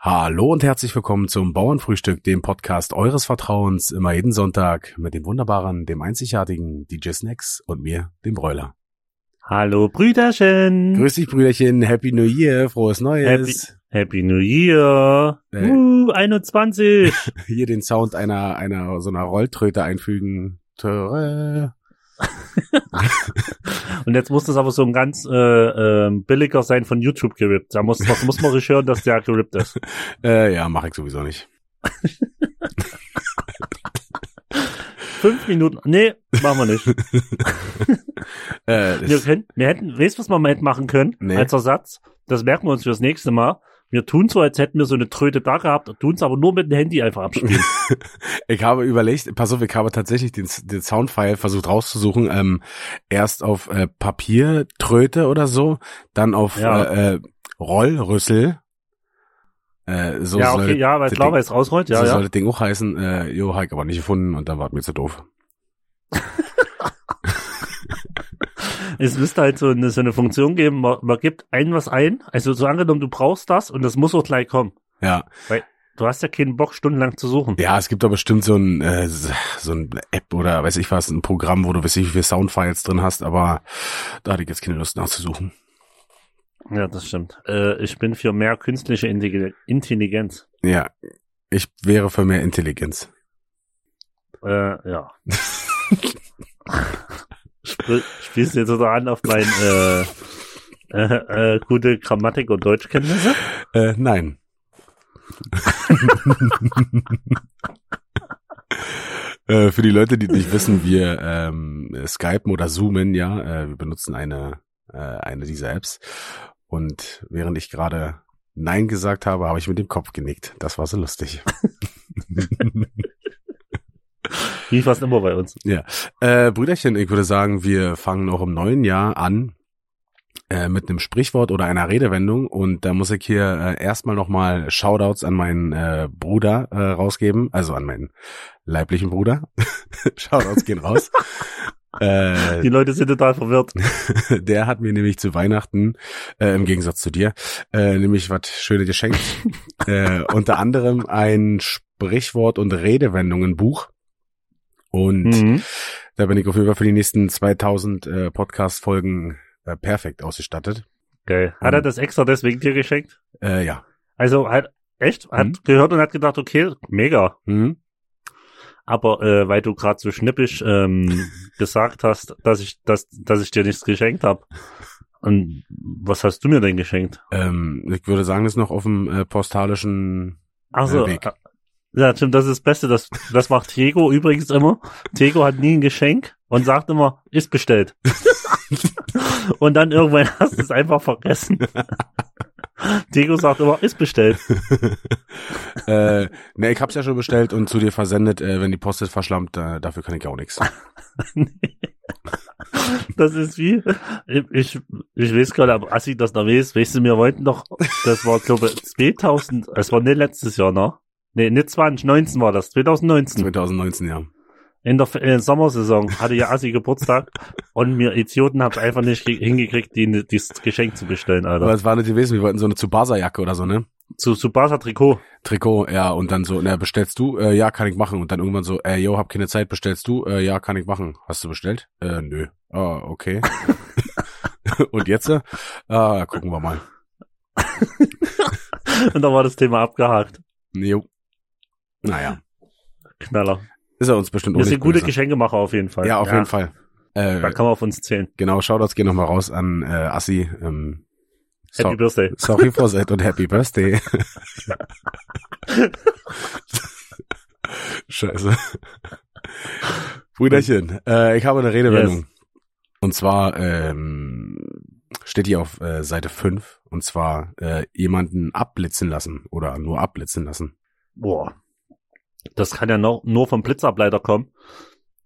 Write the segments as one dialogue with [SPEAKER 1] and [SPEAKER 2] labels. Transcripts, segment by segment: [SPEAKER 1] Hallo und herzlich willkommen zum Bauernfrühstück, dem Podcast eures Vertrauens, immer jeden Sonntag mit dem wunderbaren, dem einzigartigen DJ Snacks und mir, dem Bräuler.
[SPEAKER 2] Hallo Brüderchen.
[SPEAKER 1] Grüß dich, Brüderchen. Happy New Year, frohes
[SPEAKER 2] Happy,
[SPEAKER 1] Neues.
[SPEAKER 2] Happy New Year.
[SPEAKER 1] Äh.
[SPEAKER 2] Uh, 21.
[SPEAKER 1] Hier den Sound einer, einer, so einer Rolltröte einfügen. Töre.
[SPEAKER 2] Und jetzt muss das aber so ein ganz äh, ähm, billiger sein von YouTube gerippt. Da muss, das muss man sich hören, dass der gerippt ist.
[SPEAKER 1] Äh, ja, mache ich sowieso nicht.
[SPEAKER 2] Fünf Minuten. Nee, machen wir nicht.
[SPEAKER 1] Äh,
[SPEAKER 2] Wir,
[SPEAKER 1] das,
[SPEAKER 2] können, wir hätten, weißt du, was wir mal hätten machen können
[SPEAKER 1] Nee.
[SPEAKER 2] als Ersatz? Das merken wir uns fürs nächste Mal. Wir tun so, als hätten wir so eine Tröte da gehabt, tun es aber nur mit dem Handy einfach abspielen.
[SPEAKER 1] ich habe überlegt, pass auf, ich habe tatsächlich den, den Soundfile versucht rauszusuchen, ähm, erst auf äh, Papiertröte oder so, dann auf
[SPEAKER 2] Ja.
[SPEAKER 1] äh, äh, Rollrüssel. Äh, so
[SPEAKER 2] ja,
[SPEAKER 1] soll,
[SPEAKER 2] okay, ja, weil
[SPEAKER 1] das
[SPEAKER 2] Glauber ist rausrollt, ja,
[SPEAKER 1] so soll
[SPEAKER 2] ja.
[SPEAKER 1] das Ding auch heißen. Äh, jo, hab ich aber nicht gefunden und dann war es mir zu doof.
[SPEAKER 2] Es müsste halt so eine, so eine Funktion geben, man, man gibt ein was ein, also so angenommen, du brauchst das und das muss auch gleich kommen.
[SPEAKER 1] Ja,
[SPEAKER 2] Du hast ja keinen Bock, stundenlang zu suchen.
[SPEAKER 1] ja, es gibt doch bestimmt so ein äh, so ein App oder weiß ich was, ein Programm, wo du weiß ich, wie viele Soundfiles drin hast, aber da hatte ich jetzt keine Lust nachzusuchen.
[SPEAKER 2] Ja, das stimmt. Äh, ich bin für mehr künstliche Intelli- Intelligenz.
[SPEAKER 1] Ja, ich wäre für mehr Intelligenz.
[SPEAKER 2] Äh, ja. Sp spielst du jetzt so an auf mein äh, äh, äh, gute Grammatik und Deutschkenntnisse?
[SPEAKER 1] Äh, nein. äh, für die Leute, die nicht wissen, wir ähm, skypen oder zoomen, ja, äh, wir benutzen eine, äh, eine dieser Apps. Und während ich gerade Nein gesagt habe, habe ich mit dem Kopf genickt. Das war so lustig.
[SPEAKER 2] Wie fast immer bei uns.
[SPEAKER 1] Äh, Brüderchen, ich würde sagen, wir fangen auch im neuen Jahr an äh, mit einem Sprichwort oder einer Redewendung. Und da muss ich hier äh, erstmal nochmal Shoutouts an meinen äh, Bruder äh, rausgeben, also an meinen leiblichen Bruder. Shoutouts gehen raus. äh,
[SPEAKER 2] Die Leute sind total verwirrt.
[SPEAKER 1] der hat mir nämlich zu Weihnachten, äh, im Gegensatz zu dir, äh, nämlich was Schönes geschenkt. äh, unter anderem ein Sprichwort- und Redewendungenbuch. Und
[SPEAKER 2] Mhm.
[SPEAKER 1] da bin ich auf jeden Fall für die nächsten 2000 äh, Podcast-Folgen äh, perfekt ausgestattet.
[SPEAKER 2] Geil. Hat
[SPEAKER 1] Mhm.
[SPEAKER 2] er das extra deswegen dir geschenkt?
[SPEAKER 1] Äh, ja.
[SPEAKER 2] Also hat echt, hat
[SPEAKER 1] Mhm.
[SPEAKER 2] gehört und hat gedacht, okay, mega.
[SPEAKER 1] Hm?
[SPEAKER 2] Aber äh, weil du gerade so schnippisch ähm, gesagt hast, dass ich, dass, dass ich dir nichts geschenkt habe. Und was hast du mir denn geschenkt?
[SPEAKER 1] Ähm, ich würde sagen, das ist noch auf dem äh, postalischen
[SPEAKER 2] Also,
[SPEAKER 1] Weg.
[SPEAKER 2] ja, Tim, das ist das Beste. Das, das macht Tego übrigens immer. Tego hat nie ein Geschenk und sagt immer, ist bestellt. und dann irgendwann hast du es einfach vergessen. Tego sagt immer, ist bestellt.
[SPEAKER 1] äh, ne, ich hab's ja schon bestellt und zu dir versendet. Äh, wenn die Post ist verschlammt, äh, dafür kann ich ja auch nichts.
[SPEAKER 2] Das ist wie, ich, ich weiß gar nicht, ob Assi das noch weiß. Weißt du, wir wollten doch, das war, glaube ich, 2000, es war nicht letztes Jahr, ne? Nee, nicht 2019 war das, 2019.
[SPEAKER 1] 2019, ja.
[SPEAKER 2] In der äh, Sommersaison hatte ja Assi Geburtstag und wir Idioten haben einfach nicht ge- hingekriegt, die, dieses Geschenk zu bestellen,
[SPEAKER 1] Aber
[SPEAKER 2] Alter.
[SPEAKER 1] es war nicht gewesen, wir wollten so eine Tsubasa-Jacke oder so, ne?
[SPEAKER 2] Zu Subasa-Trikot.
[SPEAKER 1] Trikot, ja, und dann so, na, bestellst du? Äh, ja, kann ich machen. Und dann irgendwann so, äh, yo, hab keine Zeit, bestellst du? Äh, ja, kann ich machen. Hast du bestellt? Äh, nö. Ah, okay. und jetzt? Äh, ah, gucken wir mal.
[SPEAKER 2] Und da war das Thema abgehakt.
[SPEAKER 1] Jo. Naja,
[SPEAKER 2] Knaller.
[SPEAKER 1] ist er uns bestimmt
[SPEAKER 2] Wir
[SPEAKER 1] auch
[SPEAKER 2] sind
[SPEAKER 1] nicht
[SPEAKER 2] gute
[SPEAKER 1] böse.
[SPEAKER 2] Geschenkemacher auf jeden Fall.
[SPEAKER 1] Ja, auf jeden Fall.
[SPEAKER 2] Da
[SPEAKER 1] Äh,
[SPEAKER 2] kann man auf uns zählen.
[SPEAKER 1] genau, Shoutouts gehen nochmal raus an äh, Assi. Ähm, so,
[SPEAKER 2] Happy Birthday.
[SPEAKER 1] sorry for that und Happy Birthday. Scheiße. Brüderchen, äh, ich habe eine Redewendung.
[SPEAKER 2] Yes.
[SPEAKER 1] Und zwar ähm, steht hier auf äh, Seite 5 und zwar äh, jemanden abblitzen lassen oder nur abblitzen lassen.
[SPEAKER 2] boah, das kann ja noch, nur vom Blitzableiter kommen.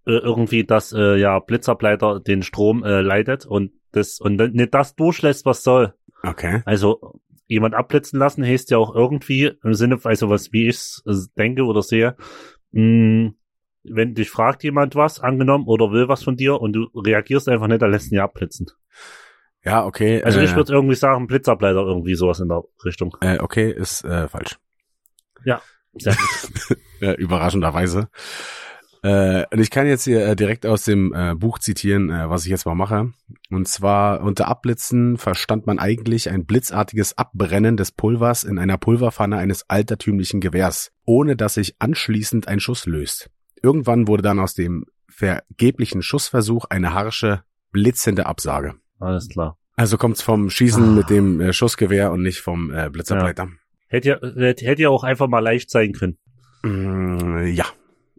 [SPEAKER 2] Äh, irgendwie, dass äh, ja Blitzableiter den Strom äh, leitet und das und dann nicht das durchlässt, was soll.
[SPEAKER 1] Okay.
[SPEAKER 2] Also jemand abblitzen lassen heißt ja auch irgendwie im Sinne, also was wie ich äh, denke oder sehe, mh, wenn dich fragt jemand was, angenommen oder will was von dir und du reagierst einfach nicht, dann lässt ihn ja abblitzen.
[SPEAKER 1] Ja, okay.
[SPEAKER 2] Also
[SPEAKER 1] äh,
[SPEAKER 2] ich würde irgendwie sagen, Blitzableiter irgendwie sowas in der Richtung.
[SPEAKER 1] Äh, okay, ist äh, falsch.
[SPEAKER 2] Sehr gut.
[SPEAKER 1] äh, überraschenderweise. Äh, und ich kann jetzt hier äh, direkt aus dem äh, Buch zitieren, äh, was ich jetzt mal mache. Und zwar unter Abblitzen verstand man eigentlich ein blitzartiges Abbrennen des Pulvers in einer Pulverpfanne eines altertümlichen Gewehrs, ohne dass sich anschließend ein Schuss löst. Irgendwann wurde dann aus dem vergeblichen Schussversuch eine harsche, blitzende Absage.
[SPEAKER 2] Alles klar.
[SPEAKER 1] Also kommt's vom Schießen
[SPEAKER 2] Ah.
[SPEAKER 1] mit dem äh, Schussgewehr und nicht vom äh, Blitzableiter.
[SPEAKER 2] Hätte ja, hätte hätte ja auch einfach mal leicht sein können.
[SPEAKER 1] Mm, ja.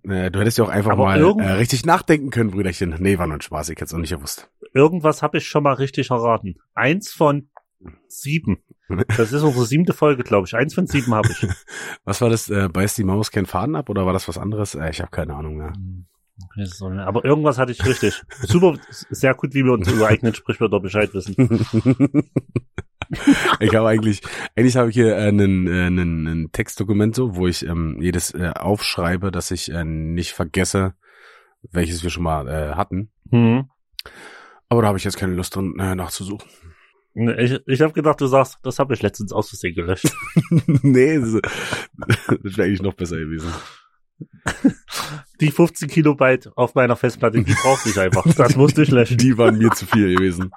[SPEAKER 1] Äh, Du hättest ja auch einfach
[SPEAKER 2] Aber
[SPEAKER 1] mal
[SPEAKER 2] irgend-
[SPEAKER 1] äh, richtig nachdenken können, Brüderchen. Nee, war nur ein Spaß, ich hätte es auch nicht gewusst.
[SPEAKER 2] Irgendwas habe ich schon mal richtig erraten. Eins von sieben. Das ist unsere siebte Folge, glaube ich. Eins von sieben habe ich.
[SPEAKER 1] Was war das? Äh, beißt die Maus keinen Faden ab oder war das was anderes? Äh, ich habe keine Ahnung mehr.
[SPEAKER 2] Okay, so, ne. Aber irgendwas hatte ich richtig. Super, sehr gut, wie wir uns über eigenen Sprichwörter Bescheid wissen.
[SPEAKER 1] ich habe eigentlich, eigentlich habe ich hier äh, einen, äh, einen, einen Textdokument so, wo ich ähm, jedes äh, aufschreibe, dass ich äh, nicht vergesse, welches wir schon mal äh, hatten.
[SPEAKER 2] Hm.
[SPEAKER 1] Aber da habe ich jetzt keine Lust drin äh, nachzusuchen.
[SPEAKER 2] Ne, Ich, ich habe gedacht, du sagst, das habe ich letztens aus Versehen gelöscht.
[SPEAKER 1] nee, das, das wäre eigentlich noch besser gewesen.
[SPEAKER 2] Die 15 Kilobyte auf meiner Festplatte, die brauchte ich einfach. Das musste ich löschen.
[SPEAKER 1] Die waren mir zu viel gewesen.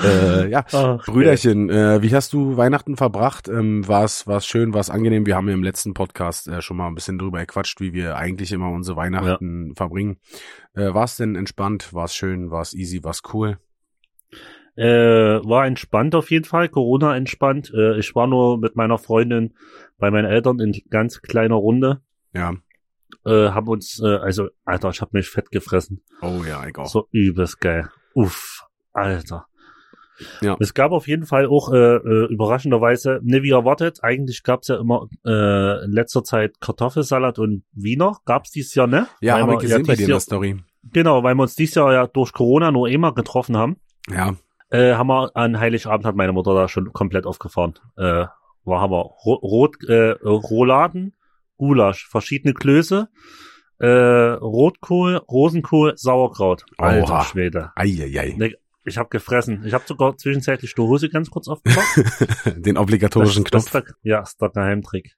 [SPEAKER 1] äh, ja.
[SPEAKER 2] Ach,
[SPEAKER 1] Brüderchen, äh, wie hast du Weihnachten verbracht? Ähm, war es schön, war es angenehm? Wir haben ja im letzten Podcast äh, schon mal ein bisschen drüber gequatscht, wie wir eigentlich immer unsere Weihnachten verbringen. Äh, war es denn entspannt? War es schön? War es easy? War es cool?
[SPEAKER 2] Äh, war entspannt auf jeden Fall, Corona entspannt. Äh, ich war nur mit meiner Freundin bei meinen Eltern in ganz kleiner Runde.
[SPEAKER 1] Ja.
[SPEAKER 2] Äh, haben uns, äh, also, Alter, ich habe mich fett gefressen.
[SPEAKER 1] Oh ja, ich auch.
[SPEAKER 2] So übelst geil. Uff, Alter.
[SPEAKER 1] Ja.
[SPEAKER 2] Es gab auf jeden Fall auch äh, äh, überraschenderweise, ne, wie erwartet, eigentlich gab's ja immer äh, in letzter Zeit Kartoffelsalat und Wiener. Gab's dieses Jahr, ne?
[SPEAKER 1] Ja,
[SPEAKER 2] Weil
[SPEAKER 1] habe
[SPEAKER 2] wir
[SPEAKER 1] ich gesehen bei
[SPEAKER 2] dieses
[SPEAKER 1] dir in der
[SPEAKER 2] Jahr,
[SPEAKER 1] Story.
[SPEAKER 2] Genau, weil wir uns dieses Jahr ja durch Corona nur immer getroffen haben.
[SPEAKER 1] Ja.
[SPEAKER 2] äh, haben wir an Heiligabend hat meine Mutter da schon komplett aufgefahren. Äh, war haben wir Ro Rot, äh, Rouladen, Gulasch, verschiedene Klöße, äh, Rotkohl, Rosenkohl, Sauerkraut. Alter
[SPEAKER 1] Oha.
[SPEAKER 2] Schwede.
[SPEAKER 1] Eieiei.
[SPEAKER 2] Ne, Ich habe gefressen. Ich habe sogar zwischenzeitlich die Hose ganz kurz aufgemacht.
[SPEAKER 1] Den obligatorischen
[SPEAKER 2] Das- das
[SPEAKER 1] Knopf.
[SPEAKER 2] ist der, ja, ist der Geheimtrick.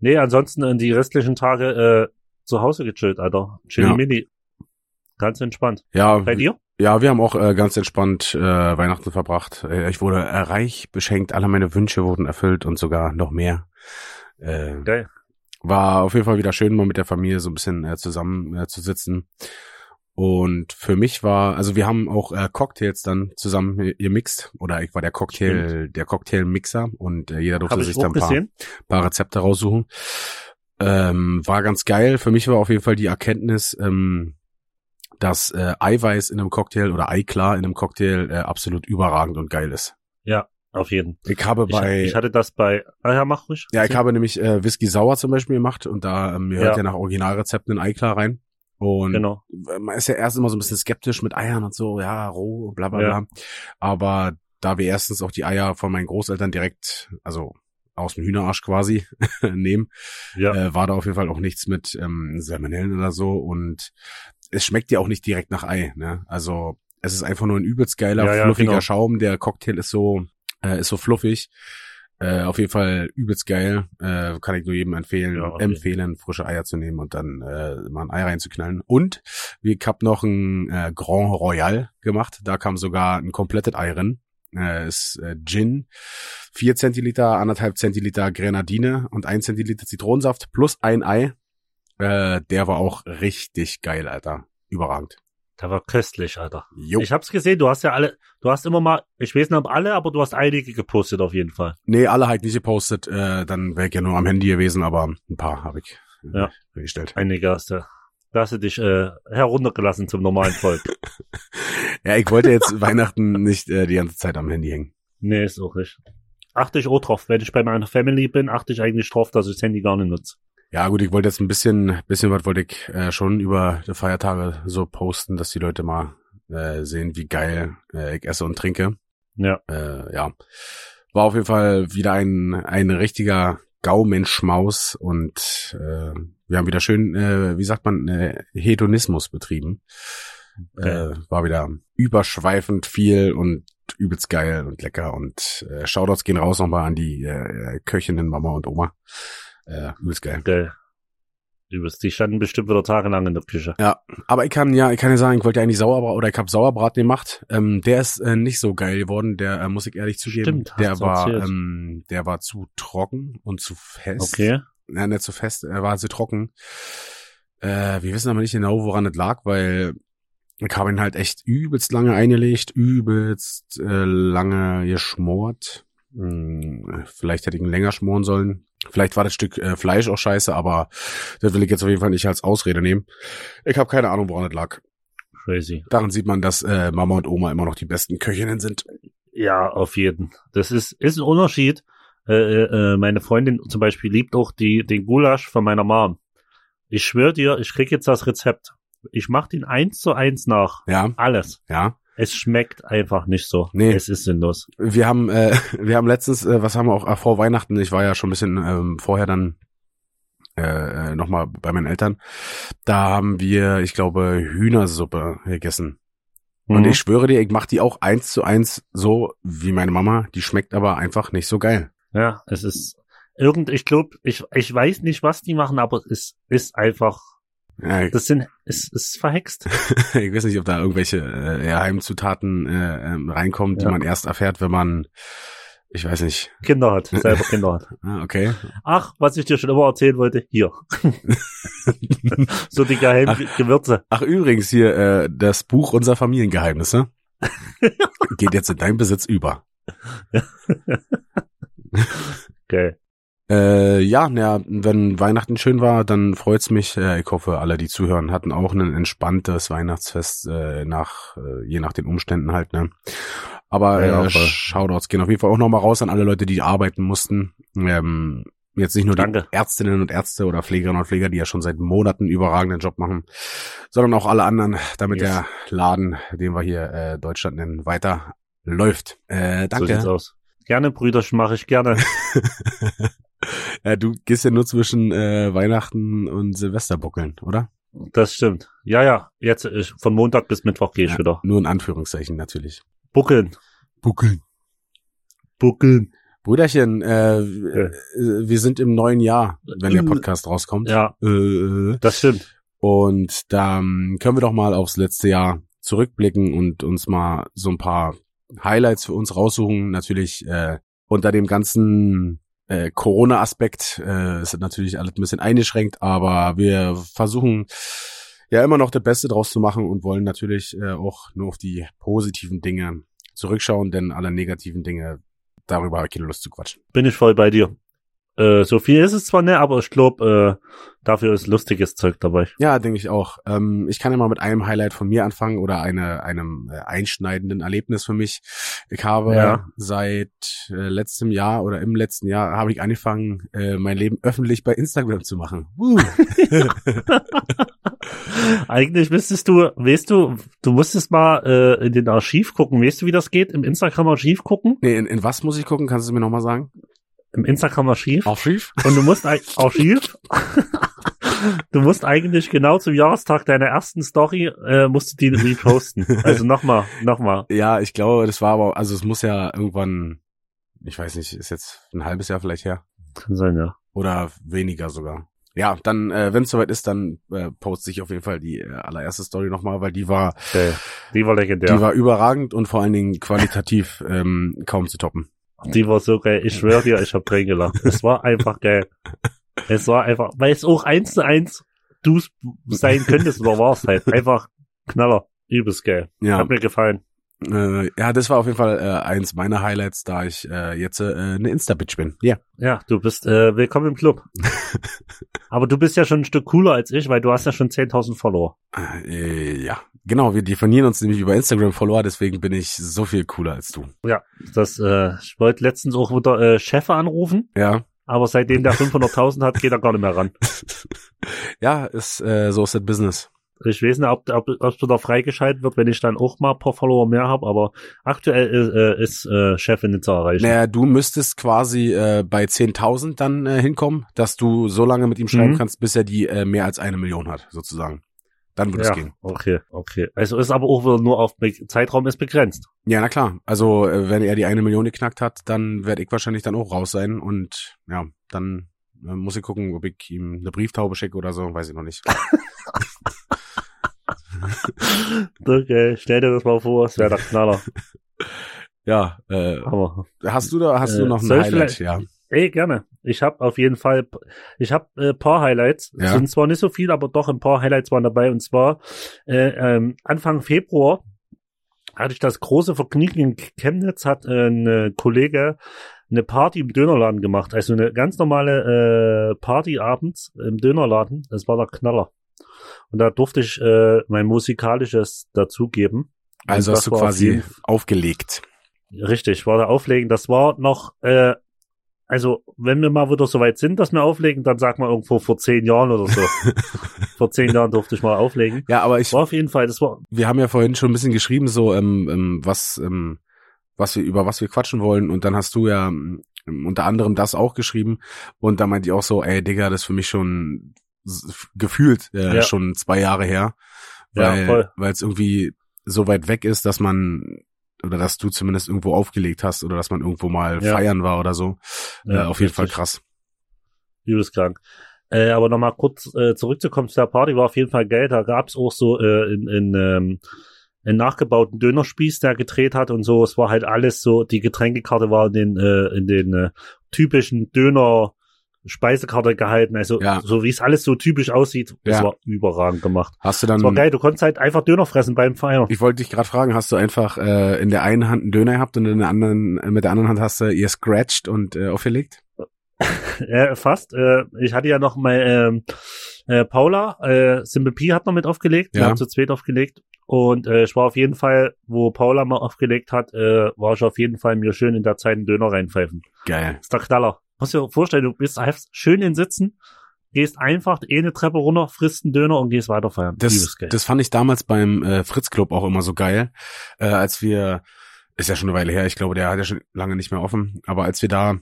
[SPEAKER 2] Nee, ansonsten in die restlichen Tage äh, zu Hause gechillt, Alter. Chili
[SPEAKER 1] Ja. Mhm.
[SPEAKER 2] Mini. Ganz entspannt.
[SPEAKER 1] Ja,
[SPEAKER 2] Bei dir?
[SPEAKER 1] ja, wir haben auch äh, ganz entspannt äh, Weihnachten verbracht. Äh, ich wurde äh, reich beschenkt, alle meine Wünsche wurden erfüllt und sogar noch mehr. Äh,
[SPEAKER 2] Geil.
[SPEAKER 1] War auf jeden Fall wieder schön, mal mit der Familie so ein bisschen äh, zusammen äh, zu sitzen. Und für mich war, also wir haben auch äh, Cocktails dann zusammen äh, gemixt. Oder ich war der Cocktail, der Cocktailmixer und äh, jeder durfte
[SPEAKER 2] Habe
[SPEAKER 1] sich
[SPEAKER 2] ich
[SPEAKER 1] dann
[SPEAKER 2] auch
[SPEAKER 1] ein paar,
[SPEAKER 2] gesehen.
[SPEAKER 1] paar Rezepte raussuchen. Ähm, war ganz geil. Für mich war auf jeden Fall die Erkenntnis, ähm, dass äh, Eiweiß in einem Cocktail oder Eiklar in einem Cocktail äh, absolut überragend und geil ist.
[SPEAKER 2] Auf jeden
[SPEAKER 1] Ich habe
[SPEAKER 2] Ich,
[SPEAKER 1] bei
[SPEAKER 2] ich hatte das bei. Ah ja, mach ruhig.
[SPEAKER 1] Ja, ich habe nämlich äh, Whisky Sauer zum Beispiel gemacht und da ähm, ihr hört ja nach Originalrezepten ein Ei klar rein. Und
[SPEAKER 2] Genau.
[SPEAKER 1] äh, man ist ja erst immer so ein bisschen skeptisch mit Eiern und so, ja, roh, bla bla
[SPEAKER 2] Ja.
[SPEAKER 1] bla. Aber da wir erstens auch die Eier von meinen Großeltern direkt, also aus dem Hühnerarsch quasi nehmen,
[SPEAKER 2] Ja.
[SPEAKER 1] äh, war da auf jeden Fall auch nichts mit ähm, Salmonellen oder so. Und es schmeckt ja auch nicht direkt nach Ei, ne? Also es ist einfach nur ein übelst geiler,
[SPEAKER 2] Ja, ja,
[SPEAKER 1] fluffiger
[SPEAKER 2] genau.
[SPEAKER 1] Schaum. Der Cocktail ist so, äh, ist so fluffig. Äh, auf jeden Fall übelst geil. Äh, kann ich nur jedem empfehlen,
[SPEAKER 2] Ja, okay.
[SPEAKER 1] empfehlen, frische Eier zu nehmen und dann äh, mal ein Ei reinzuknallen. Und ich hab noch ein äh, Grand Royal gemacht. Da kam sogar ein komplettes Ei rein. Äh, ist äh, Gin, vier Zentiliter, anderthalb Zentiliter Grenadine und ein Zentiliter Zitronensaft plus ein Ei. Äh, der war auch richtig geil, Alter. Überragend.
[SPEAKER 2] Der war köstlich, Alter.
[SPEAKER 1] Jo.
[SPEAKER 2] Ich hab's gesehen, du hast ja alle, du hast immer mal, ich weiß nicht ob alle, aber du hast einige gepostet auf jeden Fall.
[SPEAKER 1] Nee, alle halt nicht gepostet. Äh, dann wäre ich ja nur am Handy gewesen, aber ein paar habe ich äh,
[SPEAKER 2] Ja.
[SPEAKER 1] gestellt.
[SPEAKER 2] Einige hast du. Da hast du dich äh, heruntergelassen zum normalen Volk.
[SPEAKER 1] Ja, ich wollte jetzt Weihnachten nicht äh, die ganze Zeit am Handy hängen.
[SPEAKER 2] nee, ist auch nicht. Achte ich auch drauf. Wenn ich bei meiner Family bin, achte ich eigentlich drauf, dass ich das Handy gar nicht nutze.
[SPEAKER 1] Ja, gut, ich wollte jetzt ein bisschen, bisschen was wollte ich äh, schon über die Feiertage so posten, dass die Leute mal äh, sehen, wie geil äh, ich esse und trinke.
[SPEAKER 2] Ja.
[SPEAKER 1] Äh, ja. War auf jeden Fall wieder ein, ein richtiger Gaumenschmaus und äh, wir haben wieder schön, äh, wie sagt man, äh, Hedonismus betrieben.
[SPEAKER 2] Okay.
[SPEAKER 1] Äh, war wieder überschweifend viel und übelst geil und lecker. Und äh, Shoutouts gehen raus nochmal an die äh, Köchinnen, Mama und Oma. Äh, übelst geil.
[SPEAKER 2] Geil. Übelst. Die standen bestimmt wieder tagelang in der Küche.
[SPEAKER 1] Aber ich kann ja, ich kann ja sagen, ich wollte eigentlich Sauerbraten oder ich habe Sauerbraten gemacht. Ähm, der ist äh, nicht so geil geworden, der äh, muss ich ehrlich zugeben.
[SPEAKER 2] Stimmt, hast
[SPEAKER 1] der
[SPEAKER 2] du
[SPEAKER 1] war,
[SPEAKER 2] erzählt.
[SPEAKER 1] ähm, der war zu trocken und zu fest.
[SPEAKER 2] Okay.
[SPEAKER 1] Na, nicht zu fest, er war zu trocken. Äh, wir wissen aber nicht genau, woran es lag, weil ich habe ihn halt echt übelst lange eingelegt, übelst äh, lange geschmort. Hm, vielleicht hätte ich ihn länger schmoren sollen. Vielleicht war das Stück äh, Fleisch auch scheiße, aber das will ich jetzt auf jeden Fall nicht als Ausrede nehmen. Ich habe keine Ahnung, woran es lag.
[SPEAKER 2] Crazy.
[SPEAKER 1] Daran sieht man, dass äh, Mama und Oma immer noch die besten Köchinnen sind.
[SPEAKER 2] Ja, auf jeden. Das ist, ist ein Unterschied. Äh, äh, äh, meine Freundin zum Beispiel liebt auch die, den Gulasch von meiner Mom. Ich schwöre dir, ich krieg jetzt das Rezept. Ich mach den eins zu eins nach.
[SPEAKER 1] Ja,
[SPEAKER 2] Alles.
[SPEAKER 1] ja.
[SPEAKER 2] Es schmeckt einfach nicht so.
[SPEAKER 1] Nee.
[SPEAKER 2] Es ist sinnlos.
[SPEAKER 1] Wir haben, äh, wir haben letztens, äh, was haben wir auch äh, vor Weihnachten, ich war ja schon ein bisschen ähm, vorher dann äh, nochmal bei meinen Eltern, da haben wir, ich glaube, Hühnersuppe gegessen. Und
[SPEAKER 2] Mhm.
[SPEAKER 1] ich schwöre dir, ich mache die auch eins zu eins so wie meine Mama. Die schmeckt aber einfach nicht so geil.
[SPEAKER 2] Ja, es ist irgend, ich glaube, ich, ich weiß nicht, was die machen, aber es ist einfach,
[SPEAKER 1] Ja, ich
[SPEAKER 2] das sind, es ist verhext.
[SPEAKER 1] ich weiß nicht, ob da irgendwelche äh, eher Heimzutaten äh, ähm, reinkommen, die
[SPEAKER 2] Ja.
[SPEAKER 1] man erst erfährt, wenn man, ich weiß nicht,
[SPEAKER 2] Kinder hat, selber Kinder hat.
[SPEAKER 1] Ah, okay.
[SPEAKER 2] Ach, was ich dir schon immer erzählen wollte, hier. so die geheimen Gewürze.
[SPEAKER 1] Ach übrigens hier äh, das Buch unser Familiengeheimnisse geht jetzt in deinen Besitz über.
[SPEAKER 2] Geil.
[SPEAKER 1] Äh, ja, na, wenn Weihnachten schön war, dann freut's mich. Äh, ich hoffe, alle, die zuhören, hatten auch ein entspanntes Weihnachtsfest äh, nach äh, je nach den Umständen halt. Ne, aber
[SPEAKER 2] Ja,
[SPEAKER 1] äh,
[SPEAKER 2] voll.
[SPEAKER 1] Shoutouts gehen auf jeden Fall auch nochmal raus an alle Leute, die arbeiten mussten. Ähm, jetzt nicht nur
[SPEAKER 2] Danke.
[SPEAKER 1] die Ärztinnen und Ärzte oder Pflegerinnen und Pfleger, die ja schon seit Monaten einen überragenden Job machen, sondern auch alle anderen, damit
[SPEAKER 2] Yes.
[SPEAKER 1] der Laden, den wir hier äh, Deutschland nennen, weiter läuft. Äh,
[SPEAKER 2] So
[SPEAKER 1] danke.
[SPEAKER 2] sieht's aus. Gerne, Brüderchen, mache ich gerne.
[SPEAKER 1] Äh, du gehst ja nur zwischen äh, Weihnachten und Silvester buckeln, oder?
[SPEAKER 2] Das stimmt. Ja, ja. Jetzt äh, von Montag bis Mittwoch gehe ich
[SPEAKER 1] Ja.
[SPEAKER 2] wieder.
[SPEAKER 1] Nur in Anführungszeichen natürlich.
[SPEAKER 2] Buckeln.
[SPEAKER 1] Buckeln.
[SPEAKER 2] Buckeln.
[SPEAKER 1] Brüderchen, äh, äh, wir sind im neuen Jahr, wenn der
[SPEAKER 2] Äh.
[SPEAKER 1] Podcast rauskommt.
[SPEAKER 2] Ja,
[SPEAKER 1] Äh,
[SPEAKER 2] das stimmt.
[SPEAKER 1] und dann können wir doch mal aufs letzte Jahr zurückblicken und uns mal so ein paar Highlights für uns raussuchen. Natürlich äh, unter dem ganzen äh, Corona-Aspekt äh, ist das natürlich alles ein bisschen eingeschränkt, aber wir versuchen ja immer noch das Beste draus zu machen und wollen natürlich äh, auch nur auf die positiven Dinge zurückschauen, denn alle negativen Dinge, darüber habe ich keine Lust zu quatschen.
[SPEAKER 2] Bin ich voll bei dir. Äh, so viel ist es zwar nicht, aber ich glaube, äh, dafür ist lustiges Zeug dabei.
[SPEAKER 1] Ja, denke ich auch. Ähm, ich kann ja mal mit einem Highlight von mir anfangen oder eine, einem äh, einschneidenden Erlebnis für mich. Ich habe
[SPEAKER 2] Ja.
[SPEAKER 1] seit äh, letztem Jahr oder im letzten Jahr habe ich angefangen, äh, mein Leben öffentlich bei Instagram zu machen. Woo.
[SPEAKER 2] Eigentlich müsstest du, weißt du, du musstest mal äh, in den Archiv gucken. Weißt du, wie das geht? Im Instagram-Archiv gucken?
[SPEAKER 1] nee, in, in was muss ich gucken? Kannst du mir nochmal sagen?
[SPEAKER 2] Im Instagram-Archiv?
[SPEAKER 1] Auf schief?
[SPEAKER 2] Und du musst eig- Archiv. Du musst eigentlich genau zum Jahrestag deiner ersten Story äh, musst du die reposten. Also nochmal, nochmal.
[SPEAKER 1] Ja, ich glaube, das war aber, also es muss ja irgendwann, ich weiß nicht, ist jetzt ein halbes Jahr vielleicht her
[SPEAKER 2] Kann sein, ja.
[SPEAKER 1] oder weniger sogar. Ja, dann, äh, wenn es soweit ist, dann äh, poste ich auf jeden Fall die äh, allererste Story nochmal, weil die war
[SPEAKER 2] Okay. Die war legendär.
[SPEAKER 1] Die war überragend und vor allen Dingen qualitativ ähm, kaum zu toppen.
[SPEAKER 2] Die war so geil. Ich schwöre dir, ich hab Tränen gelacht. Es war einfach geil. Es war einfach, weil es auch eins zu eins du sein könntest oder warst halt. Einfach Knaller. Übelst geil.
[SPEAKER 1] Ja,
[SPEAKER 2] Hat mir gefallen.
[SPEAKER 1] äh, ja, das war auf jeden Fall äh, eins meiner Highlights, da ich äh, jetzt äh, eine Insta-Bitch bin. Ja,
[SPEAKER 2] Ja, du bist äh, willkommen im Club. Aber du bist ja schon ein Stück cooler als ich, weil du hast ja schon 10.000 Follower.
[SPEAKER 1] äh, ja, genau. Wir definieren uns nämlich über Instagram-Follower, deswegen bin ich so viel cooler als du.
[SPEAKER 2] Das, äh, ich wollte letztens auch wieder äh, Chefe anrufen,
[SPEAKER 1] Ja,
[SPEAKER 2] aber seitdem der 500.000 hat, geht er gar nicht mehr ran.
[SPEAKER 1] ja, ist äh, so ist das Business.
[SPEAKER 2] Ich weiß nicht, ob, ob, ob da freigeschaltet wird, wenn ich dann auch mal ein paar Follower mehr habe, aber aktuell äh, äh, ist äh, Chefin nicht zu erreichen.
[SPEAKER 1] Naja, du müsstest quasi äh, bei 10.000 dann äh, hinkommen, dass du so lange mit ihm schreiben
[SPEAKER 2] Mhm.
[SPEAKER 1] kannst, bis er die äh, mehr als eine Million hat, sozusagen. Dann würde
[SPEAKER 2] ja,
[SPEAKER 1] es gehen.
[SPEAKER 2] okay, okay. Also ist aber auch wieder nur auf Be Zeitraum ist begrenzt.
[SPEAKER 1] Ja, na klar. Also, äh, wenn er die eine Million geknackt hat, dann werde ich wahrscheinlich dann auch raus sein. Und ja, dann äh, muss ich gucken, ob ich ihm eine Brieftaube schicke oder so. Weiß ich noch nicht.
[SPEAKER 2] Okay, äh, stell dir das mal vor, es wäre der Knaller.
[SPEAKER 1] Ja, äh,
[SPEAKER 2] Aber
[SPEAKER 1] hast du da, hast du
[SPEAKER 2] Äh,
[SPEAKER 1] noch ein
[SPEAKER 2] soll ich
[SPEAKER 1] Highlight?
[SPEAKER 2] vielleicht-
[SPEAKER 1] Ja.
[SPEAKER 2] Ey, gerne. Ich habe auf jeden Fall, ich habe äh, paar Highlights.
[SPEAKER 1] Ja.
[SPEAKER 2] Sind zwar nicht so viel, aber doch ein paar Highlights waren dabei. Und zwar äh, ähm, Anfang Februar hatte ich das große Vergnügen in Chemnitz, hat äh, ein Kollege eine Party im Dönerladen gemacht. Also eine ganz normale äh, Party abends im Dönerladen. Das war der Knaller. Und da durfte ich äh, mein musikalisches dazugeben.
[SPEAKER 1] Also
[SPEAKER 2] Und
[SPEAKER 1] hast
[SPEAKER 2] das
[SPEAKER 1] du
[SPEAKER 2] war auf
[SPEAKER 1] quasi
[SPEAKER 2] jeden-
[SPEAKER 1] aufgelegt.
[SPEAKER 2] Richtig, war da auflegen. Das war noch, äh, also wenn wir mal wieder so weit sind, dass wir auflegen, dann sag mal irgendwo vor zehn Jahren oder so. vor zehn Jahren durfte ich mal auflegen.
[SPEAKER 1] Ja, aber ich,
[SPEAKER 2] War auf jeden Fall, das war,
[SPEAKER 1] wir haben ja vorhin schon ein bisschen geschrieben, so ähm, ähm, was, ähm, was wir über was wir quatschen wollen. Und dann hast du ja ähm, unter anderem das auch geschrieben. Und da meinte ich auch so, ey, Digga, das ist für mich schon s- gefühlt äh,
[SPEAKER 2] Ja.
[SPEAKER 1] schon zwei Jahre her,
[SPEAKER 2] Ja,
[SPEAKER 1] weil
[SPEAKER 2] voll.
[SPEAKER 1] weil es irgendwie so weit weg ist, dass man oder dass du zumindest irgendwo aufgelegt hast oder dass man irgendwo mal
[SPEAKER 2] Ja.
[SPEAKER 1] feiern war oder so. äh,
[SPEAKER 2] Ja,
[SPEAKER 1] auf jeden Fall
[SPEAKER 2] richtig.
[SPEAKER 1] krass.
[SPEAKER 2] übelst krank. Äh, aber nochmal kurz äh, zurückzukommen zu der Party, war auf jeden Fall geil. Da gab's auch so äh, in, in, ähm, einen nachgebauten Dönerspieß, der gedreht hat und so. Es war halt alles so, die Getränkekarte war in den, äh, in den äh, typischen Döner. Speisekarte gehalten, also
[SPEAKER 1] Ja.
[SPEAKER 2] so wie es alles so typisch aussieht, das
[SPEAKER 1] Ja. Ähm,
[SPEAKER 2] war überragend gemacht.
[SPEAKER 1] Hast du
[SPEAKER 2] Das war
[SPEAKER 1] dann
[SPEAKER 2] geil, du konntest halt einfach Döner fressen beim Feiern.
[SPEAKER 1] Ich wollte dich gerade fragen, hast du einfach äh, in der einen Hand einen Döner gehabt und in der anderen, äh, mit der anderen Hand hast du ihr scratched und äh, aufgelegt?
[SPEAKER 2] Äh, fast. Äh, ich hatte ja noch mal ähm, äh, Paula, äh, Simple P hat noch mit aufgelegt, wir
[SPEAKER 1] Ja.
[SPEAKER 2] haben zu zweit aufgelegt. Und äh, ich war auf jeden Fall, wo Paula mal aufgelegt hat, äh, war ich auf jeden Fall mir schön in der Zeit einen Döner reinpfeifen.
[SPEAKER 1] Geil.
[SPEAKER 2] Ist der Knaller. Muss dir vorstellen, du bist hast schön in Sitzen, gehst einfach eh eine Treppe runter, frisst einen Döner und gehst weiter feiern.
[SPEAKER 1] Das,
[SPEAKER 2] Liebesgeil.
[SPEAKER 1] das fand ich damals beim äh, Fritz Club auch immer so geil, äh, als wir, ist ja schon eine Weile her, ich glaube, der hat ja schon lange nicht mehr offen, aber als wir da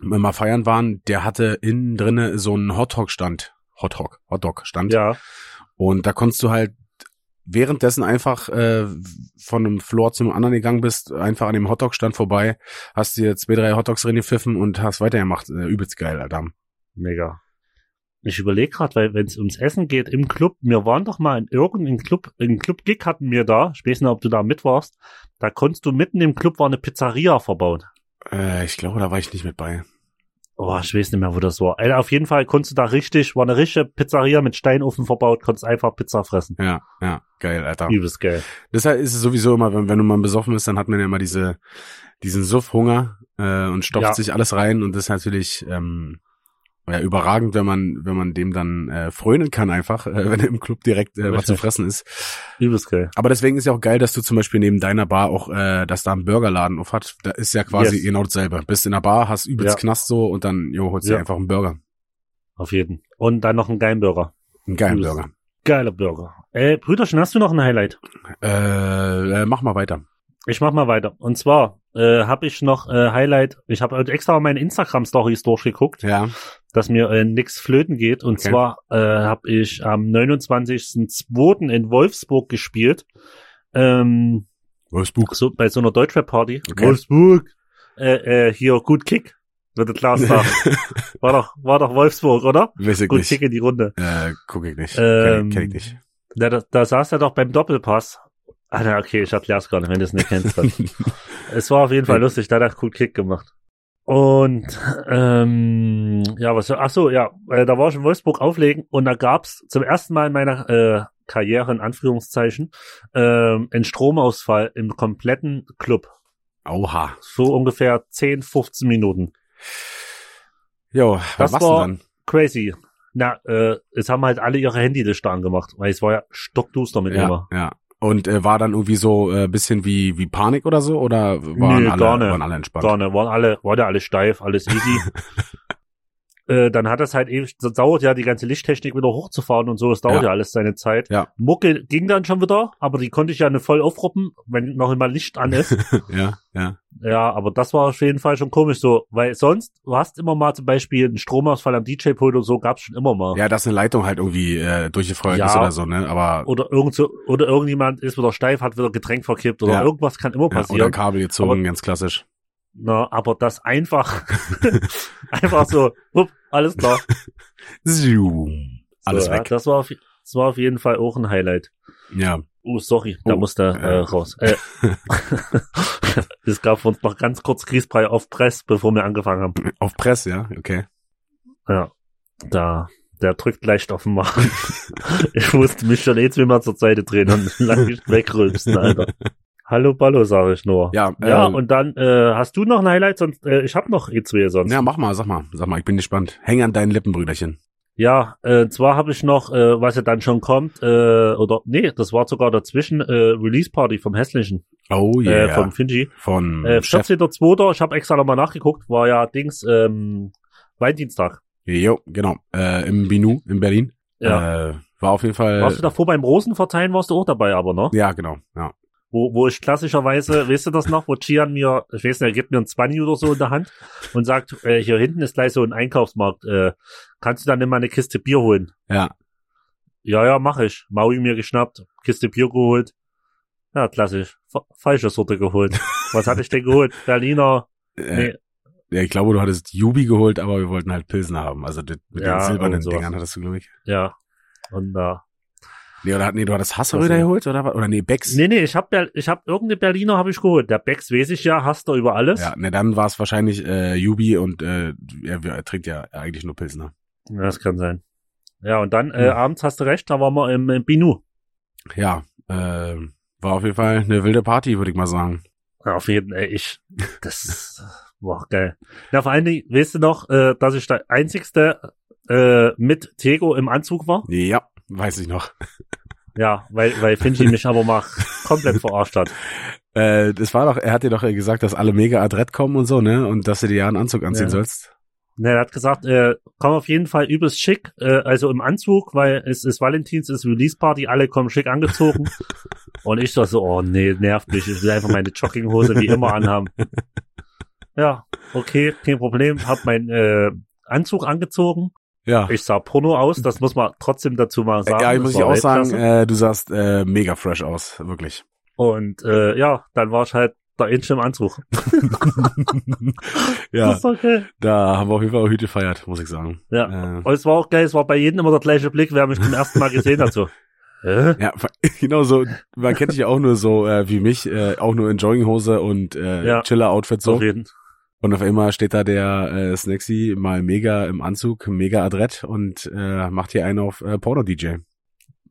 [SPEAKER 1] mal feiern waren, der hatte innen drinne so einen Hotdog-Stand. Hotdog, Hotdog-Stand.
[SPEAKER 2] ja,
[SPEAKER 1] Und da konntest du halt währenddessen einfach äh, von einem Floor zum anderen gegangen bist, einfach an dem Hotdog-Stand vorbei, hast dir zwei, drei Hotdogs reingepfiffen und hast weitergemacht. Äh, übelst geil, Alter.
[SPEAKER 2] mega. Ich überlege gerade, weil wenn es ums Essen geht im Club, wir waren doch mal in irgendeinem Club, einen Club-Gig hatten wir da, ich weiß nicht, ob du da mit warst, da konntest du mitten im Club war eine Pizzeria verbaut.
[SPEAKER 1] Äh, ich glaube, da war ich nicht mit bei.
[SPEAKER 2] Oh, ich weiß nicht mehr, wo das war. Also auf jeden Fall konntest du da richtig, war eine richtige Pizzeria mit Steinofen verbaut, konntest einfach Pizza fressen.
[SPEAKER 1] Ja, ja, geil, Alter.
[SPEAKER 2] Übelst geil.
[SPEAKER 1] Deshalb ist es sowieso immer, wenn, wenn du mal besoffen bist, dann hat man ja immer diese, diesen Suffhunger äh, und stopft
[SPEAKER 2] Ja.
[SPEAKER 1] sich alles rein und das ist natürlich ähm, ja, überragend, wenn man, wenn man dem dann äh, frönen kann einfach, äh, wenn im Club direkt äh, was zu
[SPEAKER 2] Richtig.
[SPEAKER 1] fressen ist.
[SPEAKER 2] Übelst geil.
[SPEAKER 1] Aber deswegen ist ja auch geil, dass du zum Beispiel neben deiner Bar auch, äh, dass da ein Burgerladen auf hat. Da ist ja quasi
[SPEAKER 2] Yes.
[SPEAKER 1] genau dasselbe. Bist in der Bar, hast übelst
[SPEAKER 2] Ja.
[SPEAKER 1] Knast so und dann, jo, holst dir
[SPEAKER 2] Ja.
[SPEAKER 1] einfach einen Burger.
[SPEAKER 2] Auf jeden. Und dann noch einen geilen Burger.
[SPEAKER 1] Einen geilen
[SPEAKER 2] Übelst.
[SPEAKER 1] Burger.
[SPEAKER 2] Geiler Burger. Äh, Brüderchen, hast du noch ein Highlight?
[SPEAKER 1] Äh, äh, mach mal weiter.
[SPEAKER 2] Ich mach mal weiter. Und zwar äh, habe ich noch äh, Highlight. Ich habe extra meine Instagram-Stories durchgeguckt,
[SPEAKER 1] Ja.
[SPEAKER 2] dass mir äh, nix flöten geht. Und
[SPEAKER 1] Okay.
[SPEAKER 2] zwar äh, habe ich am 29.02. in Wolfsburg gespielt. Ähm,
[SPEAKER 1] Wolfsburg.
[SPEAKER 2] so, bei so einer Deutschrap-Party.
[SPEAKER 1] Okay.
[SPEAKER 2] Wolfsburg. Äh, äh, hier, gut Kick. Würde klar sagen. war doch, war doch Wolfsburg, oder?
[SPEAKER 1] Weiß ich
[SPEAKER 2] Gut
[SPEAKER 1] nicht.
[SPEAKER 2] Kick in die Runde.
[SPEAKER 1] Äh, guck ich nicht. kenn,
[SPEAKER 2] Ähm,
[SPEAKER 1] kenn ich nicht.
[SPEAKER 2] Da, da, da saß er doch beim Doppelpass. Ah, na, okay, ich erklär's gar nicht, wenn du es nicht kennst. Dann. es war auf jeden Fall lustig, da hat er cool Kick gemacht. Und ähm, ja, was ach so, ja, äh, da war ich in Wolfsburg auflegen und da gab's zum ersten Mal in meiner äh, Karriere in Anführungszeichen ähm, einen Stromausfall im kompletten Club.
[SPEAKER 1] Oha.
[SPEAKER 2] So ungefähr 10, 15 Minuten.
[SPEAKER 1] Jo, was
[SPEAKER 2] Das
[SPEAKER 1] machst du
[SPEAKER 2] war-
[SPEAKER 1] dann?
[SPEAKER 2] Crazy. Na, äh, es haben halt alle ihre Handylichter angemacht, weil es war ja stockduster mit mir.
[SPEAKER 1] Ja, ja. Und äh, war dann irgendwie so äh, bisschen wie, wie Panik oder so? Oder waren,
[SPEAKER 2] Nö,
[SPEAKER 1] alle,
[SPEAKER 2] gar nicht.
[SPEAKER 1] waren alle entspannt?
[SPEAKER 2] Sonne, waren alle, waren ja alle steif, alles easy. äh, dann hat das halt ewig, das dauert ja die ganze Lichttechnik wieder hochzufahren und so, das dauert
[SPEAKER 1] Ja.
[SPEAKER 2] ja, alles seine Zeit.
[SPEAKER 1] Ja.
[SPEAKER 2] Mucke ging dann schon wieder, aber die konnte ich ja nicht voll aufruppen, wenn noch immer Licht an ist.
[SPEAKER 1] Ja, ja.
[SPEAKER 2] ja, aber das war auf jeden Fall schon komisch so, weil sonst, du hast immer mal zum Beispiel einen Stromausfall am DJ-Pult und so, gab's schon immer mal.
[SPEAKER 1] Ja, dass eine Leitung halt irgendwie äh, durchgefeuert
[SPEAKER 2] Ja.
[SPEAKER 1] ist oder so, ne? Aber
[SPEAKER 2] Oder, irgend so, oder irgendjemand ist wieder steif, hat wieder Getränk verkippt oder
[SPEAKER 1] Ja.
[SPEAKER 2] irgendwas kann immer
[SPEAKER 1] ja, oder
[SPEAKER 2] passieren.
[SPEAKER 1] Kabel gezogen,
[SPEAKER 2] Aber-
[SPEAKER 1] ganz klassisch.
[SPEAKER 2] Na, aber das einfach, einfach so, upp, alles klar.
[SPEAKER 1] Zoom. Alles
[SPEAKER 2] so,
[SPEAKER 1] weg.
[SPEAKER 2] Ja, das, war auf, das war auf jeden Fall auch ein Highlight.
[SPEAKER 1] Ja.
[SPEAKER 2] Oh, sorry, da
[SPEAKER 1] Oh,
[SPEAKER 2] musste äh,
[SPEAKER 1] äh.
[SPEAKER 2] raus. Äh, es gab für uns noch ganz kurz Grießbrei auf Press, bevor wir angefangen haben.
[SPEAKER 1] Auf Press, ja, okay.
[SPEAKER 2] Ja, da, der drückt leicht auf den Magen. ich musste mich schon jetzt immer zur Seite drehen und lang nicht wegrülpsen, Alter. Hallo Ballo, sage ich nur.
[SPEAKER 1] Ja,
[SPEAKER 2] Ja,
[SPEAKER 1] äh,
[SPEAKER 2] und dann äh, hast du noch ein Highlight, sonst äh, ich habe noch E2 sonst.
[SPEAKER 1] ja, mach mal, sag mal, sag mal, ich bin gespannt. Häng an deinen Lippen, Brüderchen.
[SPEAKER 2] Ja, äh, zwar habe ich noch, äh, was ja dann schon kommt, äh, oder nee, das war sogar dazwischen, äh, Release Party vom Hässlichen,
[SPEAKER 1] Oh
[SPEAKER 2] äh, vom Finji.
[SPEAKER 1] Von
[SPEAKER 2] Äh,
[SPEAKER 1] Chef.
[SPEAKER 2] 14.02., ich habe extra nochmal nachgeguckt, war ja Dings, ähm, Valentinstag.
[SPEAKER 1] Jo, genau. Äh, Im Binu in Berlin.
[SPEAKER 2] Ja.
[SPEAKER 1] Äh, war auf jeden Fall.
[SPEAKER 2] warst du davor beim Rosenverteilen, warst du auch dabei aber, ne?
[SPEAKER 1] ja, genau. Ja.
[SPEAKER 2] Wo, wo ich klassischerweise, weißt du das noch, wo Gian mir, ich weiß nicht, er gibt mir ein 20 oder so in der Hand und sagt, äh, hier hinten ist gleich so ein Einkaufsmarkt, äh, kannst du dann immer eine Kiste Bier holen?
[SPEAKER 1] Ja.
[SPEAKER 2] Ja, ja, mach ich. Maui mir geschnappt, Kiste Bier geholt. Ja, klassisch. Fa- falsche Sorte geholt. Was hatte ich denn geholt? Berliner.
[SPEAKER 1] Äh,
[SPEAKER 2] Nee,
[SPEAKER 1] ja. Ich glaube, du hattest Jubi geholt, aber wir wollten halt Pilsen haben. Also das- mit
[SPEAKER 2] Ja,
[SPEAKER 1] den silbernen
[SPEAKER 2] irgend sowas.
[SPEAKER 1] Dingern hattest du, glaube ich.
[SPEAKER 2] ja. Und äh,
[SPEAKER 1] Nee, oder, nee, du hattest Hasseröder
[SPEAKER 2] Hasseröder.
[SPEAKER 1] geholt oder was? Oder nee, Becks.
[SPEAKER 2] nee, nee, ich hab, Ber- ich hab irgendeine Berliner habe ich geholt. Der Becks weiß ich ja, hasst er über alles.
[SPEAKER 1] Ja, ne, dann war es wahrscheinlich äh, Jubi und äh, er, er trinkt ja eigentlich nur Pilsner.
[SPEAKER 2] Ja, Das kann sein. Ja, und dann äh,
[SPEAKER 1] Ja.
[SPEAKER 2] abends hast du recht, da waren wir im, im Binu.
[SPEAKER 1] Ja, äh, war auf jeden Fall eine wilde Party, würde ich mal sagen.
[SPEAKER 2] Ja, auf jeden Fall, ich. Das war geil. Na, vor allen Dingen, weißt du noch, äh, dass ich der einzigste äh, mit Tego im Anzug war?
[SPEAKER 1] Ja, weiß ich noch.
[SPEAKER 2] Ja, weil, weil Finchi mich aber mal komplett verarscht hat.
[SPEAKER 1] Äh, das war doch, er hat dir doch äh, gesagt, dass alle mega adrett kommen und so, ne? Und dass du dir ja einen Anzug anziehen
[SPEAKER 2] Ja.
[SPEAKER 1] sollst.
[SPEAKER 2] Ne, er hat gesagt, äh, komm auf jeden Fall übelst schick, äh, also im Anzug, weil es ist Valentins, es ist Release Party, alle kommen schick angezogen. Und ich dachte so, oh nee, nervt mich, ich will einfach meine Jogginghose wie immer anhaben. Ja, okay, kein Problem, hab meinen äh, Anzug angezogen.
[SPEAKER 1] Ja.
[SPEAKER 2] Ich sah Porno aus, das muss man trotzdem dazu mal sagen.
[SPEAKER 1] ja, ich
[SPEAKER 2] das
[SPEAKER 1] muss
[SPEAKER 2] war
[SPEAKER 1] ich auch sagen,
[SPEAKER 2] Weltklasse.
[SPEAKER 1] äh, du sahst äh, mega fresh aus, wirklich.
[SPEAKER 2] Und äh, ja, dann war ich halt da in im Anzug. Das
[SPEAKER 1] ja,
[SPEAKER 2] ist okay.
[SPEAKER 1] da haben wir auf jeden Fall auch Hüte gefeiert, muss ich sagen. Äh.
[SPEAKER 2] Ja. Und es war auch geil, es war bei jedem immer der gleiche Blick, wer mich zum ersten Mal gesehen hat, so. Hä?
[SPEAKER 1] Ja, genau so. Man kennt dich ja auch nur so äh, wie mich, äh, auch nur in Jogginghose und äh,
[SPEAKER 2] Ja.
[SPEAKER 1] Chiller-Outfit so.
[SPEAKER 2] Auf jeden.
[SPEAKER 1] Und auf einmal steht da der äh, Snacksy mal mega im Anzug, mega adrett und äh, macht hier einen auf äh, Porno-DJ.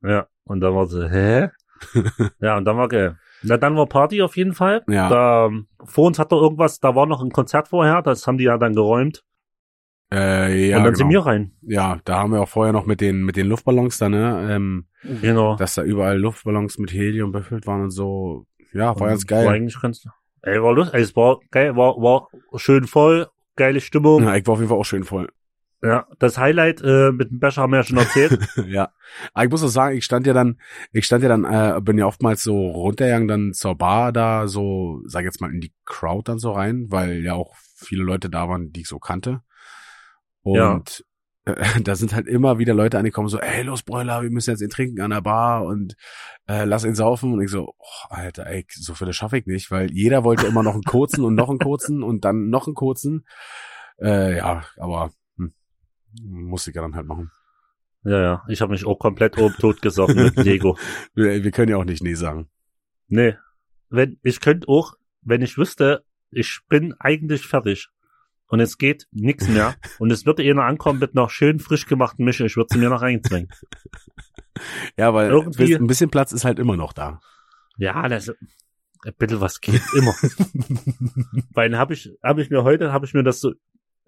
[SPEAKER 2] Ja. Und dann war so, hä? ja, und dann war geil. Na, dann war Party auf jeden Fall.
[SPEAKER 1] Ja.
[SPEAKER 2] Da, ähm, vor uns hat doch irgendwas, da war noch ein Konzert vorher, das haben die ja dann geräumt.
[SPEAKER 1] Äh, ja,
[SPEAKER 2] und dann
[SPEAKER 1] genau.
[SPEAKER 2] sind wir rein.
[SPEAKER 1] Ja, da haben wir auch vorher noch mit den mit den Luftballons da, ne? Ähm,
[SPEAKER 2] Genau.
[SPEAKER 1] dass da überall Luftballons mit Helium befüllt waren und so. Ja, war ganz
[SPEAKER 2] War
[SPEAKER 1] geil.
[SPEAKER 2] eigentlich ganz, ey, war lustig, ey, es war geil, war, war schön voll, geile Stimmung.
[SPEAKER 1] Ja, ich war auf jeden Fall auch schön voll.
[SPEAKER 2] Ja, das Highlight äh, mit dem Becher haben wir ja schon erzählt.
[SPEAKER 1] ja. Aber ich muss auch sagen, ich stand ja dann, ich stand ja dann, äh, bin ja oftmals so runtergegangen dann zur Bar da, so, sag ich jetzt mal, in die Crowd dann so rein, weil ja auch viele Leute da waren, die ich so kannte. Und
[SPEAKER 2] Ja.
[SPEAKER 1] äh, da sind halt immer wieder Leute angekommen, so, ey, los, Bräuler, wir müssen jetzt ihn trinken an der Bar und äh, lass ihn saufen. Und ich so, oh, Alter, ey, so viele schaffe ich nicht, weil jeder wollte immer noch einen kurzen und noch einen kurzen und dann noch einen kurzen. Äh, ja, aber hm, musste ich ja dann halt machen.
[SPEAKER 2] ja, ja, ich habe mich auch komplett oben totgesoffen mit Lego.
[SPEAKER 1] Wir, wir können ja auch nicht Nee sagen.
[SPEAKER 2] Nee. Wenn, ich könnte auch, wenn ich wüsste, ich bin eigentlich fertig und es geht nichts mehr und es würde einer ankommen mit einer schön frisch gemachten Mische, ich würde sie mir noch reinzwingen.
[SPEAKER 1] Ja, weil
[SPEAKER 2] Irgendwie-
[SPEAKER 1] bis- ein bisschen Platz ist halt immer noch da.
[SPEAKER 2] Ja, das ein bisschen was geht immer. Weil dann habe ich habe ich mir heute habe ich mir das so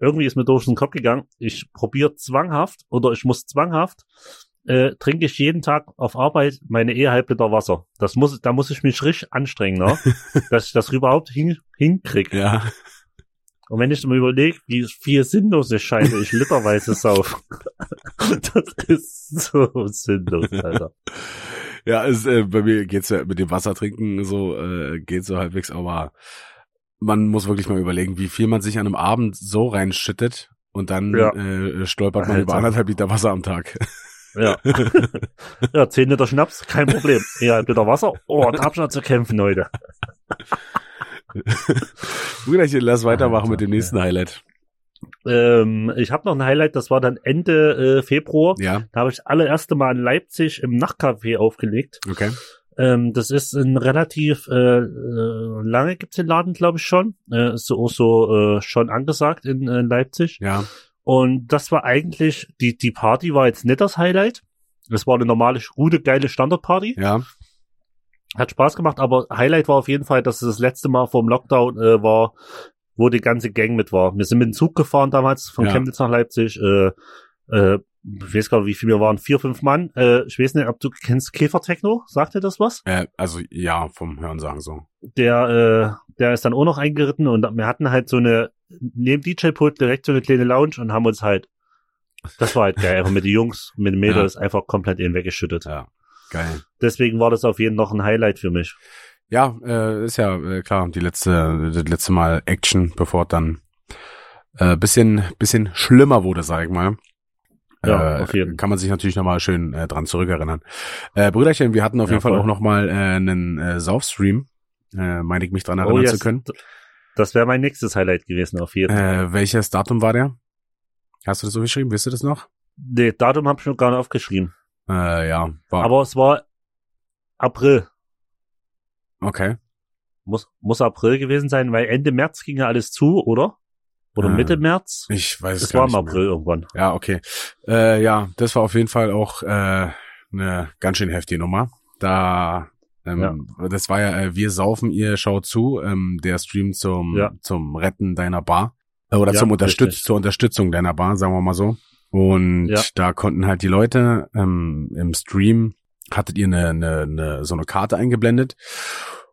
[SPEAKER 2] irgendwie ist mir durch den Kopf gegangen. Ich probiere zwanghaft oder ich muss zwanghaft äh, trinke ich jeden Tag auf Arbeit meine eineinhalb Liter Wasser. Das muss da muss ich mich richtig anstrengen, ne? dass ich das überhaupt hin, hinkriege.
[SPEAKER 1] Ja.
[SPEAKER 2] Und wenn ich mir überlege, wie viel sinnlose Scheiße ich literweise sauf, das ist so sinnlos, Alter.
[SPEAKER 1] Ja, es, äh, bei mir geht's ja mit dem Wasser trinken so, äh, geht so halbwegs, aber man muss wirklich mal überlegen, wie viel man sich an einem Abend so reinschüttet und dann
[SPEAKER 2] Ja.
[SPEAKER 1] äh, stolpert man
[SPEAKER 2] Alter.
[SPEAKER 1] über anderthalb Liter Wasser am Tag.
[SPEAKER 2] Ja. ja, 10 Liter Schnaps, kein Problem. Ja, Liter Wasser, oh, da hab ich noch zu kämpfen heute.
[SPEAKER 1] Bruder, ich lass weitermachen
[SPEAKER 2] Alter,
[SPEAKER 1] mit dem nächsten Highlight.
[SPEAKER 2] Ähm, ich habe noch ein Highlight, das war dann Ende äh, Februar.
[SPEAKER 1] Ja,
[SPEAKER 2] Da habe ich das allererste Mal in Leipzig im Nachtcafé aufgelegt.
[SPEAKER 1] okay.
[SPEAKER 2] Ähm, das ist ein relativ äh, äh, lange gibt's den Laden, glaube ich, schon. Äh, ist so auch so äh, schon angesagt in äh, Leipzig.
[SPEAKER 1] Ja,
[SPEAKER 2] Und das war eigentlich, die, die Party war jetzt nicht das Highlight. Das war eine normale, gute, geile Standardparty.
[SPEAKER 1] ja.
[SPEAKER 2] Hat Spaß gemacht, aber Highlight war auf jeden Fall, dass es das letzte Mal vor dem Lockdown äh, war, wo die ganze Gang mit war. Wir sind mit dem Zug gefahren damals von
[SPEAKER 1] Ja.
[SPEAKER 2] Chemnitz nach Leipzig. Äh, äh, ich weiß gar nicht, wie viel wir waren. Vier, fünf Mann. Äh, ich weiß nicht, ob du kennst Käfertechno? Sagt dir das was?
[SPEAKER 1] Äh, also ja, vom Hörensagen so.
[SPEAKER 2] Der, äh, der ist dann auch noch eingeritten und wir hatten halt so eine, neben DJ-Pult direkt so eine kleine Lounge und haben uns halt, das war halt geil, einfach mit den Jungs, mit den Mädels einfach komplett eben weggeschüttet.
[SPEAKER 1] Ja, geil.
[SPEAKER 2] Deswegen war das auf jeden Fall noch ein Highlight für mich.
[SPEAKER 1] Ja, äh, ist ja äh, klar, die letzte, das letzte Mal Action, bevor es dann äh, bisschen, bisschen schlimmer wurde, sag ich mal.
[SPEAKER 2] Ja,
[SPEAKER 1] äh,
[SPEAKER 2] auf jeden.
[SPEAKER 1] Kann man sich natürlich nochmal schön äh, dran zurückerinnern. Äh, Brüderchen, wir hatten auf
[SPEAKER 2] Ja,
[SPEAKER 1] jeden Fall
[SPEAKER 2] voll.
[SPEAKER 1] auch nochmal äh, einen äh, Saufstream, äh, meine ich mich dran erinnern zu können.
[SPEAKER 2] Oh, d- Das wäre mein nächstes Highlight gewesen, auf jeden Fall.
[SPEAKER 1] Äh, welches Datum war der? Hast du das so geschrieben? Wisst du das noch?
[SPEAKER 2] Nee, Datum habe ich noch gar nicht aufgeschrieben.
[SPEAKER 1] Äh, ja, war
[SPEAKER 2] Aber es war April.
[SPEAKER 1] okay.
[SPEAKER 2] Muss, muss April gewesen sein, weil Ende März ging ja alles zu, oder? Oder
[SPEAKER 1] Äh,
[SPEAKER 2] Mitte März?
[SPEAKER 1] Ich weiß es
[SPEAKER 2] Es
[SPEAKER 1] gar
[SPEAKER 2] war
[SPEAKER 1] nicht
[SPEAKER 2] im
[SPEAKER 1] mehr.
[SPEAKER 2] April irgendwann.
[SPEAKER 1] Ja, okay. Äh, ja, das war auf jeden Fall auch äh, eine ganz schön heftige Nummer. Da, ähm, das war ja, äh, wir saufen, ihr schaut zu, ähm, der Stream zum,
[SPEAKER 2] Ja.
[SPEAKER 1] zum Retten deiner Bar. Äh, oder
[SPEAKER 2] Ja,
[SPEAKER 1] zum Unterstütz
[SPEAKER 2] richtig.
[SPEAKER 1] zur Unterstützung deiner Bar, sagen wir mal so. Und
[SPEAKER 2] Ja.
[SPEAKER 1] da konnten halt die Leute ähm, im Stream, hattet ihr eine, eine, eine, so eine Karte eingeblendet.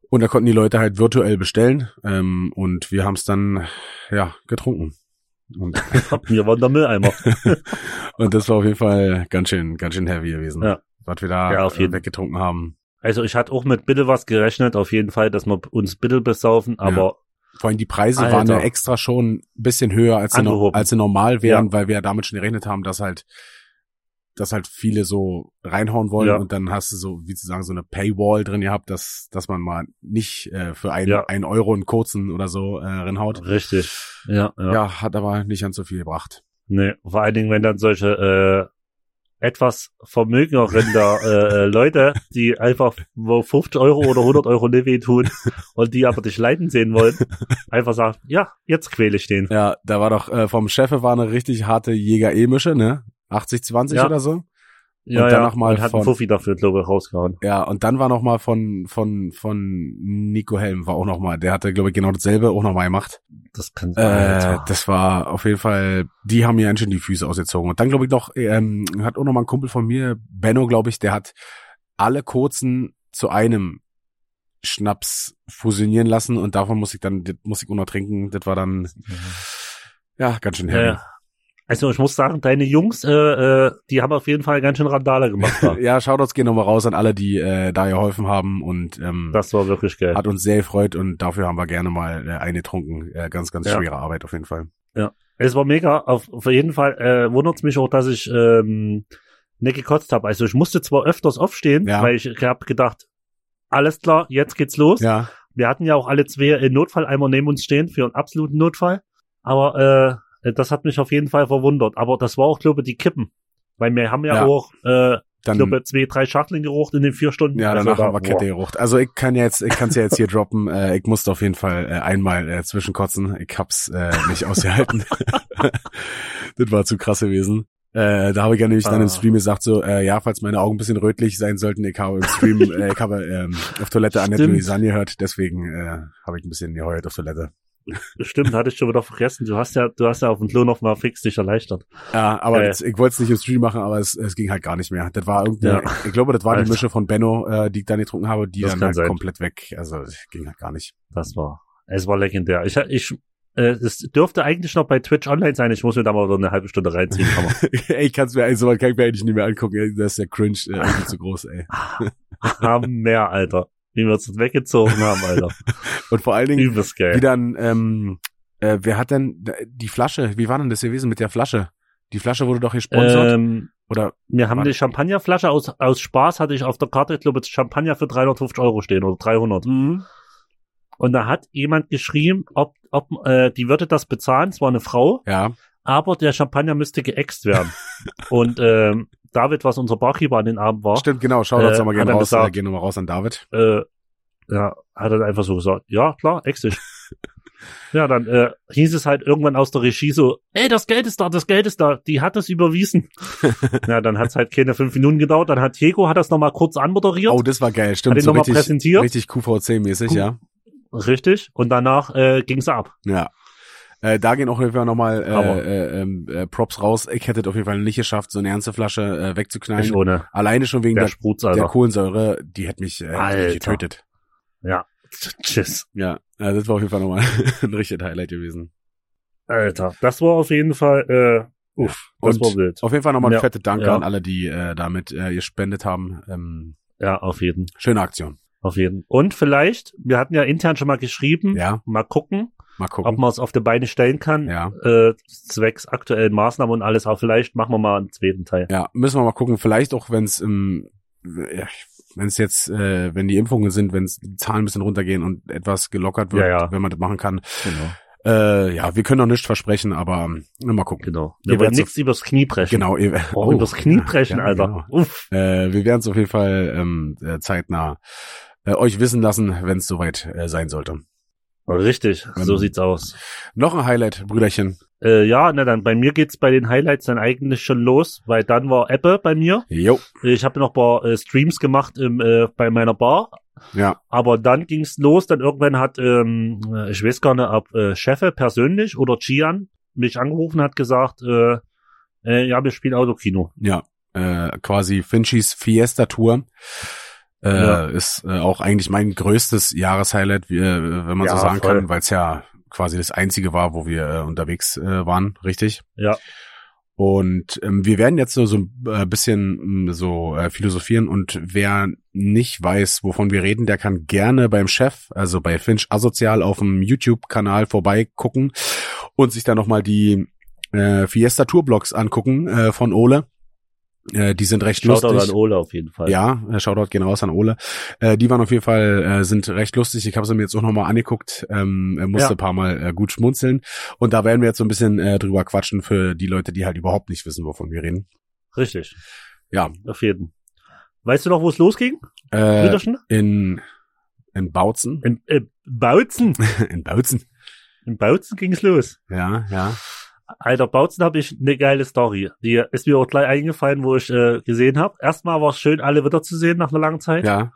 [SPEAKER 1] Und da konnten die Leute halt virtuell bestellen. Ähm, und wir haben es dann, ja, getrunken. Und
[SPEAKER 2] Mir war der Mülleimer.
[SPEAKER 1] und das war auf jeden Fall ganz schön, ganz schön heavy gewesen.
[SPEAKER 2] Ja.
[SPEAKER 1] Was wir da
[SPEAKER 2] Ja, auf
[SPEAKER 1] äh,
[SPEAKER 2] jeden-
[SPEAKER 1] weggetrunken haben.
[SPEAKER 2] Also ich hatte auch mit bitte was gerechnet, auf jeden Fall, dass wir uns bitte besaufen, aber
[SPEAKER 1] Vor allem die Preise waren
[SPEAKER 2] Alter.
[SPEAKER 1] ja extra schon ein bisschen höher, als sie, no
[SPEAKER 2] Angehoben.
[SPEAKER 1] als sie normal wären, weil wir ja damit schon gerechnet haben, dass halt, dass halt viele so reinhauen wollen
[SPEAKER 2] Ja.
[SPEAKER 1] und dann hast du so, wie zu sagen, so eine Paywall drin gehabt, dass, dass man mal nicht äh, für ein,
[SPEAKER 2] Ja.
[SPEAKER 1] ein Euro einen kurzen oder so äh, reinhaut.
[SPEAKER 2] richtig. Ja, ja.
[SPEAKER 1] Ja. hat aber nicht ganz so viel gebracht.
[SPEAKER 2] Nee, Ne, vor allen Dingen, wenn dann solche äh, etwas vermögenderen da, äh, äh, Leute, die einfach wo 50 Euro oder 100 Euro Levy tun und die aber dich leiden sehen wollen, einfach sagen, ja, jetzt quäle ich den.
[SPEAKER 1] Ja, da war doch, äh, vom Chefe war eine richtig harte Jäger-E-Mische, ne? 80-20
[SPEAKER 2] Ja.
[SPEAKER 1] oder so.
[SPEAKER 2] Ja,
[SPEAKER 1] danach
[SPEAKER 2] ja,
[SPEAKER 1] mal
[SPEAKER 2] und hat einen
[SPEAKER 1] von-
[SPEAKER 2] Fuffi dafür, glaube ich, rausgehauen.
[SPEAKER 1] Ja, und dann war noch mal von von von Nico Helm war auch noch mal, der hatte glaube ich genau dasselbe auch noch mal gemacht.
[SPEAKER 2] Das kann
[SPEAKER 1] Äh,
[SPEAKER 2] Alter.
[SPEAKER 1] das war auf jeden Fall, die haben mir ganz schön die Füße ausgezogen und dann glaube ich noch ähm, hat auch noch mal ein Kumpel von mir, Benno glaube ich, der hat alle kurzen zu einem Schnaps fusionieren lassen und davon muss ich dann das muss ich auch noch trinken, das war dann ja, ganz schön heavy.
[SPEAKER 2] Mhm. Ja. Also ich muss sagen, deine Jungs, äh, äh, die haben auf jeden Fall ganz schön Randale gemacht. da.
[SPEAKER 1] Ja, Shoutouts gehen nochmal raus an alle, die äh, da geholfen haben und ähm,
[SPEAKER 2] Das war wirklich geil.
[SPEAKER 1] Hat uns sehr gefreut und dafür haben wir gerne mal äh, eine getrunken. Äh, ganz, ganz
[SPEAKER 2] Ja.
[SPEAKER 1] schwere Arbeit auf jeden Fall.
[SPEAKER 2] Es war mega. Auf, auf jeden Fall äh, wundert es mich auch, dass ich ähm, nicht gekotzt habe. Also ich musste zwar öfters aufstehen,
[SPEAKER 1] Ja.
[SPEAKER 2] weil ich habe gedacht, alles klar, jetzt geht's los.
[SPEAKER 1] Ja,
[SPEAKER 2] Wir hatten ja auch alle zwei einen Notfalleimer neben uns stehen für einen absoluten Notfall. Aber äh, das hat mich auf jeden Fall verwundert. Aber das war auch, glaube ich, die Kippen. Weil wir haben ja,
[SPEAKER 1] Ja.
[SPEAKER 2] auch, äh,
[SPEAKER 1] dann,
[SPEAKER 2] glaube ich, zwei, drei Schachteln gerucht in den vier Stunden.
[SPEAKER 1] ja,
[SPEAKER 2] Also
[SPEAKER 1] danach
[SPEAKER 2] da-
[SPEAKER 1] haben wir
[SPEAKER 2] boah.
[SPEAKER 1] Kette gerucht. Also ich kann ja jetzt, ich kann es ja jetzt hier droppen. Äh, ich musste auf jeden Fall äh, einmal äh, zwischenkotzen. Ich hab's äh, nicht ausgehalten. das war zu krass gewesen. Äh, da habe ich ja nämlich dann im
[SPEAKER 2] Ah.
[SPEAKER 1] Stream gesagt, so, äh, ja, falls meine Augen ein bisschen rötlich sein sollten, ich habe im Stream, äh, ich habe ähm, auf Toilette Annette
[SPEAKER 2] Stimmt.
[SPEAKER 1] Louisanne gehört, deswegen äh, habe ich ein bisschen geheult auf Toilette.
[SPEAKER 2] Stimmt, hatte ich schon wieder vergessen. Du hast ja, du hast ja auf den Klo noch mal fix dich erleichtert.
[SPEAKER 1] Ja, aber
[SPEAKER 2] Äh.
[SPEAKER 1] jetzt, ich wollte es nicht im Stream machen, aber es, es ging halt gar nicht mehr. Das war irgendeine, ich glaube, das war die
[SPEAKER 2] Alter.
[SPEAKER 1] Mische von Benno, äh, die ich dann getrunken habe, die
[SPEAKER 2] Das
[SPEAKER 1] dann
[SPEAKER 2] kann
[SPEAKER 1] halt
[SPEAKER 2] sein.
[SPEAKER 1] komplett weg. Also das ging halt gar nicht.
[SPEAKER 2] Das war, es war legendär. Ich, ich äh, es dürfte eigentlich noch bei Twitch online sein. Ich muss mir da mal so eine halbe Stunde reinziehen. Aber
[SPEAKER 1] ey, ich kann's mir, ey, sowas kann ich mir eigentlich nicht mehr angucken. Ey, das ist ja cringe, äh, eigentlich zu groß, ey.
[SPEAKER 2] haben mehr, Alter. Wie wir uns weggezogen haben, Alter.
[SPEAKER 1] Und vor allen Dingen,
[SPEAKER 2] Übelst geil.
[SPEAKER 1] wie dann, ähm, äh, wer hat denn die Flasche? Wie war denn das gewesen mit der Flasche? Die Flasche wurde doch gesponsert.
[SPEAKER 2] Ähm,
[SPEAKER 1] Oder
[SPEAKER 2] wir haben
[SPEAKER 1] Mann.
[SPEAKER 2] eine Champagnerflasche aus, aus Spaß hatte ich auf der Karte, ich glaube, jetzt Champagner für 350 Euro stehen oder 300.
[SPEAKER 1] Mhm.
[SPEAKER 2] Und da hat jemand geschrieben, ob, ob äh, die würde das bezahlen, es war eine Frau,
[SPEAKER 1] ja,
[SPEAKER 2] aber der Champagner müsste geäxt werden. Und ähm, David, was unser Barkeeper an den Abend war,
[SPEAKER 1] stimmt, genau. Schau das
[SPEAKER 2] Äh,
[SPEAKER 1] nochmal
[SPEAKER 2] hat
[SPEAKER 1] gerne
[SPEAKER 2] er
[SPEAKER 1] raus.
[SPEAKER 2] gesagt.
[SPEAKER 1] Äh, gehen nochmal raus an David.
[SPEAKER 2] äh, ja, hat er einfach so gesagt, ja, klar, äxt ich. ja, dann äh, hieß es halt irgendwann aus der Regie so, ey, das Geld ist da, das Geld ist da, die hat es überwiesen. ja, dann hat's halt keine fünf Minuten gedauert, dann hat Diego hat das nochmal kurz anmoderiert.
[SPEAKER 1] Oh, das war geil,
[SPEAKER 2] hat
[SPEAKER 1] stimmt.
[SPEAKER 2] ihn
[SPEAKER 1] So
[SPEAKER 2] nochmal
[SPEAKER 1] richtig,
[SPEAKER 2] präsentiert.
[SPEAKER 1] richtig QVC-mäßig,
[SPEAKER 2] Cool.
[SPEAKER 1] ja.
[SPEAKER 2] Richtig. Und danach äh, ging's ab.
[SPEAKER 1] Ja. Äh, da gehen auch auf jeden Fall nochmal
[SPEAKER 2] Aber-
[SPEAKER 1] äh, ähm, äh, Props raus. Ich hätte es auf jeden Fall nicht geschafft, so eine ernste Flasche äh, wegzuknallen.
[SPEAKER 2] Ich ohne.
[SPEAKER 1] Alleine schon wegen
[SPEAKER 2] Der
[SPEAKER 1] der,
[SPEAKER 2] Sprutz,
[SPEAKER 1] der
[SPEAKER 2] Alter.
[SPEAKER 1] Kohlensäure, die hätte mich, äh, hätte mich
[SPEAKER 2] Alter.
[SPEAKER 1] getötet.
[SPEAKER 2] Tschüss.
[SPEAKER 1] Ja, äh, das war auf jeden Fall nochmal ein richtiges Highlight gewesen.
[SPEAKER 2] Alter. Das war auf jeden Fall, äh, uff, das
[SPEAKER 1] Und-
[SPEAKER 2] war wild.
[SPEAKER 1] Auf jeden Fall nochmal ein
[SPEAKER 2] Ja.
[SPEAKER 1] fettes Danke
[SPEAKER 2] Ja.
[SPEAKER 1] an alle, die äh, damit äh, gespendet haben. Ähm,
[SPEAKER 2] Ja, auf jeden.
[SPEAKER 1] schöne Aktion.
[SPEAKER 2] Auf jeden. Und vielleicht, wir hatten ja intern schon mal geschrieben,
[SPEAKER 1] Ja,
[SPEAKER 2] mal gucken,
[SPEAKER 1] mal
[SPEAKER 2] ob
[SPEAKER 1] gucken.
[SPEAKER 2] man es auf die Beine stellen kann.
[SPEAKER 1] Ja.
[SPEAKER 2] Äh, zwecks aktuellen Maßnahmen und alles, aber vielleicht machen wir mal einen zweiten Teil.
[SPEAKER 1] Ja, müssen wir mal gucken. Vielleicht auch, wenn es ähm, wenn es jetzt, äh, wenn die Impfungen sind, wenn die Zahlen ein bisschen runtergehen und etwas gelockert wird,
[SPEAKER 2] Ja, ja.
[SPEAKER 1] wenn man das machen kann.
[SPEAKER 2] Genau.
[SPEAKER 1] Äh, ja, wir können noch nichts versprechen, aber ähm, mal gucken.
[SPEAKER 2] genau.
[SPEAKER 1] Ihr
[SPEAKER 2] Wir wollen
[SPEAKER 1] werdet
[SPEAKER 2] nichts übers Knie brechen.
[SPEAKER 1] Genau, ihr,
[SPEAKER 2] Auch übers Knie brechen,
[SPEAKER 1] ja,
[SPEAKER 2] Alter.
[SPEAKER 1] genau.
[SPEAKER 2] Uff.
[SPEAKER 1] Äh, wir werden es auf jeden Fall ähm, äh, zeitnah äh, euch wissen lassen, wenn es soweit äh, sein sollte.
[SPEAKER 2] Oh, Richtig,
[SPEAKER 1] Genau.
[SPEAKER 2] so sieht's aus.
[SPEAKER 1] Noch ein Highlight, Brüderchen.
[SPEAKER 2] Äh, ja, na dann, bei mir geht's bei den Highlights dann eigentlich schon los, weil dann war Apple bei mir.
[SPEAKER 1] Jo.
[SPEAKER 2] Ich habe noch ein paar äh, Streams gemacht im, äh, bei meiner Bar.
[SPEAKER 1] Ja.
[SPEAKER 2] Aber dann ging's los, dann irgendwann hat, ähm, äh, ich weiß gar nicht, ob äh, Chefe persönlich oder Gian mich angerufen hat gesagt, äh, äh, ja, wir spielen Autokino.
[SPEAKER 1] Ja. Äh, quasi Finchys Fiesta Tour. Äh,
[SPEAKER 2] Ja.
[SPEAKER 1] Ist äh, auch eigentlich mein größtes Jahreshighlight, wie, äh, wenn man
[SPEAKER 2] Ja,
[SPEAKER 1] so sagen
[SPEAKER 2] voll.
[SPEAKER 1] kann, weil es ja quasi das einzige war, wo wir äh, unterwegs äh, waren, richtig?
[SPEAKER 2] Ja.
[SPEAKER 1] Und ähm, wir werden jetzt so, so ein äh, bisschen mh, so äh, philosophieren und wer nicht weiß, wovon wir reden, der kann gerne beim Chef, also bei Finch Asozial auf dem YouTube-Kanal vorbeigucken und sich dann nochmal die äh, Fiesta Tour Blogs angucken äh, von Ole. Äh, die sind recht
[SPEAKER 2] Schaut an
[SPEAKER 1] lustig.
[SPEAKER 2] Ole auf jeden Fall.
[SPEAKER 1] Ja, äh, Shoutout gehen raus an Ole. Äh, die waren auf jeden Fall, äh, sind recht lustig. Ich habe sie mir jetzt auch nochmal angeguckt, ähm, äh, musste
[SPEAKER 2] Ja.
[SPEAKER 1] ein paar Mal äh, gut schmunzeln. Und da werden wir jetzt so ein bisschen äh, drüber quatschen für die Leute, die halt überhaupt nicht wissen, wovon wir reden.
[SPEAKER 2] Richtig,
[SPEAKER 1] Ja,
[SPEAKER 2] auf jeden. Weißt du noch, wo es losging?
[SPEAKER 1] äh,
[SPEAKER 2] Brüderchen?
[SPEAKER 1] in, in Bautzen.
[SPEAKER 2] In, äh, Bautzen.
[SPEAKER 1] In Bautzen.
[SPEAKER 2] In Bautzen ging's los.
[SPEAKER 1] Ja, ja.
[SPEAKER 2] Alter, Bautzen habe ich eine geile Story. Die ist mir auch gleich eingefallen, wo ich äh, gesehen habe. Erstmal war es schön, alle wiederzusehen nach einer langen Zeit.
[SPEAKER 1] Ja,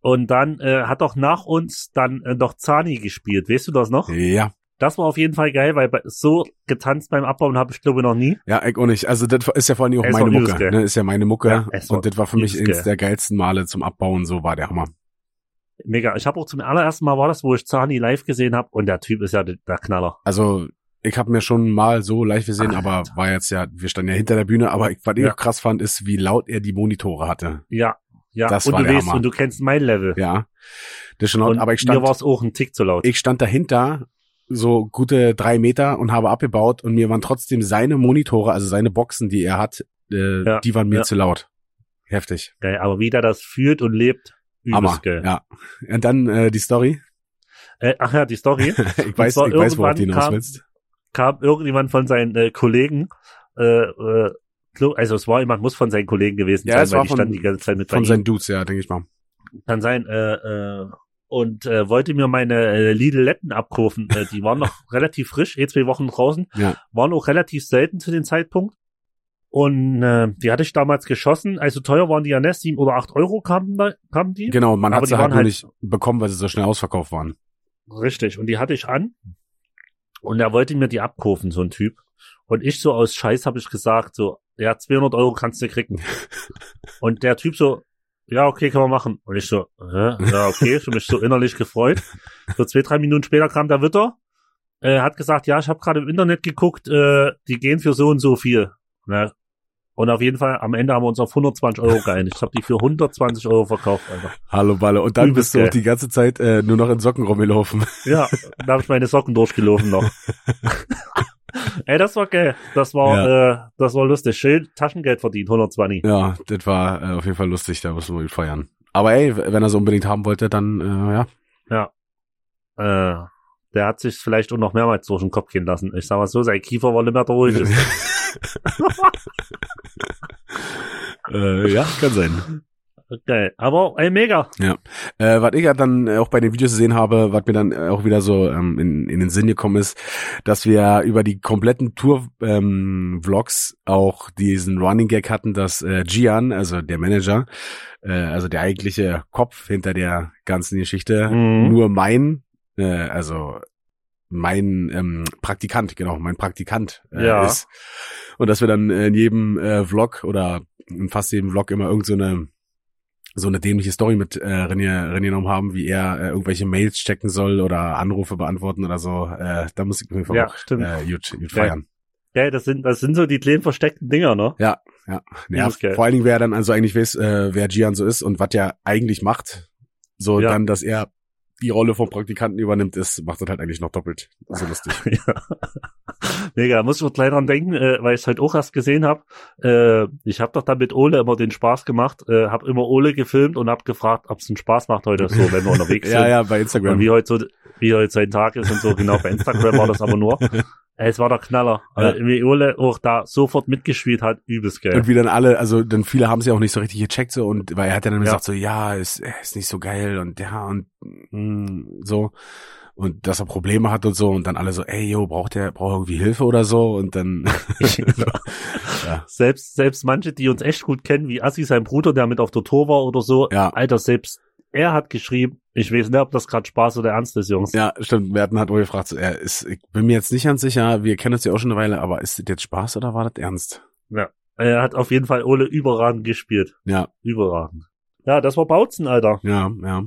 [SPEAKER 2] Und dann äh, hat auch nach uns dann äh, noch Zani gespielt. Weißt du das noch?
[SPEAKER 1] ja.
[SPEAKER 2] Das war auf jeden Fall geil, weil bei- so getanzt beim Abbauen habe ich glaube noch nie.
[SPEAKER 1] Ja, ich auch nicht. Also das ist ja vor allen Dingen auch
[SPEAKER 2] Es war
[SPEAKER 1] meine
[SPEAKER 2] übelst
[SPEAKER 1] Mucke.
[SPEAKER 2] geil.
[SPEAKER 1] Ne? Ist ja meine Mucke.
[SPEAKER 2] Ja, es war
[SPEAKER 1] und das war für mich
[SPEAKER 2] übelst
[SPEAKER 1] eines
[SPEAKER 2] geil.
[SPEAKER 1] der geilsten Male zum Abbauen. So war der Hammer.
[SPEAKER 2] Mega. Ich habe auch zum allerersten Mal war das, wo ich Zani live gesehen habe. Und der Typ ist ja der, der Knaller.
[SPEAKER 1] Also ich habe mir schon mal so live gesehen, aber war jetzt ja, wir standen ja hinter der Bühne, aber ich, was ich
[SPEAKER 2] Ja.
[SPEAKER 1] auch krass fand, ist, wie laut er die Monitore hatte.
[SPEAKER 2] Ja, ja.
[SPEAKER 1] Das
[SPEAKER 2] und
[SPEAKER 1] war
[SPEAKER 2] du
[SPEAKER 1] der
[SPEAKER 2] weißt
[SPEAKER 1] Hammer.
[SPEAKER 2] und du kennst mein Level.
[SPEAKER 1] Ja. Das ist schon laut,
[SPEAKER 2] und
[SPEAKER 1] aber ich
[SPEAKER 2] mir war
[SPEAKER 1] stand,
[SPEAKER 2] es auch ein Tick zu laut.
[SPEAKER 1] ich stand dahinter so gute drei Meter und habe abgebaut und mir waren trotzdem seine Monitore, also seine Boxen, die er hat, äh,
[SPEAKER 2] Ja,
[SPEAKER 1] die waren mir
[SPEAKER 2] ja.
[SPEAKER 1] zu laut. Heftig.
[SPEAKER 2] geil. Aber wie der das fühlt und lebt,
[SPEAKER 1] Hammer.
[SPEAKER 2] übelst geil.
[SPEAKER 1] Ja. Und dann äh, die Story.
[SPEAKER 2] Äh, ach ja, die Story.
[SPEAKER 1] Ich weiß,
[SPEAKER 2] zwar
[SPEAKER 1] ich weiß, worauf du
[SPEAKER 2] irgendwann
[SPEAKER 1] hinaus
[SPEAKER 2] kam-
[SPEAKER 1] willst.
[SPEAKER 2] kam irgendjemand von seinen äh, Kollegen, äh, äh, glo- also es war jemand, muss von seinen Kollegen gewesen
[SPEAKER 1] Ja,
[SPEAKER 2] sein,
[SPEAKER 1] es
[SPEAKER 2] weil
[SPEAKER 1] war
[SPEAKER 2] die
[SPEAKER 1] von-
[SPEAKER 2] standen die ganze Zeit mit
[SPEAKER 1] Von
[SPEAKER 2] bei ihm.
[SPEAKER 1] seinen Dudes, ja, denke ich mal.
[SPEAKER 2] Kann sein, äh, äh, und äh, wollte mir meine äh, Lidletten abkaufen. Äh, die waren noch relativ frisch, eh zwei Wochen draußen,
[SPEAKER 1] Ja.
[SPEAKER 2] waren auch relativ selten zu dem Zeitpunkt. Und äh, die hatte ich damals geschossen. Also teuer waren die ja nicht, sieben oder acht Euro kamen, da, kamen die.
[SPEAKER 1] Genau, man
[SPEAKER 2] Aber
[SPEAKER 1] hat
[SPEAKER 2] die
[SPEAKER 1] sie halt
[SPEAKER 2] waren
[SPEAKER 1] nur
[SPEAKER 2] halt-
[SPEAKER 1] nicht bekommen, weil sie so schnell ausverkauft waren.
[SPEAKER 2] Richtig, und die hatte ich an. Und er wollte mir die abkaufen, so ein Typ. Und ich so aus Scheiß habe ich gesagt, so, ja, 200 Euro kannst du kriegen. und der Typ so, ja, okay, kann man machen. Und ich so, hä? ja, okay, ich hab mich so innerlich gefreut. So zwei, drei Minuten später kam der Witter. äh, hat gesagt, ja, ich habe gerade im Internet geguckt, äh, die gehen für so und so viel. Ne? Und auf jeden Fall, am Ende haben wir uns auf 120 Euro geeinigt. Ich habe die für 120 Euro verkauft, Alter.
[SPEAKER 1] Hallo Balle. Und dann
[SPEAKER 2] Übelst
[SPEAKER 1] bist du auch
[SPEAKER 2] geil.
[SPEAKER 1] die ganze Zeit äh, nur noch in Socken rumgelaufen.
[SPEAKER 2] Ja, da habe ich meine Socken durchgelaufen noch. Ey, das war geil. Das war, äh, das war lustig. Schön Taschengeld verdient, 120.
[SPEAKER 1] Ja, das war äh, auf jeden Fall lustig, da müssen wir ihn feiern. Aber ey, w- wenn er so unbedingt haben wollte, dann äh, ja.
[SPEAKER 2] Äh, der hat sich vielleicht auch noch mehrmals durch den Kopf gehen lassen. Ich sag mal so, sein Kiefer war nicht mehr ruhig.
[SPEAKER 1] äh, ja, kann sein.
[SPEAKER 2] Geil. Aber ey, mega.
[SPEAKER 1] Äh, was ich ja dann äh, auch bei den Videos gesehen habe, was mir dann äh, auch wieder so ähm, in, in den Sinn gekommen ist, dass wir über die kompletten Tour-Vlogs auch diesen Running Gag hatten, dass äh, Gian, also der Manager, äh, also der eigentliche Kopf hinter der ganzen Geschichte,
[SPEAKER 2] Mhm.
[SPEAKER 1] nur mein, äh, also mein ähm, Praktikant, genau, mein Praktikant äh,
[SPEAKER 2] Ja.
[SPEAKER 1] ist. Und dass wir dann äh, in jedem äh, Vlog oder in fast jedem Vlog immer irgend so eine so eine dämliche Story mit äh, René, René genommen haben, wie er äh, irgendwelche Mails checken soll oder Anrufe beantworten oder so. Äh, da muss ich mir
[SPEAKER 2] Ja,
[SPEAKER 1] ja,
[SPEAKER 2] stimmt.
[SPEAKER 1] äh, gut, gut
[SPEAKER 2] Ja.
[SPEAKER 1] feiern.
[SPEAKER 2] Geil, das sind, das sind so die kleinen versteckten Dinger, ne?
[SPEAKER 1] Ja,
[SPEAKER 2] Übelst geil.
[SPEAKER 1] vor allen Dingen, wer er dann also eigentlich weiß, äh, wer Gian so ist und was er eigentlich macht, so
[SPEAKER 2] Ja.
[SPEAKER 1] dann, dass er die Rolle vom Praktikanten übernimmt, ist, macht das halt eigentlich noch doppelt so lustig.
[SPEAKER 2] Mega, muss ich auch gleich dran denken, äh, weil ich es heute auch erst gesehen habe. Äh, ich habe doch dann mit Ole immer den Spaß gemacht, äh, habe immer Ole gefilmt und habe gefragt, ob es einen Spaß macht heute so, wenn wir unterwegs
[SPEAKER 1] ja,
[SPEAKER 2] sind.
[SPEAKER 1] ja, bei
[SPEAKER 2] Und
[SPEAKER 1] Instagram.
[SPEAKER 2] wie heute, so, wie heute sein Tag ist und so, genau, bei Instagram war das aber nur. Ey, es war der Knaller.
[SPEAKER 1] Ja.
[SPEAKER 2] Äh, wie Ole auch da sofort mitgespielt hat, übelst geil.
[SPEAKER 1] Und wie dann alle, also dann viele haben es ja auch nicht so richtig gecheckt, so und weil er hat ja dann
[SPEAKER 2] Ja.
[SPEAKER 1] gesagt, so ja, ist, äh, ist nicht so geil und ja und mm, so und dass er Probleme hat und so und dann alle so, ey yo, braucht der, braucht er irgendwie Hilfe oder so und dann genau. ja.
[SPEAKER 2] selbst, selbst manche, die uns echt gut kennen, wie Assi, sein Bruder, der mit auf der Tour war oder so,
[SPEAKER 1] Ja.
[SPEAKER 2] Alter, selbst er hat geschrieben, ich weiß nicht, ob das gerade Spaß oder Ernst ist, Jungs.
[SPEAKER 1] Ja, stimmt. Merten hat wohl gefragt, so, er ist, ich bin mir jetzt nicht ganz sicher, wir kennen uns ja auch schon eine Weile, aber ist das jetzt Spaß oder war das ernst?
[SPEAKER 2] Er hat auf jeden Fall Ole überragend gespielt.
[SPEAKER 1] Ja,
[SPEAKER 2] Überragend. Ja, das war Bautzen, Alter.
[SPEAKER 1] ja, ja.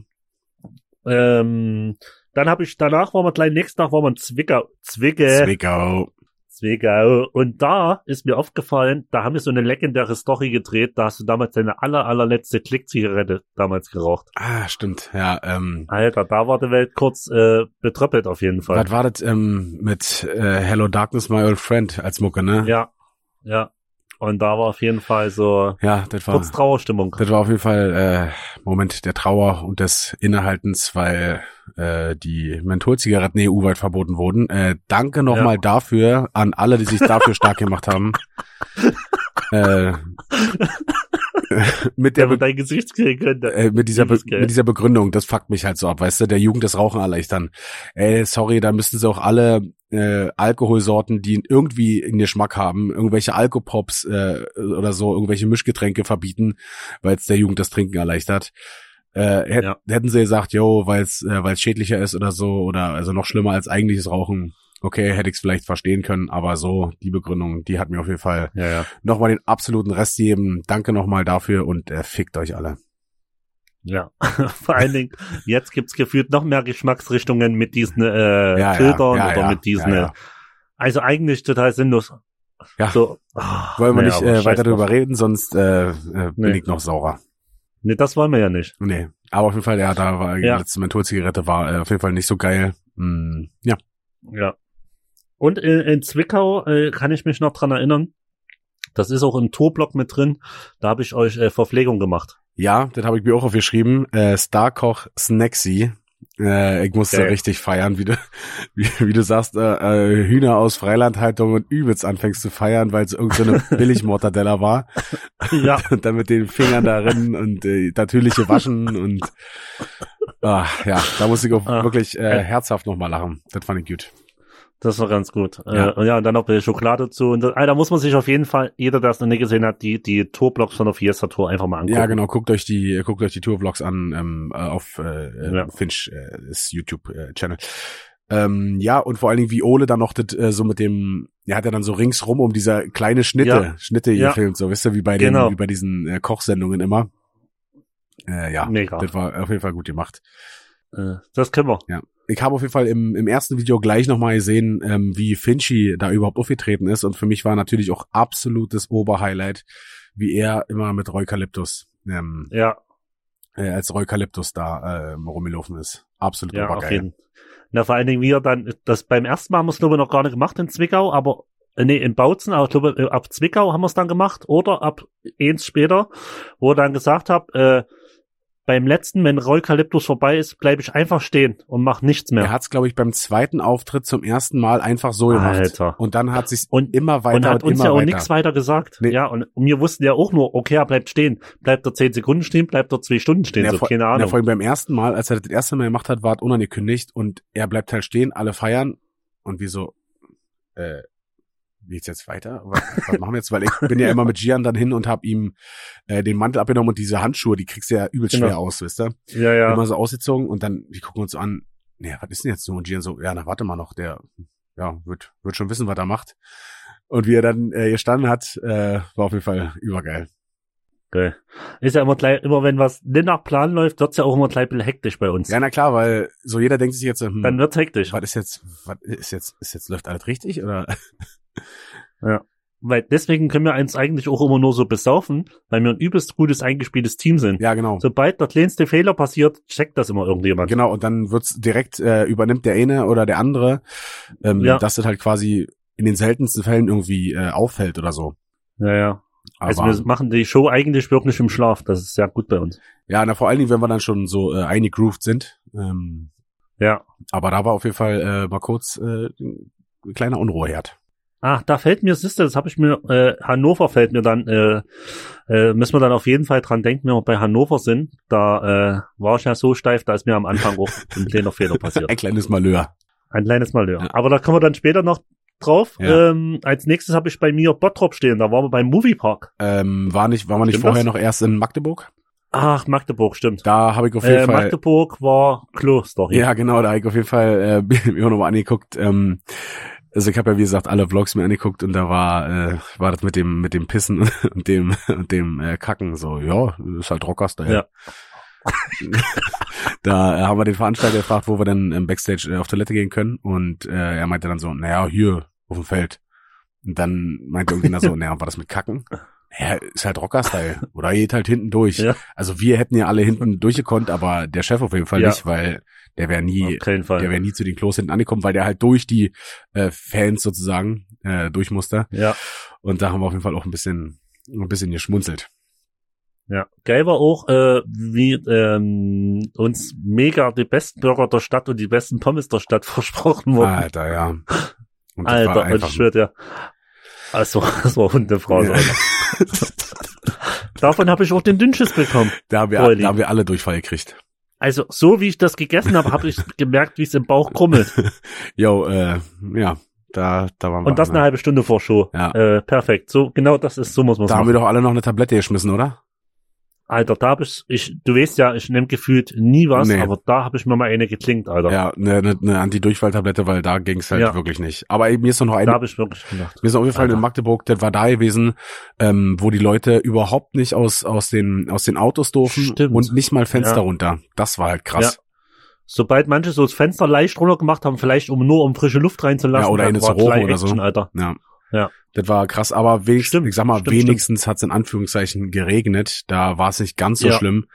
[SPEAKER 2] Ähm, dann habe ich, danach waren wir gleich, nächsten Tag waren wir in Zwickau. Zwicke.
[SPEAKER 1] Zwickau.
[SPEAKER 2] Zwickau. Und da ist mir aufgefallen, da haben wir so eine legendäre Story gedreht, da hast du damals deine aller, allerletzte Klickzigarette damals geraucht.
[SPEAKER 1] Ah, stimmt. Ja, ähm,
[SPEAKER 2] Alter, da war die Welt kurz äh, betröppelt auf jeden Fall.
[SPEAKER 1] was war das ähm, mit äh, Hello Darkness, My Old Friend als Mucke, ne?
[SPEAKER 2] Ja, ja. Und da war auf jeden Fall so
[SPEAKER 1] Ja, das war.
[SPEAKER 2] kurz Trauerstimmung.
[SPEAKER 1] Das war auf jeden Fall äh, Moment der Trauer und des Innehaltens, weil äh, die Mentholzigaretten EU-weit verboten wurden. Äh, danke nochmal dafür an alle, die sich dafür stark gemacht haben. äh, mit
[SPEAKER 2] Der
[SPEAKER 1] der
[SPEAKER 2] wird dein Gesicht kriegen könnte.
[SPEAKER 1] äh, mit dieser, Be
[SPEAKER 2] Übelst geil.
[SPEAKER 1] mit dieser Begründung, das fuckt mich halt so ab, weißt du, der Jugend das Rauchen erleichtern. Ey, sorry, da müssten sie auch alle äh, Alkoholsorten, die irgendwie in Geschmack haben, irgendwelche Alkopops äh, oder so, irgendwelche Mischgetränke verbieten, weil es der Jugend das Trinken erleichtert. Äh, hätt,
[SPEAKER 2] Ja.
[SPEAKER 1] Hätten sie gesagt, yo, weil es äh, weil's schädlicher ist oder so, oder also noch schlimmer als eigentliches Rauchen. Okay, hätte ich es vielleicht verstehen können, aber so, die Begründung, die hat mir auf jeden Fall
[SPEAKER 2] Ja, ja.
[SPEAKER 1] nochmal den absoluten Rest gegeben. Danke nochmal dafür und äh, fickt euch alle.
[SPEAKER 2] Ja, vor allen Dingen, jetzt gibt's gefühlt noch mehr Geschmacksrichtungen mit diesen äh,
[SPEAKER 1] Ja, ja,
[SPEAKER 2] Filtern
[SPEAKER 1] ja,
[SPEAKER 2] oder
[SPEAKER 1] ja,
[SPEAKER 2] mit diesen.
[SPEAKER 1] ja, ja.
[SPEAKER 2] äh, Also eigentlich total sinnlos.
[SPEAKER 1] Ja.
[SPEAKER 2] So, ah,
[SPEAKER 1] Wollen wir
[SPEAKER 2] naja,
[SPEAKER 1] nicht
[SPEAKER 2] aber
[SPEAKER 1] äh,
[SPEAKER 2] scheiß
[SPEAKER 1] weiter
[SPEAKER 2] drauf.
[SPEAKER 1] drüber reden, sonst äh, äh, bin
[SPEAKER 2] Nee.
[SPEAKER 1] ich noch saurer.
[SPEAKER 2] Nee, das wollen wir ja nicht.
[SPEAKER 1] Nee. Aber auf jeden Fall, ja, da war
[SPEAKER 2] Ja.
[SPEAKER 1] die letzte Mentholzigarette war äh, auf jeden Fall nicht so geil. Mm, ja.
[SPEAKER 2] Ja. Und in, in Zwickau äh, kann ich mich noch dran erinnern. Das ist auch im Tourblock mit drin. Da habe ich euch äh, Verpflegung gemacht.
[SPEAKER 1] Ja, das habe ich mir auch aufgeschrieben. Äh, Starkoch Snacksy. Äh, ich musste
[SPEAKER 2] Geil.
[SPEAKER 1] richtig feiern, wie du, wie, wie du sagst, äh, äh, Hühner aus Freilandhaltung und übelst anfängst zu feiern, weil es irgendeine Billigmortadella war.
[SPEAKER 2] Ja,
[SPEAKER 1] Und dann mit den Fingern darin und äh, natürliche Waschen und ah, ja, da musste ich auch
[SPEAKER 2] Ah.
[SPEAKER 1] wirklich äh, herzhaft nochmal lachen. Das fand ich gut.
[SPEAKER 2] Das war ganz gut.
[SPEAKER 1] Ja.
[SPEAKER 2] Ja, äh, und ja und dann noch die Schokolade zu. Und das, ah, da muss man sich auf jeden Fall, jeder, der es noch nie gesehen hat, die, die Tourblocks von der Fiesta Tour einfach mal angucken.
[SPEAKER 1] Ja, genau. Guckt euch die, guckt euch die Tourvlogs an ähm, äh, auf äh,
[SPEAKER 2] Ja.
[SPEAKER 1] Finch äh, ist YouTube äh, Channel. Ähm, ja, und vor allen Dingen, wie Ole dann noch das, äh, so mit dem, ja, hat er dann so ringsrum um dieser kleine Schnitte,
[SPEAKER 2] Ja.
[SPEAKER 1] Schnitte hier
[SPEAKER 2] Ja.
[SPEAKER 1] gefilmt, so, wisst ihr, wie bei den,
[SPEAKER 2] Genau.
[SPEAKER 1] wie bei diesen äh, Kochsendungen immer. Äh, ja,
[SPEAKER 2] Mega.
[SPEAKER 1] das war auf jeden Fall gut gemacht.
[SPEAKER 2] Äh, Das können wir.
[SPEAKER 1] Ja, ich habe auf jeden Fall im, im ersten Video gleich nochmal gesehen, ähm, wie Finchi da überhaupt aufgetreten ist. Und für mich war natürlich auch absolutes Oberhighlight, wie er immer mit Reukalyptus, ähm,
[SPEAKER 2] Ja,
[SPEAKER 1] äh, als Reukalyptus da ähm, rumgelaufen ist. Absolut
[SPEAKER 2] ja, auf
[SPEAKER 1] obergeil.
[SPEAKER 2] jeden Fall. Na, vor allen Dingen, wie er dann, das beim ersten Mal haben wir es, glaube ich, noch gar nicht gemacht in Zwickau, aber, äh, nee, in Bautzen, aber ich glaube, äh, ab Zwickau haben wir es dann gemacht oder ab eins später, wo er dann gesagt hat, äh, beim letzten, wenn Reukalyptus vorbei ist, bleibe ich einfach stehen und mach nichts mehr.
[SPEAKER 1] Er hat es, glaube ich, beim zweiten Auftritt zum ersten Mal einfach so gemacht.
[SPEAKER 2] Alter.
[SPEAKER 1] Und dann hat sich's
[SPEAKER 2] Und-
[SPEAKER 1] immer weiter
[SPEAKER 2] Halt. Und hat uns
[SPEAKER 1] immer
[SPEAKER 2] ja auch
[SPEAKER 1] weiter.
[SPEAKER 2] nichts weiter gesagt.
[SPEAKER 1] Nee.
[SPEAKER 2] Ja, und wir wussten ja auch nur, okay, er bleibt stehen. Bleibt er zehn Sekunden stehen, bleibt er zwei Stunden stehen.
[SPEAKER 1] Na,
[SPEAKER 2] so,
[SPEAKER 1] vor-
[SPEAKER 2] keine
[SPEAKER 1] na,
[SPEAKER 2] Ahnung.
[SPEAKER 1] vor allem beim ersten Mal, als er das, das erste Mal gemacht hat, war es unangekündigt und er bleibt halt stehen, alle feiern und wir so, äh, wie geht's jetzt weiter? Was, was machen wir jetzt? Weil ich bin ja immer mit Gian dann hin und hab ihm äh, den Mantel abgenommen und diese Handschuhe, die kriegst du ja übelst
[SPEAKER 2] Genau.
[SPEAKER 1] schwer aus, wisst ihr?
[SPEAKER 2] ja, ja.
[SPEAKER 1] Immer so ausgezogen und dann, die gucken uns an, naja, was ist denn jetzt so? Und Gian so, ja, na warte mal noch, der, ja, wird, wird schon wissen, was er macht. Und wie er dann äh, gestanden hat, äh, war auf jeden Fall übergeil.
[SPEAKER 2] Geil. Ist ja immer gleich, immer wenn was nicht nach Plan läuft, wird's ja auch immer gleich ein bisschen hektisch bei uns.
[SPEAKER 1] Ja, na klar, weil so jeder denkt sich jetzt, hm,
[SPEAKER 2] Dann wird's hektisch.
[SPEAKER 1] was ist jetzt, was ist jetzt, ist jetzt läuft alles richtig oder?
[SPEAKER 2] Weil deswegen können wir uns eigentlich auch immer nur so besaufen, weil wir ein übelst gutes eingespieltes Team sind.
[SPEAKER 1] Ja, genau.
[SPEAKER 2] Sobald der kleinste Fehler passiert, checkt das immer irgendjemand.
[SPEAKER 1] Genau, und dann wird's direkt, äh, übernimmt der eine oder der andere, ähm,
[SPEAKER 2] Ja.
[SPEAKER 1] dass das halt quasi in den seltensten Fällen irgendwie äh, auffällt oder so.
[SPEAKER 2] Ja, ja.
[SPEAKER 1] Aber,
[SPEAKER 2] also wir machen die Show eigentlich wirklich im Schlaf. Das ist sehr gut bei uns.
[SPEAKER 1] ja, na, vor allen Dingen, wenn wir dann schon so äh, eingegroovt sind. Ähm,
[SPEAKER 2] Ja.
[SPEAKER 1] aber da war auf jeden Fall äh, mal kurz äh, ein kleiner Unruheherd.
[SPEAKER 2] Ah, da fällt mir, siehst du, das habe ich mir, äh, Hannover fällt mir dann, äh, äh, müssen wir dann auf jeden Fall dran denken, wenn wir bei Hannover sind. Da äh, war ich ja so steif, da ist mir am Anfang auch ein kleiner Fehler passiert.
[SPEAKER 1] Ein kleines Malheur.
[SPEAKER 2] Ein kleines Malheur.
[SPEAKER 1] Ja.
[SPEAKER 2] Aber da kommen wir dann später noch drauf.
[SPEAKER 1] Ja.
[SPEAKER 2] Ähm, als nächstes habe ich bei mir Bottrop stehen, da waren wir beim Moviepark.
[SPEAKER 1] Ähm, war nicht, war man nicht
[SPEAKER 2] Stimmt
[SPEAKER 1] vorher
[SPEAKER 2] das?
[SPEAKER 1] noch erst in Magdeburg?
[SPEAKER 2] Ach, Magdeburg, stimmt.
[SPEAKER 1] Da habe ich auf jeden
[SPEAKER 2] Äh,
[SPEAKER 1] Fall.
[SPEAKER 2] Magdeburg war Kloster hier.
[SPEAKER 1] Ja, genau, da habe ich auf jeden Fall äh, mir auch nochmal angeguckt. Ähm, also ich habe ja, wie gesagt, alle Vlogs mir angeguckt und da war, äh, war das mit dem, mit dem Pissen und dem, und dem äh, Kacken so, ja, ist halt Rockers
[SPEAKER 2] Ja.
[SPEAKER 1] ja. da äh, haben wir den Veranstalter gefragt, wo wir denn im Backstage äh, auf Toilette gehen können und äh, er meinte dann so, naja, hier, auf dem Feld. Und dann meinte irgendjemand so, naja, war das mit Kacken? Ja, ist halt Rocker-Style. Oder geht halt hinten durch.
[SPEAKER 2] Ja.
[SPEAKER 1] Also wir hätten ja alle hinten durchgekonnt, aber der Chef auf jeden Fall
[SPEAKER 2] Ja.
[SPEAKER 1] nicht, weil der wäre nie,
[SPEAKER 2] Auf keinen
[SPEAKER 1] der
[SPEAKER 2] Fall.
[SPEAKER 1] wäre nie zu den Klos hinten angekommen, weil der halt durch die äh, Fans sozusagen äh, durch musste.
[SPEAKER 2] Ja,
[SPEAKER 1] Und da haben wir auf jeden Fall auch ein bisschen, ein bisschen geschmunzelt.
[SPEAKER 2] ja. Geil war auch, äh, wie ähm, uns mega die besten Burger der Stadt und die besten Pommes der Stadt versprochen wurden.
[SPEAKER 1] Alter, ja. Und das
[SPEAKER 2] Alter, und ich
[SPEAKER 1] Ah, einfach,
[SPEAKER 2] schwör dir. Also, das war Hundefrau.
[SPEAKER 1] Ja.
[SPEAKER 2] Davon habe ich auch den Dünnschiss bekommen.
[SPEAKER 1] da, haben wir,
[SPEAKER 2] Freulich.
[SPEAKER 1] da haben wir alle Durchfall gekriegt.
[SPEAKER 2] Also, so wie ich das gegessen habe, habe ich gemerkt, wie es im Bauch krummelt.
[SPEAKER 1] Jo, äh, ja, da, da waren wir.
[SPEAKER 2] Und das
[SPEAKER 1] alle.
[SPEAKER 2] eine halbe Stunde vor Show.
[SPEAKER 1] Ja.
[SPEAKER 2] Äh, perfekt. So, genau das ist, so muss man
[SPEAKER 1] da haben
[SPEAKER 2] machen.
[SPEAKER 1] wir doch alle noch eine Tablette geschmissen, oder?
[SPEAKER 2] Alter, da hab ich, ich, du weißt ja, ich nehm gefühlt nie was,
[SPEAKER 1] Nee.
[SPEAKER 2] aber da habe ich mir mal eine geklingt, Alter.
[SPEAKER 1] Ja, eine, eine, eine Anti-Durchfall-Tablette, weil da ging's halt
[SPEAKER 2] Ja.
[SPEAKER 1] wirklich nicht. Aber mir ist doch noch
[SPEAKER 2] Da
[SPEAKER 1] eine
[SPEAKER 2] habe ich wirklich gedacht.
[SPEAKER 1] Mir ist aufgefallen, in
[SPEAKER 2] Alter.
[SPEAKER 1] Magdeburg, das war da gewesen, ähm, wo die Leute überhaupt nicht aus, aus, den, aus den Autos durften
[SPEAKER 2] Stimmt.
[SPEAKER 1] und nicht mal Fenster
[SPEAKER 2] Ja.
[SPEAKER 1] runter. Das war halt krass.
[SPEAKER 2] Sobald manche so das Fenster leicht runter gemacht haben, vielleicht um nur um frische Luft reinzulassen,
[SPEAKER 1] Ja, oder
[SPEAKER 2] dann
[SPEAKER 1] eine
[SPEAKER 2] war
[SPEAKER 1] zu rauchen
[SPEAKER 2] gleich
[SPEAKER 1] oder so.
[SPEAKER 2] Action, Alter.
[SPEAKER 1] Ja.
[SPEAKER 2] Ja.
[SPEAKER 1] Das war krass, aber wenigstens,
[SPEAKER 2] Stimmt,
[SPEAKER 1] ich sag mal,
[SPEAKER 2] stimmt,
[SPEAKER 1] wenigstens hat's in Anführungszeichen geregnet. Da war es nicht ganz so
[SPEAKER 2] Ja.
[SPEAKER 1] schlimm,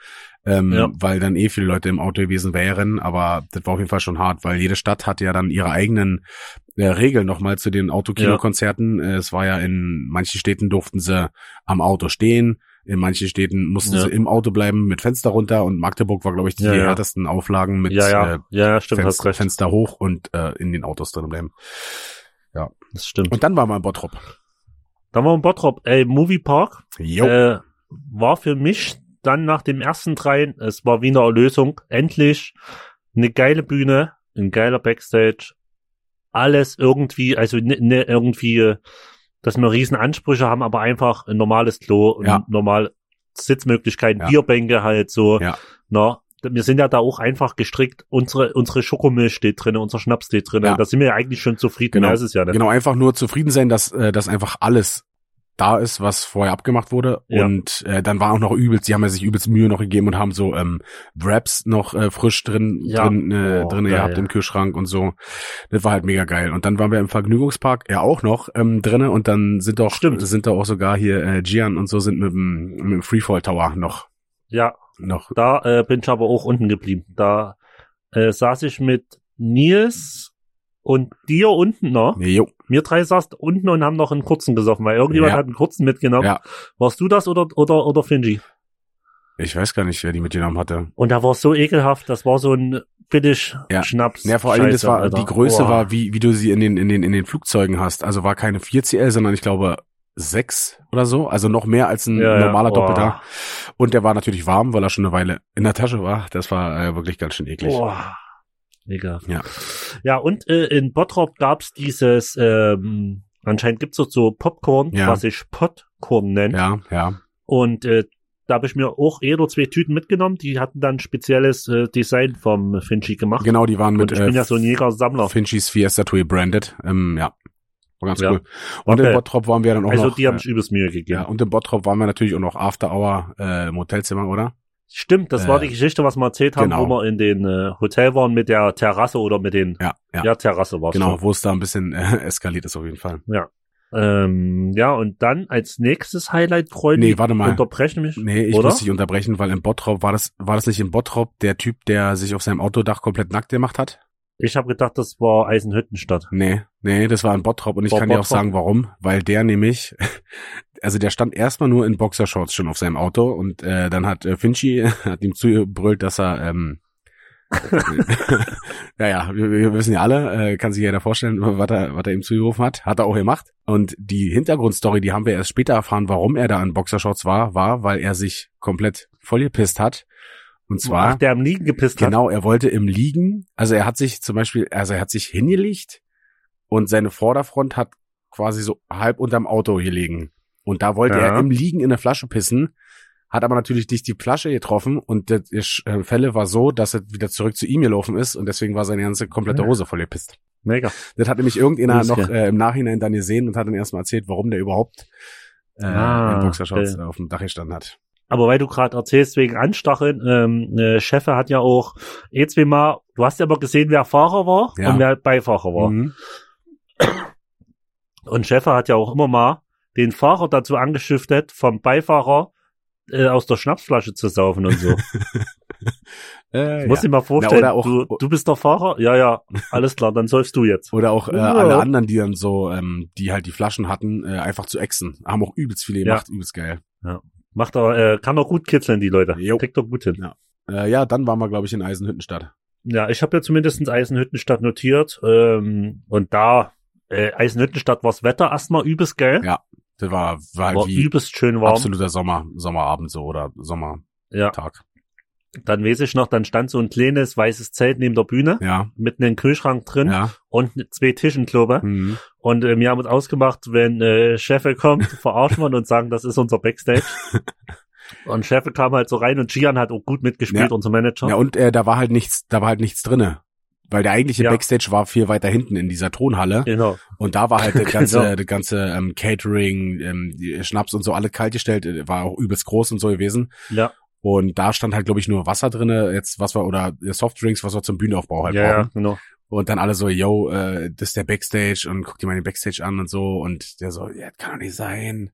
[SPEAKER 1] ähm,
[SPEAKER 2] Ja.
[SPEAKER 1] weil dann eh viele Leute im Auto gewesen wären, aber das war auf jeden Fall schon hart, weil jede Stadt hat ja dann ihre eigenen äh, Regeln nochmal zu den Autokinokonzerten. Äh, es war ja in manchen Städten durften sie am Auto stehen, in manchen Städten mussten
[SPEAKER 2] Ja.
[SPEAKER 1] sie im Auto bleiben mit Fenster runter und Magdeburg war, glaube ich, die
[SPEAKER 2] Ja, ja.
[SPEAKER 1] härtesten Auflagen mit
[SPEAKER 2] ja, ja,
[SPEAKER 1] äh,
[SPEAKER 2] ja, ja, stimmt, hast
[SPEAKER 1] Fenster,
[SPEAKER 2] recht.
[SPEAKER 1] Fenster hoch und äh, in den Autos drin bleiben.
[SPEAKER 2] Das stimmt.
[SPEAKER 1] Und dann war mal Bottrop.
[SPEAKER 2] Dann war in Bottrop, ey, Movie Park,
[SPEAKER 1] Jo.
[SPEAKER 2] äh, war für mich dann nach dem ersten Dreien, es war wie eine Erlösung, endlich eine geile Bühne, ein geiler Backstage, alles irgendwie, also ne, ne, irgendwie, äh, dass wir riesen Ansprüche haben, aber einfach ein normales Klo, und
[SPEAKER 1] Ja.
[SPEAKER 2] normal Sitzmöglichkeiten,
[SPEAKER 1] Ja.
[SPEAKER 2] Bierbänke halt so,
[SPEAKER 1] Ja.
[SPEAKER 2] na, wir sind ja da auch einfach gestrickt, unsere, unsere Schokomilch steht drin, unser Schnaps steht drin,
[SPEAKER 1] Ja.
[SPEAKER 2] da sind wir ja eigentlich schon zufrieden,
[SPEAKER 1] Genau.
[SPEAKER 2] mehr ist es ja nicht.
[SPEAKER 1] Genau, einfach nur zufrieden sein, dass, äh, dass einfach alles da ist, was vorher abgemacht wurde.
[SPEAKER 2] Ja.
[SPEAKER 1] Und äh, dann war auch noch übelst, die haben ja sich übelst Mühe noch gegeben und haben so ähm, Wraps noch äh, frisch drin,
[SPEAKER 2] Ja.
[SPEAKER 1] drin, äh,
[SPEAKER 2] Oh,
[SPEAKER 1] drin
[SPEAKER 2] geil.
[SPEAKER 1] gehabt im Kühlschrank und so. Das war halt mega geil. Und dann waren wir im Vergnügungspark ja auch noch ähm, drinne und dann sind doch
[SPEAKER 2] Stimmt.
[SPEAKER 1] sind da auch sogar hier äh, Gian und so sind mit dem, mit dem Freefall Tower noch
[SPEAKER 2] Ja,
[SPEAKER 1] noch
[SPEAKER 2] da äh, bin ich aber auch unten geblieben. Da äh, saß ich mit Nils und dir unten noch.
[SPEAKER 1] nee, jo.
[SPEAKER 2] Wir drei saßt unten und haben noch einen kurzen gesoffen, weil irgendjemand
[SPEAKER 1] Ja.
[SPEAKER 2] hat einen kurzen mitgenommen.
[SPEAKER 1] Ja.
[SPEAKER 2] Warst du das oder, oder, oder Finji?
[SPEAKER 1] Ich weiß gar nicht, wer die mitgenommen hatte.
[SPEAKER 2] Und da war es so ekelhaft, das war so ein billig
[SPEAKER 1] Ja.
[SPEAKER 2] Schnaps.
[SPEAKER 1] Ja, vor allem das
[SPEAKER 2] Scheiße,
[SPEAKER 1] war
[SPEAKER 2] Alter.
[SPEAKER 1] die Größe
[SPEAKER 2] Boah.
[SPEAKER 1] war wie wie du sie in den in den in den Flugzeugen hast. Also war keine 4CL, sondern ich glaube 6 oder so, also noch mehr als ein
[SPEAKER 2] Ja, ja,
[SPEAKER 1] normaler
[SPEAKER 2] boah.
[SPEAKER 1] Doppelter. Und der war natürlich warm, weil er schon eine Weile in der Tasche war. Das war äh, wirklich ganz schön eklig.
[SPEAKER 2] Boah. Mega.
[SPEAKER 1] Ja.
[SPEAKER 2] Ja, und äh, in Bottrop gab's dieses, ähm, anscheinend gibt's dort so Popcorn,
[SPEAKER 1] Ja.
[SPEAKER 2] was sich Popcorn nennt.
[SPEAKER 1] Ja, ja.
[SPEAKER 2] Und äh, da habe ich mir auch eh nur zwei Tüten mitgenommen. Die hatten dann spezielles äh, Design vom Finchi gemacht.
[SPEAKER 1] Genau, die waren
[SPEAKER 2] und
[SPEAKER 1] mit
[SPEAKER 2] ich bin ja
[SPEAKER 1] äh,
[SPEAKER 2] so ein Jäger-Sammler.
[SPEAKER 1] Finchys Fiesta Tour branded. Ähm, ja. War ganz
[SPEAKER 2] Ja.
[SPEAKER 1] cool. Und in
[SPEAKER 2] Okay.
[SPEAKER 1] Bottrop waren wir dann auch
[SPEAKER 2] Also
[SPEAKER 1] noch.
[SPEAKER 2] die haben
[SPEAKER 1] äh,
[SPEAKER 2] sich übelst Mühe gegeben.
[SPEAKER 1] ja, und in Bottrop waren wir natürlich auch noch After Hour äh, im Hotelzimmer, oder?
[SPEAKER 2] Stimmt, das war
[SPEAKER 1] Äh,
[SPEAKER 2] die Geschichte, was wir erzählt haben,
[SPEAKER 1] genau.
[SPEAKER 2] wo wir in den äh, Hotel waren mit der Terrasse oder mit den
[SPEAKER 1] Ja, ja.
[SPEAKER 2] ja, Terrasse war
[SPEAKER 1] genau, wo es da ein bisschen äh, eskaliert ist auf jeden Fall.
[SPEAKER 2] Ähm, ja, und dann als nächstes Highlight, Freunde,
[SPEAKER 1] Nee, warte mal.
[SPEAKER 2] unterbrechen mich.
[SPEAKER 1] Nee, ich
[SPEAKER 2] Oder?
[SPEAKER 1] muss dich unterbrechen, weil in Bottrop war das, war das nicht in Bottrop der Typ, der sich auf seinem Autodach komplett nackt gemacht hat?
[SPEAKER 2] Ich habe gedacht, das war Eisenhüttenstadt.
[SPEAKER 1] Nee, nee, das war in Bottrop und ich
[SPEAKER 2] War
[SPEAKER 1] kann dir auch
[SPEAKER 2] Bottrop.
[SPEAKER 1] sagen, warum. Weil der nämlich, also der stand erstmal nur in Boxershorts schon auf seinem Auto und äh, dann hat äh, Finchi hat ihm zugebrüllt, dass er, ähm, naja, wir, wir wissen ja alle, äh, kann sich jeder vorstellen, was er, was er ihm zugerufen hat, hat er auch gemacht. Und die Hintergrundstory, die haben wir erst später erfahren, warum er da in Boxershorts war, war, weil er sich komplett vollgepisst hat. Und zwar
[SPEAKER 2] Ach, der am Liegen gepisst hat.
[SPEAKER 1] Genau, er wollte im Liegen, also er hat sich zum Beispiel, also er hat sich hingelegt und seine Vorderfront hat quasi so halb unterm Auto gelegen. Und da wollte
[SPEAKER 2] Ja.
[SPEAKER 1] er im Liegen in eine Flasche pissen, hat aber natürlich nicht die Flasche getroffen und der Sch- äh, Fälle war so, dass er wieder zurück zu ihm gelaufen ist und deswegen war seine ganze komplette
[SPEAKER 2] Ja.
[SPEAKER 1] Hose voll gepisst.
[SPEAKER 2] Mega.
[SPEAKER 1] Das hat nämlich irgendeiner
[SPEAKER 2] Alles
[SPEAKER 1] noch
[SPEAKER 2] klar.
[SPEAKER 1] äh, im Nachhinein dann gesehen und hat dann erstmal erzählt, warum der überhaupt äh,
[SPEAKER 2] Ah,
[SPEAKER 1] in Boxershorts
[SPEAKER 2] okay.
[SPEAKER 1] äh, auf dem Dach gestanden hat.
[SPEAKER 2] Aber weil du gerade erzählst, wegen Anstacheln, ähm, äh, Chefe hat ja auch eh zweimal, du hast ja aber gesehen, wer Fahrer war
[SPEAKER 1] Ja.
[SPEAKER 2] und wer Beifahrer war.
[SPEAKER 1] Mhm.
[SPEAKER 2] Und Chefe hat ja auch immer mal den Fahrer dazu angeschüchtert, vom Beifahrer äh, aus der Schnapsflasche zu saufen und so.
[SPEAKER 1] Äh,
[SPEAKER 2] Ich muss
[SPEAKER 1] ja.
[SPEAKER 2] dir mal vorstellen,
[SPEAKER 1] Na, oder auch-
[SPEAKER 2] du, du bist der Fahrer? Ja, ja, alles klar, dann säufst du jetzt.
[SPEAKER 1] Oder auch äh,
[SPEAKER 2] Ja.
[SPEAKER 1] alle anderen, die dann so, ähm, die halt die Flaschen hatten, äh, einfach zu exen. Haben auch übelst viele
[SPEAKER 2] Ja.
[SPEAKER 1] gemacht, übelst geil.
[SPEAKER 2] Macht er, äh, kann er gut kitzeln, die Leute.
[SPEAKER 1] Jo.
[SPEAKER 2] Kriegt er gut hin.
[SPEAKER 1] Äh, ja, dann waren wir, glaube ich, in Eisenhüttenstadt.
[SPEAKER 2] Ja, ich habe ja zumindest Eisenhüttenstadt notiert. Ähm, und da, äh, Eisenhüttenstadt war das Wetter erstmal übelst geil.
[SPEAKER 1] Ja, Das war, war halt
[SPEAKER 2] war
[SPEAKER 1] wie
[SPEAKER 2] übelst schön warm.
[SPEAKER 1] absoluter Sommer, Sommerabend so oder Sommertag.
[SPEAKER 2] Ja, dann weiß ich noch, dann stand so ein kleines weißes Zelt neben der Bühne,
[SPEAKER 1] Ja,
[SPEAKER 2] mitten im Kühlschrank drin
[SPEAKER 1] ja.
[SPEAKER 2] und ne- zwei Tischen, glaube ich.
[SPEAKER 1] Mhm.
[SPEAKER 2] Und äh, wir haben uns ausgemacht, wenn äh, Chefe kommt, verarschen wir ihn und sagen, das ist unser Backstage. und Chefe kam halt so rein und Gian hat auch gut mitgespielt,
[SPEAKER 1] Ja.
[SPEAKER 2] unser Manager.
[SPEAKER 1] Ja, und äh, da war halt nichts, da war halt nichts drinne. Weil der eigentliche
[SPEAKER 2] Ja.
[SPEAKER 1] Backstage war viel weiter hinten in dieser Tonhalle.
[SPEAKER 2] Genau.
[SPEAKER 1] Und da war halt das ganze,
[SPEAKER 2] Genau.
[SPEAKER 1] das ganze ähm, Catering, ähm, die Schnaps und so, alle kaltgestellt, äh, war auch übelst groß und so gewesen.
[SPEAKER 2] Ja.
[SPEAKER 1] Und da stand halt, glaube ich, nur Wasser drinne, jetzt was wir, oder äh, Softdrinks, was wir zum Bühnenaufbau halt
[SPEAKER 2] ja, ja,
[SPEAKER 1] brauchen.
[SPEAKER 2] genau.
[SPEAKER 1] Und dann alle so, yo, äh, das ist der Backstage und guck dir mal den Backstage an und so. Und der so, ja, das kann doch nicht sein.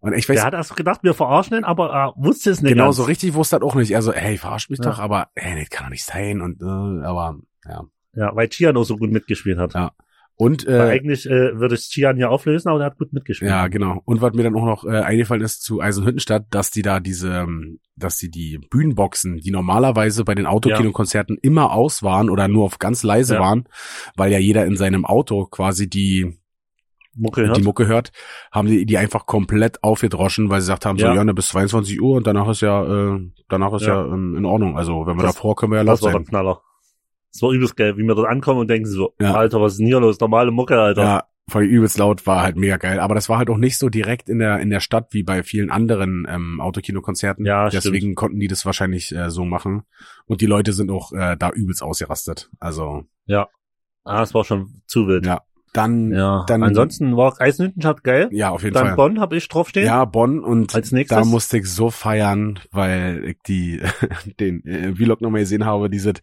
[SPEAKER 1] Und ich weiß
[SPEAKER 2] Der hat erst gedacht, wir verarschen ihn, aber er wusste es nicht
[SPEAKER 1] genau
[SPEAKER 2] ganz.
[SPEAKER 1] so richtig, wusste das auch nicht. Also, hey, verarscht mich
[SPEAKER 2] Ja.
[SPEAKER 1] doch, aber hey, das kann doch nicht sein. Und äh, aber
[SPEAKER 2] Ja, weil Gian auch so gut mitgespielt hat.
[SPEAKER 1] Ja. und
[SPEAKER 2] Weil
[SPEAKER 1] äh,
[SPEAKER 2] eigentlich äh, würde ich Gian hier auflösen, aber der hat gut mitgespielt.
[SPEAKER 1] ja, genau. Und was mir dann auch noch äh, eingefallen ist zu Eisenhüttenstadt, dass die da diese, ähm, dass die die Bühnenboxen, die normalerweise bei den Autokinokonzerten immer aus waren oder nur auf ganz leise
[SPEAKER 2] Ja.
[SPEAKER 1] waren, weil ja jeder in seinem Auto quasi die
[SPEAKER 2] Mucke hört.
[SPEAKER 1] die Mucke hört, haben die die einfach komplett aufgedroschen, weil sie gesagt haben, so,
[SPEAKER 2] Ja.
[SPEAKER 1] ja, ne, bis 22 Uhr und danach ist ja, äh, danach ist ja,
[SPEAKER 2] Ja.
[SPEAKER 1] ähm, in Ordnung. Also, wenn wir
[SPEAKER 2] Das-
[SPEAKER 1] davor, können wir ja laut
[SPEAKER 2] das war der
[SPEAKER 1] sein.
[SPEAKER 2] Knaller. Das war übelst geil, wie wir dort ankommen und denken so,
[SPEAKER 1] Ja.
[SPEAKER 2] Alter, was ist denn hier los? Normale Mucke, Alter.
[SPEAKER 1] Ja, voll übelst laut, war halt mega geil. Aber das war halt auch nicht so direkt in der, in der Stadt wie bei vielen anderen, ähm, Autokinokonzerten.
[SPEAKER 2] Ja, stimmt.
[SPEAKER 1] Deswegen konnten die das wahrscheinlich, äh, so machen. Und die Leute sind auch, äh, da übelst ausgerastet. Also,
[SPEAKER 2] Ah, es war schon zu wild.
[SPEAKER 1] Ja. Dann,
[SPEAKER 2] Ja,
[SPEAKER 1] dann
[SPEAKER 2] ansonsten war Eisenhüttenstadt geil.
[SPEAKER 1] ja, auf jeden
[SPEAKER 2] Dann
[SPEAKER 1] Fall.
[SPEAKER 2] Bonn habe ich draufstehen.
[SPEAKER 1] Ja, Bonn und
[SPEAKER 2] Als nächstes?
[SPEAKER 1] da musste ich so feiern, weil ich die den äh, Vlog nochmal gesehen habe, dieses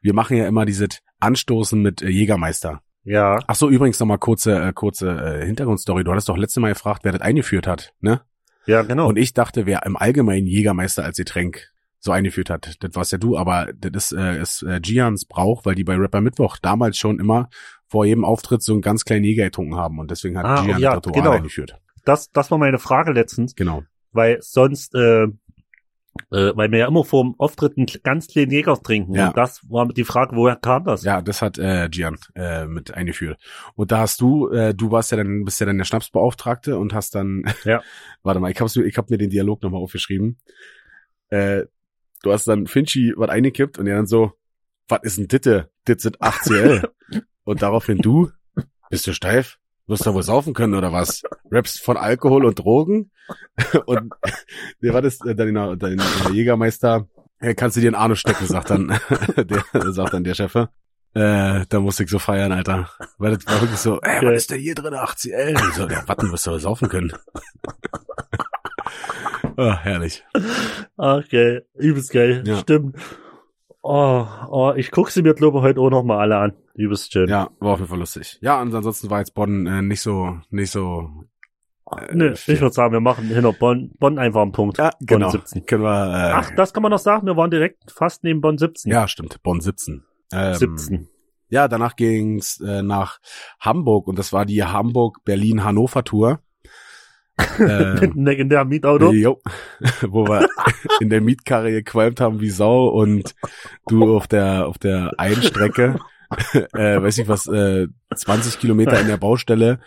[SPEAKER 1] wir machen ja immer dieses Anstoßen mit äh, Jägermeister.
[SPEAKER 2] ja.
[SPEAKER 1] Ach so, übrigens nochmal kurze äh, kurze äh, Hintergrundstory. Du hattest doch letztes Mal gefragt, wer das eingeführt hat, ne?
[SPEAKER 2] Ja, genau.
[SPEAKER 1] Und ich dachte, wer im Allgemeinen Jägermeister als Getränk so eingeführt hat. Das warst ja du, aber das ist, äh, ist äh, Gians Brauch, weil die bei Rapper Mittwoch damals schon immer vor jedem Auftritt so einen ganz kleinen Jäger getrunken haben und deswegen hat
[SPEAKER 2] Ah,
[SPEAKER 1] Gian
[SPEAKER 2] ja,
[SPEAKER 1] das Ritual
[SPEAKER 2] genau.
[SPEAKER 1] eingeführt.
[SPEAKER 2] das, das war meine Frage letztens,
[SPEAKER 1] Genau.
[SPEAKER 2] weil sonst, äh, äh, weil wir ja immer vor dem Auftritt einen kle- ganz kleinen Jäger trinken.
[SPEAKER 1] Ja.
[SPEAKER 2] Und das war die Frage, woher kam das?
[SPEAKER 1] Ja, das hat äh, Gian äh, mit eingeführt. Und da hast du, äh, du warst ja dann, bist ja dann der Schnapsbeauftragte und hast dann,
[SPEAKER 2] Ja.
[SPEAKER 1] warte mal, ich hab's mir, ich hab mir den Dialog nochmal aufgeschrieben. Äh, du hast dann Finchi was eingekippt und er dann so, was ist denn Ditte? Dit sind 8CL. und daraufhin du, bist du steif? Wirst du wohl saufen können oder was? Raps von Alkohol und Drogen? und der war das, äh, dein, dein äh, Jägermeister, äh, kannst du dir in Arno stecken, sagt dann, der, sagt dann der Chefe. Äh, da musste ich so feiern, Alter. Weil das war wirklich so, ey, was
[SPEAKER 2] Geil.
[SPEAKER 1] ist denn hier drin? 8CL. Und So, der Watten wirst du wohl saufen können. Ah, herrlich.
[SPEAKER 2] Ach, Ah, geil. Übelst geil.
[SPEAKER 1] Ja.
[SPEAKER 2] Stimmt. Oh, oh, ich guck sie mir, glaube ich, heute auch noch mal alle an. Übelst schön.
[SPEAKER 1] Ja, war auf jeden Fall lustig. Ja, ans- ansonsten war jetzt Bonn äh, nicht so, nicht so. äh,
[SPEAKER 2] Nö,
[SPEAKER 1] viel.
[SPEAKER 2] ich würde sagen, wir machen hinter Bonn, Bonn einfach einen Punkt.
[SPEAKER 1] Ja, genau.
[SPEAKER 2] 17.
[SPEAKER 1] Können wir, äh,
[SPEAKER 2] Ach, das kann man noch sagen, wir waren direkt fast neben Bonn 17.
[SPEAKER 1] ja, stimmt. Bonn 17. Ähm,
[SPEAKER 2] 17.
[SPEAKER 1] Ja, danach ging's äh, nach Hamburg und das war die Hamburg-Berlin-Hannover-Tour. ähm,
[SPEAKER 2] Mit einem legendären Mietauto.
[SPEAKER 1] Jo, wo wir in der Mietkarre gequalmt haben wie Sau und du auf der auf der Einstrecke, äh, weiß ich was, äh, 20 Kilometer in der Baustelle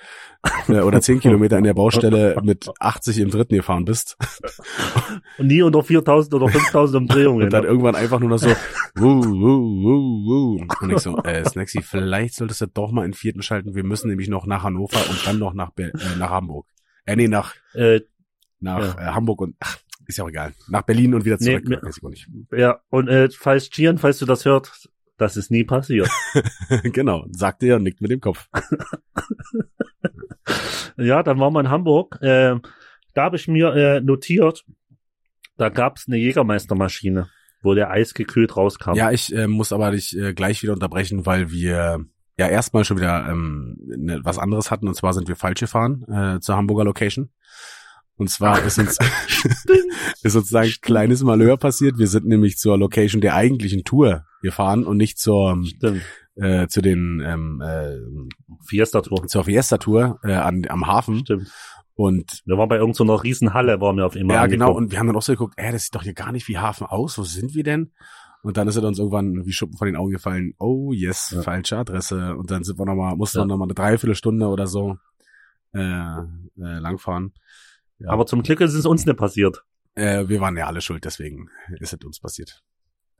[SPEAKER 1] äh, oder 10 Kilometer in der Baustelle mit 80 im Dritten gefahren bist
[SPEAKER 2] Und nie unter 4000 oder 5000 Umdrehungen.
[SPEAKER 1] und dann irgendwann einfach nur noch so wuh, wuh, wuh, wuh. und ich so, äh, Snacksy, vielleicht solltest du doch mal in vierten schalten, wir müssen nämlich noch nach Hannover und dann noch nach, Be äh, nach Hamburg. Äh, nee, nach,
[SPEAKER 2] äh,
[SPEAKER 1] nach äh, Hamburg und, ach, ist ja auch egal, nach Berlin und wieder
[SPEAKER 2] Nee,
[SPEAKER 1] zurück,
[SPEAKER 2] mir-
[SPEAKER 1] weiß ich auch nicht.
[SPEAKER 2] Ja, und äh, falls Gian, falls du das hört, das ist nie passiert.
[SPEAKER 1] genau, sagte er und nickt mit dem Kopf.
[SPEAKER 2] ja, dann waren wir in Hamburg. ähm, da habe ich mir äh, notiert, da gab's eine Jägermeistermaschine, wo der Eis gekühlt rauskam.
[SPEAKER 1] Ja, ich äh, muss aber dich äh, gleich wieder unterbrechen, weil wir ja erstmal schon wieder ähm, ne, was anderes hatten und zwar sind wir falsch gefahren äh, zur Hamburger Location. Und zwar ist uns, ist uns da ein kleines Malheur passiert. Wir sind nämlich zur Location der eigentlichen Tour gefahren und nicht zur, ähm,
[SPEAKER 2] Stimmt.
[SPEAKER 1] äh, zu den, ähm, äh,
[SPEAKER 2] Fiesta Tour.
[SPEAKER 1] zur Fiesta-Tour äh, an, am Hafen.
[SPEAKER 2] Stimmt.
[SPEAKER 1] Und
[SPEAKER 2] Wir waren bei irgendeiner so Riesenhalle, waren wir auf immer.
[SPEAKER 1] Ja, genau.
[SPEAKER 2] angekommen.
[SPEAKER 1] Und wir haben dann auch so geguckt, ey, das sieht doch hier gar nicht wie Hafen aus. Wo sind wir denn? Und dann ist er uns irgendwann wie Schuppen von den Augen gefallen. Oh, yes,
[SPEAKER 2] Ja.
[SPEAKER 1] falsche Adresse. Und dann sind wir noch mal, mussten wir
[SPEAKER 2] Ja.
[SPEAKER 1] noch mal eine Dreiviertelstunde oder so äh, äh, langfahren. ja.
[SPEAKER 2] Aber zum Glück ist es uns nicht passiert.
[SPEAKER 1] Äh, wir waren ja alle schuld, deswegen ist es uns passiert.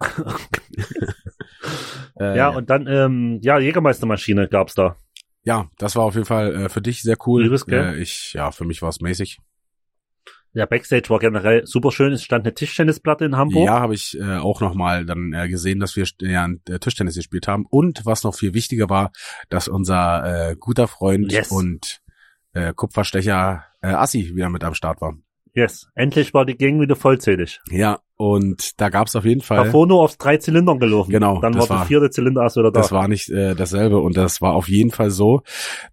[SPEAKER 1] Äh,
[SPEAKER 2] ja, und dann, ähm, ja, Jägermeistermaschine gab's da.
[SPEAKER 1] ja, das war auf jeden Fall äh, für dich sehr cool.
[SPEAKER 2] Liebes, gell?
[SPEAKER 1] Äh, ich, ja, für mich war es mäßig.
[SPEAKER 2] Ja, Backstage war generell super schön. Es stand eine Tischtennisplatte in Hamburg.
[SPEAKER 1] Ja, habe ich äh, auch nochmal dann äh, gesehen, dass wir st- ja äh, Tischtennis gespielt haben. Und was noch viel wichtiger war, dass unser äh, guter Freund
[SPEAKER 2] Yes.
[SPEAKER 1] und äh, Kupferstecher äh, Assi wieder mit am Start war.
[SPEAKER 2] Yes. Endlich war die Gang wieder vollzählig.
[SPEAKER 1] Ja, und da gab's auf jeden Fall.
[SPEAKER 2] Davor nur auf drei Zylindern gelaufen.
[SPEAKER 1] Genau,
[SPEAKER 2] Dann
[SPEAKER 1] das
[SPEAKER 2] war
[SPEAKER 1] war-
[SPEAKER 2] der vierte Zylinder erst wieder da.
[SPEAKER 1] Das war nicht äh, dasselbe und das war auf jeden Fall so,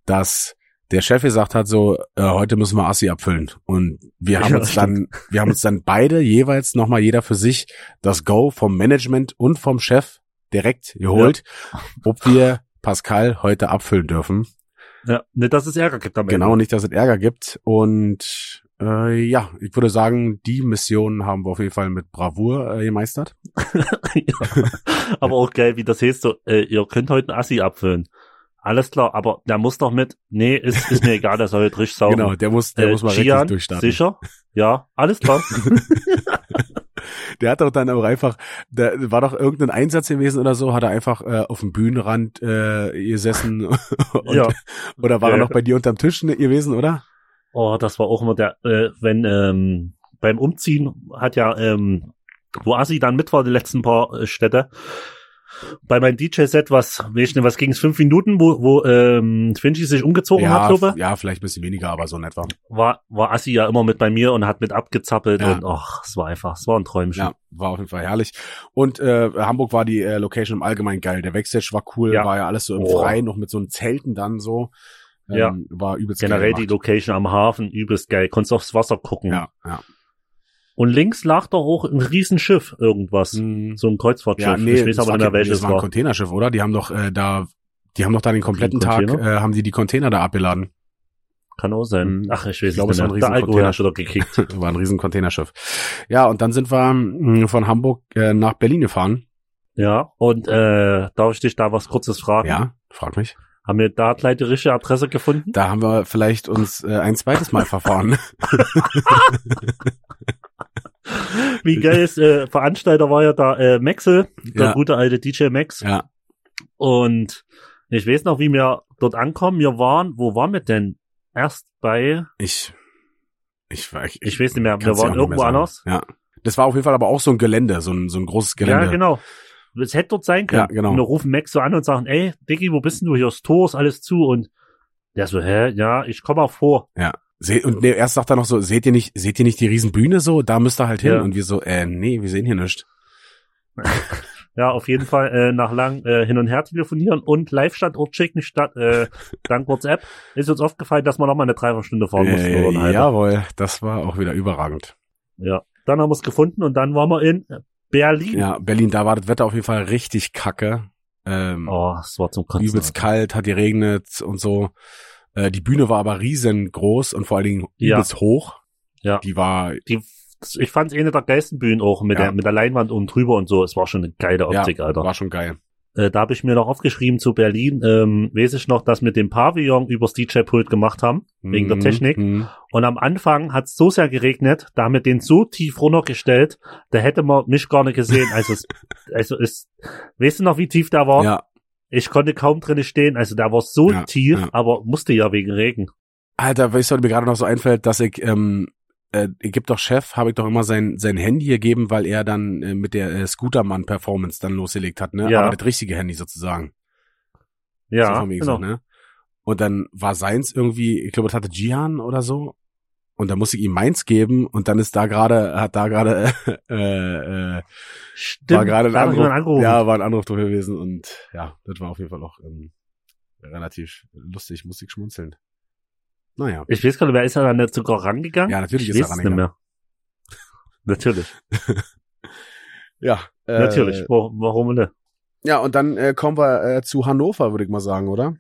[SPEAKER 1] dass der Chef gesagt hat so, äh, heute müssen wir Assi abfüllen und wir haben
[SPEAKER 2] Ja,
[SPEAKER 1] uns dann, wir haben uns dann beide jeweils nochmal jeder für sich das Go vom Management und vom Chef direkt geholt, ob wir Pascal heute abfüllen dürfen.
[SPEAKER 2] ja, nicht, dass es Ärger gibt am
[SPEAKER 1] Genau, nicht, dass es Ärger gibt und äh, ja, ich würde sagen, die Mission haben wir auf jeden Fall mit Bravour äh, gemeistert.
[SPEAKER 2] Ende. ja. Aber auch geil, wie das heißt, so, äh, ihr könnt heute einen Assi abfüllen. Alles klar, aber der muss doch mit, nee, ist, ist mir egal, der soll jetzt richtig saugen.
[SPEAKER 1] Genau, der muss, der
[SPEAKER 2] Äh,
[SPEAKER 1] muss mal
[SPEAKER 2] Gian,
[SPEAKER 1] richtig durchstarten.
[SPEAKER 2] Sicher? Ja, alles klar.
[SPEAKER 1] Der hat doch dann auch einfach, da war doch irgendein Einsatz gewesen oder so, hat er einfach äh, auf dem Bühnenrand äh, gesessen und,
[SPEAKER 2] ja.
[SPEAKER 1] oder war er
[SPEAKER 2] Ja.
[SPEAKER 1] noch bei dir unterm Tisch ne- gewesen, oder?
[SPEAKER 2] Oh, das war auch immer der, äh, wenn ähm, beim Umziehen hat ja, ähm, wo Assi dann mit war, die letzten paar äh, Städte, bei meinem DJ-Set, was, weiß ich nicht, was ging's fünf Minuten, wo, wo ähm, Finchi sich umgezogen hat,
[SPEAKER 1] Ja,
[SPEAKER 2] glaube ich.
[SPEAKER 1] f- ja, vielleicht ein bisschen weniger, aber so in etwa.
[SPEAKER 2] war, war Assi ja immer mit bei mir und hat mit abgezappelt
[SPEAKER 1] Ja.
[SPEAKER 2] und ach, es war einfach, es war ein Träumchen.
[SPEAKER 1] Ja, war auf jeden Fall herrlich. Und äh, Hamburg war die äh, Location im Allgemeinen geil. Der Backstage war cool,
[SPEAKER 2] Ja.
[SPEAKER 1] war ja alles so im
[SPEAKER 2] Oh.
[SPEAKER 1] Freien, noch mit so einem Zelten dann so. Ähm,
[SPEAKER 2] Ja.
[SPEAKER 1] War übelst
[SPEAKER 2] Generell die
[SPEAKER 1] geil.
[SPEAKER 2] Location am Hafen, übelst geil. Konntest aufs Wasser gucken.
[SPEAKER 1] gemacht. Ja, ja.
[SPEAKER 2] Und links lag doch auch ein Riesenschiff irgendwas.
[SPEAKER 1] Mhm.
[SPEAKER 2] So ein Kreuzfahrtschiff.
[SPEAKER 1] Ja, nee,
[SPEAKER 2] ich weiß
[SPEAKER 1] das
[SPEAKER 2] aber
[SPEAKER 1] war
[SPEAKER 2] nicht mehr
[SPEAKER 1] kein-
[SPEAKER 2] welches
[SPEAKER 1] das war ein
[SPEAKER 2] war.
[SPEAKER 1] Containerschiff, oder? Die haben doch äh, da, die haben doch da den kompletten
[SPEAKER 2] Ein
[SPEAKER 1] Tag,
[SPEAKER 2] Container?
[SPEAKER 1] äh, haben die die Container da abgeladen.
[SPEAKER 2] Kann auch sein.
[SPEAKER 1] Mhm.
[SPEAKER 2] Ach, ich weiß
[SPEAKER 1] Ich glaube, es war ein
[SPEAKER 2] nicht. Der Alkohol
[SPEAKER 1] Riesencontainer.
[SPEAKER 2] hast du doch gekickt.
[SPEAKER 1] War ein riesen Containerschiff. Ja, und dann sind wir mh, von Hamburg äh, nach Berlin gefahren.
[SPEAKER 2] ja. Und äh, darf ich dich da was Kurzes fragen?
[SPEAKER 1] Ja, frag mich.
[SPEAKER 2] Haben wir da gleich die richtige Adresse gefunden?
[SPEAKER 1] Da haben wir vielleicht uns äh, ein zweites Mal verfahren.
[SPEAKER 2] Wie geil ist, äh, Veranstalter war ja da äh, Maxel, der
[SPEAKER 1] Ja.
[SPEAKER 2] gute alte DJ Max.
[SPEAKER 1] Ja.
[SPEAKER 2] Und ich weiß noch, wie wir dort ankommen. Wir waren, wo waren wir denn? Erst bei,
[SPEAKER 1] Ich, ich, war- ich,
[SPEAKER 2] ich weiß nicht mehr, wir
[SPEAKER 1] kann's dir auch
[SPEAKER 2] waren
[SPEAKER 1] nicht mehr
[SPEAKER 2] irgendwo
[SPEAKER 1] sagen.
[SPEAKER 2] anders.
[SPEAKER 1] Ja. Das war auf jeden Fall aber auch so ein Gelände, so ein, so ein großes Gelände.
[SPEAKER 2] Ja, genau. Es hätte dort sein können.
[SPEAKER 1] Ja, genau.
[SPEAKER 2] Und dann rufen Max so an und sagen, ey, Diggi, wo bist denn du? Hier ist Tor, ist alles zu. Und der so, hä, ja, ich komme mal vor.
[SPEAKER 1] Seht, und nee, erst sagt er noch so, seht ihr nicht, seht ihr nicht die Riesenbühne so? Da müsst ihr halt hin.
[SPEAKER 2] Ja.
[SPEAKER 1] Und wir so, äh, nee, wir sehen hier nichts.
[SPEAKER 2] Ja, auf jeden Fall äh, nach lang äh, hin und her telefonieren und Live-Standort schicken statt äh, dank WhatsApp. Ist uns aufgefallen, dass wir nochmal eine Dreiviertelstunde fahren mussten. oder eine
[SPEAKER 1] Äh,
[SPEAKER 2] halbe.
[SPEAKER 1] jawohl, das war auch wieder überragend.
[SPEAKER 2] ja. Dann haben wir es gefunden und dann waren wir in Berlin.
[SPEAKER 1] Ja, Berlin, da war das Wetter auf jeden Fall richtig kacke. Ähm,
[SPEAKER 2] Oh, es war zum Kotzen.
[SPEAKER 1] übelst kalt, hat geregnet und so. Äh, die Bühne war aber riesengroß und vor allen Dingen
[SPEAKER 2] Ja.
[SPEAKER 1] übelst hoch.
[SPEAKER 2] Ja.
[SPEAKER 1] Die war,
[SPEAKER 2] die, ich fand es eine der geilsten Bühnen auch mit,
[SPEAKER 1] Ja.
[SPEAKER 2] der, mit der Leinwand oben drüber und so. Es war schon eine geile Optik,
[SPEAKER 1] ja,
[SPEAKER 2] Alter.
[SPEAKER 1] war schon geil.
[SPEAKER 2] Äh, da habe ich mir noch aufgeschrieben zu Berlin, ähm, weiß ich noch, dass mit dem Pavillon übers DJ-Pult gemacht haben. Wegen der
[SPEAKER 1] Mhm,
[SPEAKER 2] Technik?
[SPEAKER 1] mhm.
[SPEAKER 2] Und am Anfang hat es so sehr geregnet, da haben wir den so tief runtergestellt, da hätte man mich gar nicht gesehen. Also, es, also es, weißt du noch, wie tief der war?
[SPEAKER 1] Ja.
[SPEAKER 2] Ich konnte kaum drinne stehen. Also da war es so
[SPEAKER 1] Ja,
[SPEAKER 2] tief,
[SPEAKER 1] ja.
[SPEAKER 2] aber musste ja wegen Regen.
[SPEAKER 1] Alter, weißt du, was mir gerade noch so einfällt, dass ich, ähm, äh, ich geb doch Chef, habe ich doch immer sein, sein Handy gegeben, weil er dann äh, mit der äh, Scootermann-Performance dann losgelegt hat, ne?
[SPEAKER 2] Ja.
[SPEAKER 1] Aber das richtige Handy sozusagen. so
[SPEAKER 2] Ja,
[SPEAKER 1] von mir
[SPEAKER 2] genau.
[SPEAKER 1] gesagt, ne? Und dann war seins irgendwie, ich glaube, das hatte Gian oder so. Und dann musste ich ihm meins geben und dann ist da gerade, hat da gerade, äh, äh,
[SPEAKER 2] Stimmt,
[SPEAKER 1] war gerade ein
[SPEAKER 2] da hat
[SPEAKER 1] Anruf,
[SPEAKER 2] jemand angerufen.
[SPEAKER 1] ja, war ein Anruf drauf gewesen und ja, das war auf jeden Fall auch ähm, relativ lustig, musste ich schmunzeln. Naja.
[SPEAKER 2] Ich weiß gar nicht, wer ist er dann jetzt sogar rangegangen?
[SPEAKER 1] Ja, natürlich
[SPEAKER 2] ich
[SPEAKER 1] ist er
[SPEAKER 2] weiß es
[SPEAKER 1] rangegangen.
[SPEAKER 2] nicht mehr. Natürlich,
[SPEAKER 1] Ja, äh,
[SPEAKER 2] natürlich. Wo- Warum nicht?
[SPEAKER 1] Ja, und dann äh, kommen wir äh, zu Hannover, würde ich mal sagen, oder?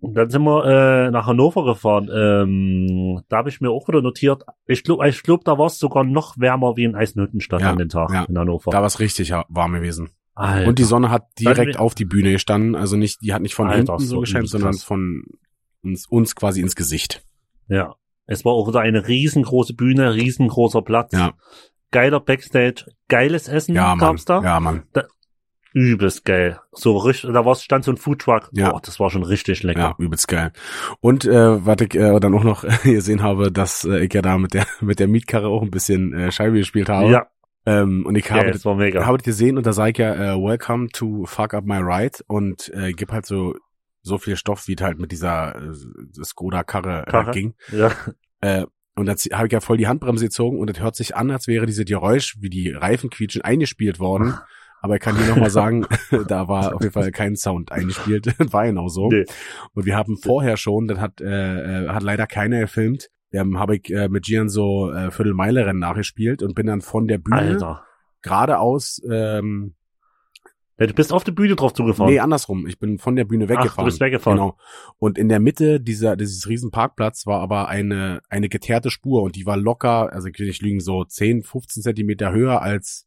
[SPEAKER 2] Und dann sind wir äh, nach Hannover gefahren. Ähm, da habe ich mir auch wieder notiert. Ich glaube, ich glaub, da war es sogar noch wärmer wie in Eisenhüttenstadt
[SPEAKER 1] Ja,
[SPEAKER 2] an den Tag
[SPEAKER 1] ja.
[SPEAKER 2] in Hannover.
[SPEAKER 1] Da war es richtig ha- warm gewesen.
[SPEAKER 2] Alter.
[SPEAKER 1] Und die Sonne hat direkt
[SPEAKER 2] wir-
[SPEAKER 1] auf die Bühne gestanden. Also nicht, die hat nicht von
[SPEAKER 2] Alter,
[SPEAKER 1] hinten so
[SPEAKER 2] so
[SPEAKER 1] gescheint,
[SPEAKER 2] übel
[SPEAKER 1] sondern
[SPEAKER 2] krass.
[SPEAKER 1] von uns, uns quasi ins Gesicht.
[SPEAKER 2] ja. Es war auch wieder eine riesengroße Bühne, riesengroßer Platz.
[SPEAKER 1] Ja.
[SPEAKER 2] Geiler Backstage, geiles Essen
[SPEAKER 1] Ja, Mann.
[SPEAKER 2] gab's da.
[SPEAKER 1] Ja, Mann.
[SPEAKER 2] Übelst geil. So richtig, da war's, stand so ein Foodtruck.
[SPEAKER 1] Ja.
[SPEAKER 2] Boah, das war schon richtig lecker.
[SPEAKER 1] Ja, übelst geil. Und äh, was ich äh, dann auch noch gesehen habe, dass äh, ich ja da mit der mit der Mietkarre auch ein bisschen äh, Scheibe gespielt habe.
[SPEAKER 2] ja,
[SPEAKER 1] Ähm, und ich
[SPEAKER 2] geil,
[SPEAKER 1] habe
[SPEAKER 2] das war mega.
[SPEAKER 1] Habe ich gesehen und da sag ich ja, äh, welcome to fuck up my ride und äh, gib halt so so viel Stoff, wie es halt mit dieser äh, Skoda-Karre äh,
[SPEAKER 2] Karre.
[SPEAKER 1] ging.
[SPEAKER 2] ja.
[SPEAKER 1] Äh, und da habe ich ja voll die Handbremse gezogen und es hört sich an, als wäre dieses Geräusch, wie die Reifen quietschen, eingespielt worden. Aber ich kann dir nochmal sagen, da war auf jeden Fall kein Sound eingespielt. war genau so.
[SPEAKER 2] Nee.
[SPEAKER 1] Und wir haben vorher schon, das hat, äh, äh, hat leider keiner gefilmt, ähm, habe ich äh, mit Gian so äh, Viertelmeilerennen nachgespielt und bin dann von der Bühne
[SPEAKER 2] Alter.
[SPEAKER 1] geradeaus ähm,
[SPEAKER 2] Ja, du bist auf die Bühne drauf zugefahren.
[SPEAKER 1] Nee, andersrum. Ich bin von der Bühne weggefahren.
[SPEAKER 2] Ach, du bist weggefahren.
[SPEAKER 1] Genau. Und in der Mitte dieser, dieses riesen Parkplatz war aber eine, eine geteerte Spur und die war locker, also ich will nicht lügen, so 10, 15 Zentimeter höher als,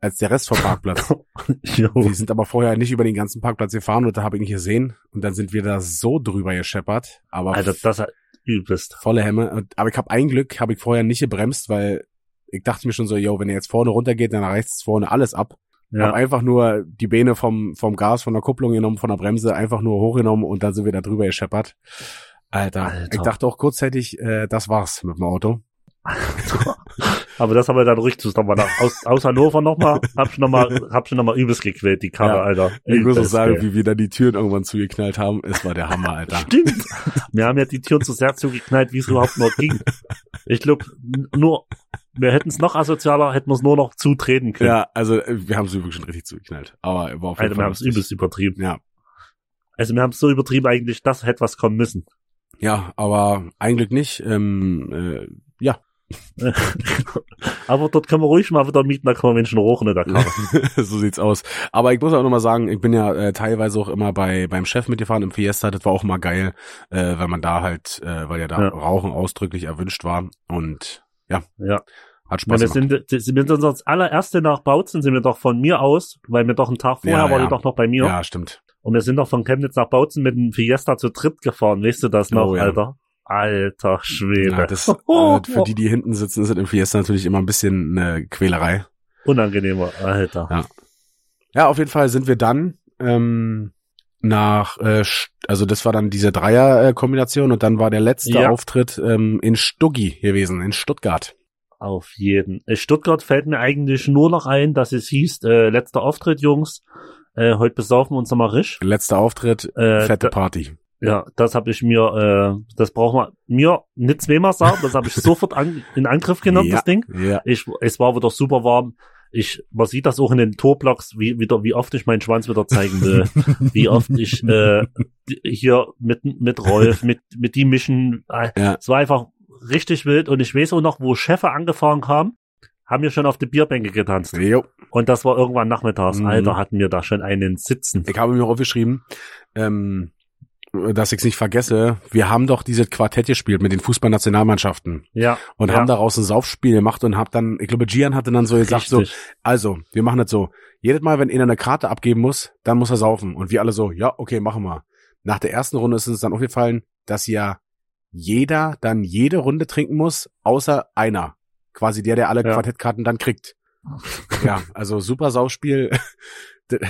[SPEAKER 1] als der Rest vom Parkplatz.
[SPEAKER 2] Jo.
[SPEAKER 1] Wir sind aber vorher nicht über den ganzen Parkplatz gefahren und da habe ich ihn gesehen und dann sind wir da so drüber gescheppert, aber
[SPEAKER 2] Alter, das ist übelst.
[SPEAKER 1] volle Hemme. Und- Aber ich habe ein Glück, habe ich vorher nicht gebremst, weil ich dachte mir schon so, yo, wenn er jetzt vorne runtergeht, dann reißt vorne alles ab. Ja. Hab
[SPEAKER 2] Ja.
[SPEAKER 1] einfach nur die Beine vom, vom Gas, von der Kupplung genommen, von der Bremse, einfach nur hochgenommen und dann sind wir da drüber gescheppert. Alter,
[SPEAKER 2] Alter.
[SPEAKER 1] ich dachte auch kurzzeitig, äh, das war's mit dem Auto.
[SPEAKER 2] Aber das haben wir dann richtig nochmal nach, aus, aus Hannover nochmal, hab schon nochmal, hab schon nochmal übelst gequält, die Karre,
[SPEAKER 1] Ja.
[SPEAKER 2] Alter.
[SPEAKER 1] Ich muss auch
[SPEAKER 2] Übelst,
[SPEAKER 1] sagen,
[SPEAKER 2] ey.
[SPEAKER 1] wie wir da die Türen irgendwann zugeknallt haben, es war der Hammer, Alter.
[SPEAKER 2] Stimmt. Wir haben ja die Türen so sehr zugeknallt, wie es überhaupt noch ging. Ich glaube, nur, wir hätten es noch asozialer, hätten wir es nur noch zutreten können.
[SPEAKER 1] Ja, also äh, wir haben es wirklich schon richtig zugeknallt. Aber war auf jeden
[SPEAKER 2] Alter, wir
[SPEAKER 1] Fall
[SPEAKER 2] haben es
[SPEAKER 1] lustig.
[SPEAKER 2] übelst übertrieben.
[SPEAKER 1] Ja.
[SPEAKER 2] Also wir haben es so übertrieben eigentlich, das hätte was kommen müssen.
[SPEAKER 1] Ja, aber eigentlich nicht. Ähm, äh,
[SPEAKER 2] Aber dort können wir ruhig mal wieder mieten, da können wir Menschen rochen in der Karre.
[SPEAKER 1] so sieht's aus. Aber ich muss auch nochmal sagen, ich bin ja äh, teilweise auch immer bei beim Chef mitgefahren im Fiesta. Das war auch immer geil, äh, weil man da halt, äh, weil ja da
[SPEAKER 2] Ja.
[SPEAKER 1] Rauchen ausdrücklich erwünscht war und ja,
[SPEAKER 2] Ja.
[SPEAKER 1] hat
[SPEAKER 2] Weil
[SPEAKER 1] Spaß
[SPEAKER 2] wir
[SPEAKER 1] gemacht.
[SPEAKER 2] sind, wir sind uns als allererste nach Bautzen, sind wir doch von mir aus, weil wir doch einen Tag vorher
[SPEAKER 1] Ja,
[SPEAKER 2] waren
[SPEAKER 1] ja.
[SPEAKER 2] wir doch noch bei mir.
[SPEAKER 1] Ja, stimmt.
[SPEAKER 2] Und wir sind doch von Chemnitz nach Bautzen mit einem Fiesta zu dritt gefahren, weißt du das noch,
[SPEAKER 1] Oh, ja.
[SPEAKER 2] Alter? Alter Schwede.
[SPEAKER 1] Ja, das, äh, für die, die hinten sitzen, ist das im Fiesta natürlich immer ein bisschen eine Quälerei.
[SPEAKER 2] Unangenehmer, Alter.
[SPEAKER 1] Ja, auf jeden Fall sind wir dann ähm, nach, äh, St- also das war dann diese Dreier-Kombination und dann war der letzte
[SPEAKER 2] Ja.
[SPEAKER 1] Auftritt ähm, in Stuggi gewesen, in Stuttgart.
[SPEAKER 2] Auf jeden. Äh, Stuttgart fällt mir eigentlich nur noch ein, dass es hieß, äh, letzter Auftritt, Jungs. Äh, heute besaufen wir uns nochmal risch.
[SPEAKER 1] Letzter Auftritt,
[SPEAKER 2] Äh,
[SPEAKER 1] fette
[SPEAKER 2] da-
[SPEAKER 1] Party.
[SPEAKER 2] Ja, das habe ich mir, äh, das braucht man mir nicht zweimal sagen, das habe ich sofort an, in Angriff genommen,
[SPEAKER 1] Ja.
[SPEAKER 2] das Ding.
[SPEAKER 1] Ja,
[SPEAKER 2] Ich, es war wieder super warm. Ich, man sieht das auch in den Torblocks, wie, wieder, wie oft ich meinen Schwanz wieder zeigen will. wie oft ich äh, d- hier mit, mit Rolf, mit, mit die mischen. Äh,
[SPEAKER 1] Ja.
[SPEAKER 2] Es war einfach richtig wild und ich weiß auch noch, wo Chefe angefahren kam, haben wir schon auf die Bierbänke getanzt.
[SPEAKER 1] jo.
[SPEAKER 2] Und das war irgendwann nachmittags.
[SPEAKER 1] Mhm.
[SPEAKER 2] Alter, hatten wir da schon einen Sitzen.
[SPEAKER 1] Ich habe mir auch aufgeschrieben, ähm, dass ich's nicht vergesse, wir haben doch dieses Quartett gespielt mit den Fußballnationalmannschaften
[SPEAKER 2] Ja,
[SPEAKER 1] und
[SPEAKER 2] Ja.
[SPEAKER 1] haben daraus ein Saufspiel gemacht und hab dann, ich glaube, Gian hatte dann so gesagt, so,
[SPEAKER 2] richtig.
[SPEAKER 1] Also, wir machen das so. Jedes Mal, wenn einer eine Karte abgeben muss, dann muss er saufen. Und wir alle so, ja, okay, machen wir. Nach der ersten Runde ist uns dann aufgefallen, dass ja jeder dann jede Runde trinken muss, außer einer. Quasi der, der alle
[SPEAKER 2] Ja.
[SPEAKER 1] Quartettkarten dann kriegt. Ja, also super Sauspiel. das,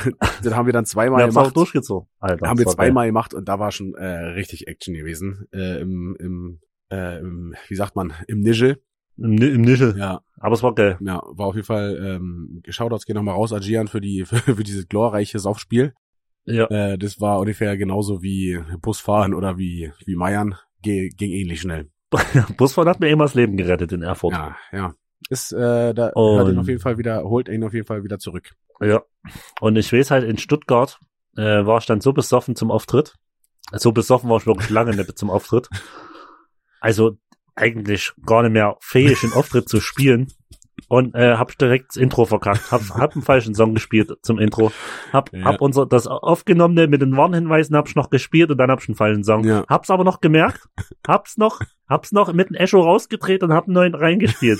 [SPEAKER 1] das haben wir dann zweimal
[SPEAKER 2] Wir haben es auch
[SPEAKER 1] gemacht.
[SPEAKER 2] durchgezogen. Alter,
[SPEAKER 1] haben
[SPEAKER 2] das
[SPEAKER 1] wir
[SPEAKER 2] war geil.
[SPEAKER 1] zweimal gemacht und da war schon äh, richtig Action gewesen. Äh, im, im, äh, im, wie sagt man, im Nischel.
[SPEAKER 2] Im, Ni- im Nischel.
[SPEAKER 1] Ja,
[SPEAKER 2] Aber es war geil.
[SPEAKER 1] ja, war auf jeden Fall, ähm, Shoutouts gehen nochmal raus an Gian für die, für, für dieses glorreiche Saufspiel.
[SPEAKER 2] Ja.
[SPEAKER 1] Äh, das war ungefähr genauso wie Busfahren oder wie, wie Meiern. Ge ging ähnlich schnell.
[SPEAKER 2] Busfahrt hat mir immer das Leben gerettet in Erfurt.
[SPEAKER 1] Ja, ja. Ist, äh, da
[SPEAKER 2] Und-
[SPEAKER 1] hat ihn auf jeden Fall wieder, holt ihn auf jeden Fall wieder zurück.
[SPEAKER 2] Ja. Und ich weiß halt, in Stuttgart äh, war ich dann so besoffen zum Auftritt. So besoffen war ich wirklich lange nicht zum Auftritt. Also eigentlich gar nicht mehr fähig, einen Auftritt zu spielen. Und äh, hab direkt das Intro verkackt. Hab, hab einen falschen Song gespielt zum Intro. Hab,
[SPEAKER 1] Ja.
[SPEAKER 2] hab unser, das aufgenommene mit den Warnhinweisen hab ich noch gespielt und dann hab ich einen falschen Song.
[SPEAKER 1] Ja.
[SPEAKER 2] Hab's aber noch gemerkt. Hab's noch, hab's noch mit dem Echo rausgedreht und hab einen neuen reingespielt.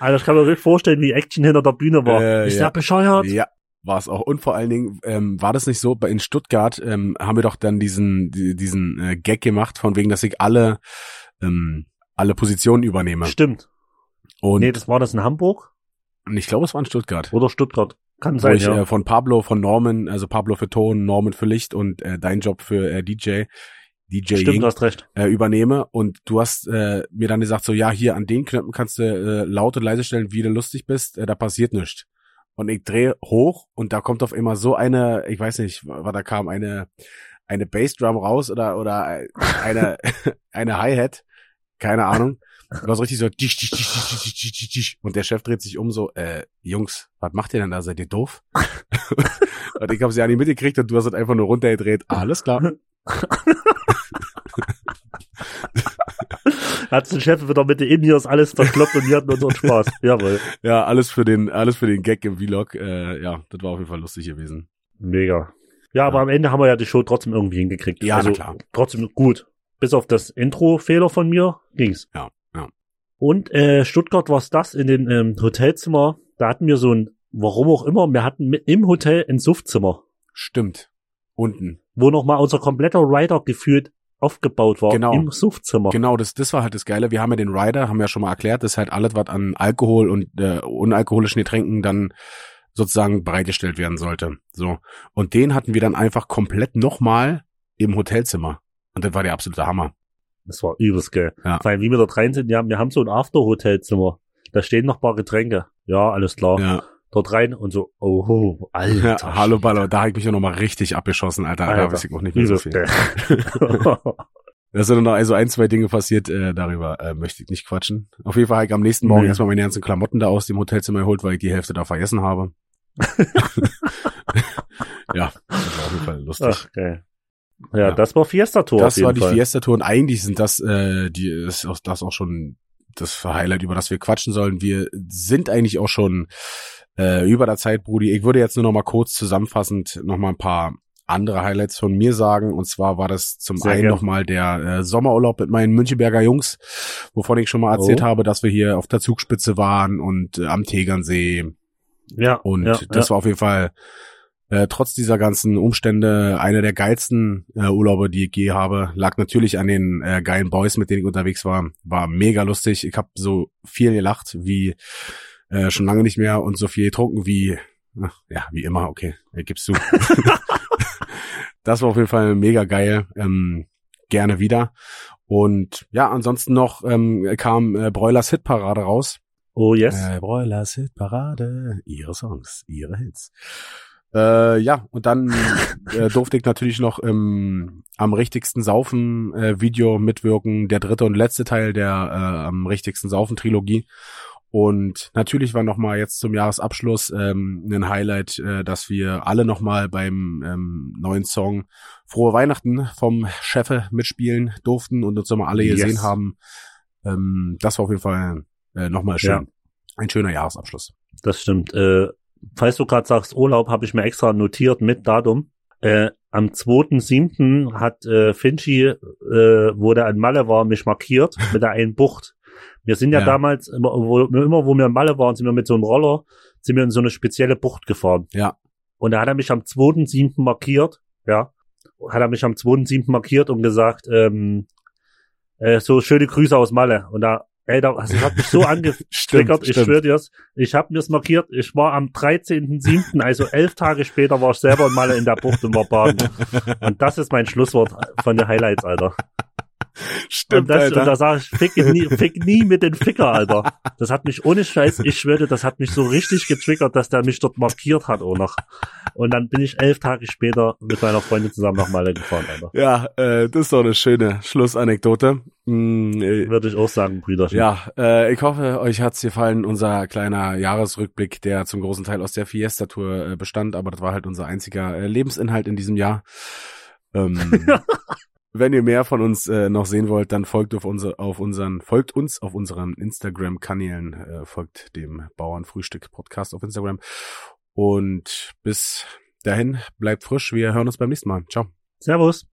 [SPEAKER 2] Also ich kann mir wirklich vorstellen, wie Action hinter der Bühne war.
[SPEAKER 1] Äh,
[SPEAKER 2] ich
[SPEAKER 1] ja.
[SPEAKER 2] sag bescheuert.
[SPEAKER 1] Ja, war es auch. Und vor allen Dingen, ähm, war das nicht so, bei in Stuttgart ähm, haben wir doch dann diesen, die- diesen äh, Gag gemacht, von wegen, dass ich alle, ähm, alle Positionen übernehme.
[SPEAKER 2] Stimmt.
[SPEAKER 1] Und,
[SPEAKER 2] nee, das war das in Hamburg
[SPEAKER 1] ich glaube, es war in Stuttgart.
[SPEAKER 2] oder Stuttgart. Kann
[SPEAKER 1] wo
[SPEAKER 2] sein,
[SPEAKER 1] ich
[SPEAKER 2] ja.
[SPEAKER 1] äh, von Pablo, von Norman, also Pablo für Ton, Norman für Licht und äh, dein Job für äh, DJ, DJ
[SPEAKER 2] Stimmt, du
[SPEAKER 1] Ying,
[SPEAKER 2] hast recht.
[SPEAKER 1] äh, übernehme. Und du hast äh, mir dann gesagt, so ja, hier an den Knöpfen kannst du äh, laut und leise stellen, wie du lustig bist, äh, da passiert nichts. Und ich drehe hoch und da kommt auf einmal so eine, ich weiß nicht, wa- was da kam, eine eine Bassdrum raus oder oder eine eine Hi-Hat, keine Ahnung. Und war so richtig so tisch, tisch, tisch, tisch, tisch, tisch, tisch, tisch. und der Chef dreht sich um so, äh, Jungs, was macht ihr denn da? Seid ihr doof? und ich habe sie ja nicht mitgekriegt und du hast es einfach nur runtergedreht. Alles klar.
[SPEAKER 2] Hat den Chef wieder mit den Indios alles verkloppt und wir hatten unseren Spaß. Jawohl.
[SPEAKER 1] Ja, alles für den, alles für den Gag im Vlog. Äh, ja, das war auf jeden Fall lustig gewesen.
[SPEAKER 2] Mega. Ja, aber
[SPEAKER 1] Ja.
[SPEAKER 2] am Ende haben wir ja die Show trotzdem irgendwie hingekriegt.
[SPEAKER 1] Ja,
[SPEAKER 2] also
[SPEAKER 1] na klar.
[SPEAKER 2] trotzdem gut. Bis auf das Intro-Fehler von mir ging's.
[SPEAKER 1] Ja, ja.
[SPEAKER 2] Und äh, Stuttgart war's das in dem ähm, Hotelzimmer. Da hatten wir so ein, warum auch immer, wir hatten mit- im Hotel ein Suffzimmer,
[SPEAKER 1] Stimmt. Unten.
[SPEAKER 2] wo nochmal unser kompletter Rider gefühlt aufgebaut war.
[SPEAKER 1] Genau.
[SPEAKER 2] Im Suffzimmer.
[SPEAKER 1] Genau, das, das war halt das Geile. Wir haben ja den Rider, haben wir ja schon mal erklärt, das ist halt alles, was an Alkohol und äh, unalkoholischen Getränken dann sozusagen bereitgestellt werden sollte. So. Und den hatten wir dann einfach komplett nochmal im Hotelzimmer. Und das war der absolute Hammer.
[SPEAKER 2] Das war übelst geil.
[SPEAKER 1] Ja.
[SPEAKER 2] Vor allem, wie wir da rein sind, ja, wir haben so ein After-Hotelzimmer. da stehen noch ein paar Getränke. Ja, alles klar.
[SPEAKER 1] Ja.
[SPEAKER 2] Dort rein und so, oh, Alter.
[SPEAKER 1] Ja, hallo Baller, da habe ich mich ja nochmal richtig abgeschossen, Alter. Da
[SPEAKER 2] Alter.
[SPEAKER 1] weiß ich auch nicht mehr so
[SPEAKER 2] Jesus,
[SPEAKER 1] viel.
[SPEAKER 2] der.
[SPEAKER 1] Da sind noch also ein, zwei Dinge passiert, äh, darüber äh, möchte ich nicht quatschen. Auf jeden Fall habe ich am nächsten Morgen
[SPEAKER 2] Nee.
[SPEAKER 1] erstmal meine ganzen Klamotten da aus dem Hotelzimmer geholt, weil ich die Hälfte da vergessen habe. ja, das war auf jeden Fall lustig.
[SPEAKER 2] Ach, geil. Ja,
[SPEAKER 1] Ja.
[SPEAKER 2] das war Fiesta-Tour auf
[SPEAKER 1] das
[SPEAKER 2] jeden
[SPEAKER 1] war die
[SPEAKER 2] Fall.
[SPEAKER 1] Fiesta-Tour und eigentlich sind das, äh, die, ist auch, das auch schon das Highlight, über das wir quatschen sollen. Wir sind eigentlich auch schon äh, über der Zeit, Brudi. Ich würde jetzt nur noch mal kurz zusammenfassend noch mal ein paar andere Highlights von mir sagen. Und zwar war das zum
[SPEAKER 2] Sehr
[SPEAKER 1] einen
[SPEAKER 2] gern.
[SPEAKER 1] noch mal der äh, Sommerurlaub mit meinen Münchenberger Jungs, wovon ich schon mal erzählt
[SPEAKER 2] Oh.
[SPEAKER 1] habe, dass wir hier auf der Zugspitze waren und äh, am Tegernsee
[SPEAKER 2] ja,
[SPEAKER 1] und
[SPEAKER 2] ja,
[SPEAKER 1] das war auf jeden Fall äh, trotz dieser ganzen Umstände einer der geilsten äh, Urlaube, die ich je habe. Lag natürlich an den äh, geilen Boys, mit denen ich unterwegs war. War mega lustig. Ich habe so viel gelacht wie äh, schon lange nicht mehr und so viel getrunken wie ach, ja wie immer. Okay, äh, gibst du. das war auf jeden Fall mega geil. Ähm, gerne wieder. Und ja, ansonsten noch ähm, kam äh, Broilers Hitparade raus.
[SPEAKER 2] Oh, yes.
[SPEAKER 1] Äh, Broilers Hitparade, ihre Songs, ihre Hits. Äh, ja, und dann äh, durfte ich natürlich noch im am richtigsten Saufen äh, Video mitwirken, der dritte und letzte Teil der äh, am richtigsten Saufen Trilogie. Und natürlich war nochmal jetzt zum Jahresabschluss ähm, ein Highlight, äh, dass wir alle nochmal beim ähm, neuen Song Frohe Weihnachten vom Chefe mitspielen durften und uns nochmal alle
[SPEAKER 2] Yes.
[SPEAKER 1] gesehen haben. Ähm, das war auf jeden Fall äh, nochmal schön.
[SPEAKER 2] Ja.
[SPEAKER 1] Ein schöner Jahresabschluss.
[SPEAKER 2] Das stimmt. Äh, falls du gerade sagst Urlaub, habe ich mir extra notiert mit Datum. Äh, am 2.7. hat äh, Finchi, äh, wo der an Malle war, mich markiert mit der einen Bucht. Wir sind ja,
[SPEAKER 1] Ja.
[SPEAKER 2] damals, immer wo, immer wo wir in Malle waren, sind wir mit so einem Roller, sind wir in so eine spezielle Bucht gefahren.
[SPEAKER 1] Ja.
[SPEAKER 2] Und da hat er mich am 2.7. markiert, ja, hat er mich am 2.7. markiert und gesagt, ähm, äh, so schöne Grüße aus Malle. Und da, ey, da, also, das hat mich so ange triggert, ich schwöre dir's. Ich habe mir's markiert. Ich war am 13.07., also elf Tage später, war ich selber mal in der Bucht und war baden. Und das ist mein Schlusswort von den Highlights, Alter. Und,
[SPEAKER 1] Stimmt,
[SPEAKER 2] das, und
[SPEAKER 1] Alter.
[SPEAKER 2] da sage ich, fick nie, fick nie mit den Ficker, Alter. Das hat mich ohne Scheiß, ich schwöre, das hat mich so richtig getriggert, dass der mich dort markiert hat auch noch. Und dann bin ich elf Tage später mit meiner Freundin zusammen nach Malle gefahren, Alter.
[SPEAKER 1] Ja, äh, das ist doch eine schöne Schlussanekdote. Mm, äh,
[SPEAKER 2] Würde ich auch sagen, Brüder.
[SPEAKER 1] ja, äh, ich hoffe, euch hat's gefallen, unser kleiner Jahresrückblick, der zum großen Teil aus der Fiesta-Tour äh, bestand, aber das war halt unser einziger äh, Lebensinhalt in diesem Jahr. Ähm, wenn ihr mehr von uns äh, noch sehen wollt, dann folgt auf, unser, auf unseren, folgt uns auf unseren Instagram-Kanälen, äh, folgt dem Bauernfrühstück-Podcast auf Instagram. Und bis dahin, bleibt frisch, wir hören uns beim nächsten Mal. Ciao.
[SPEAKER 2] Servus.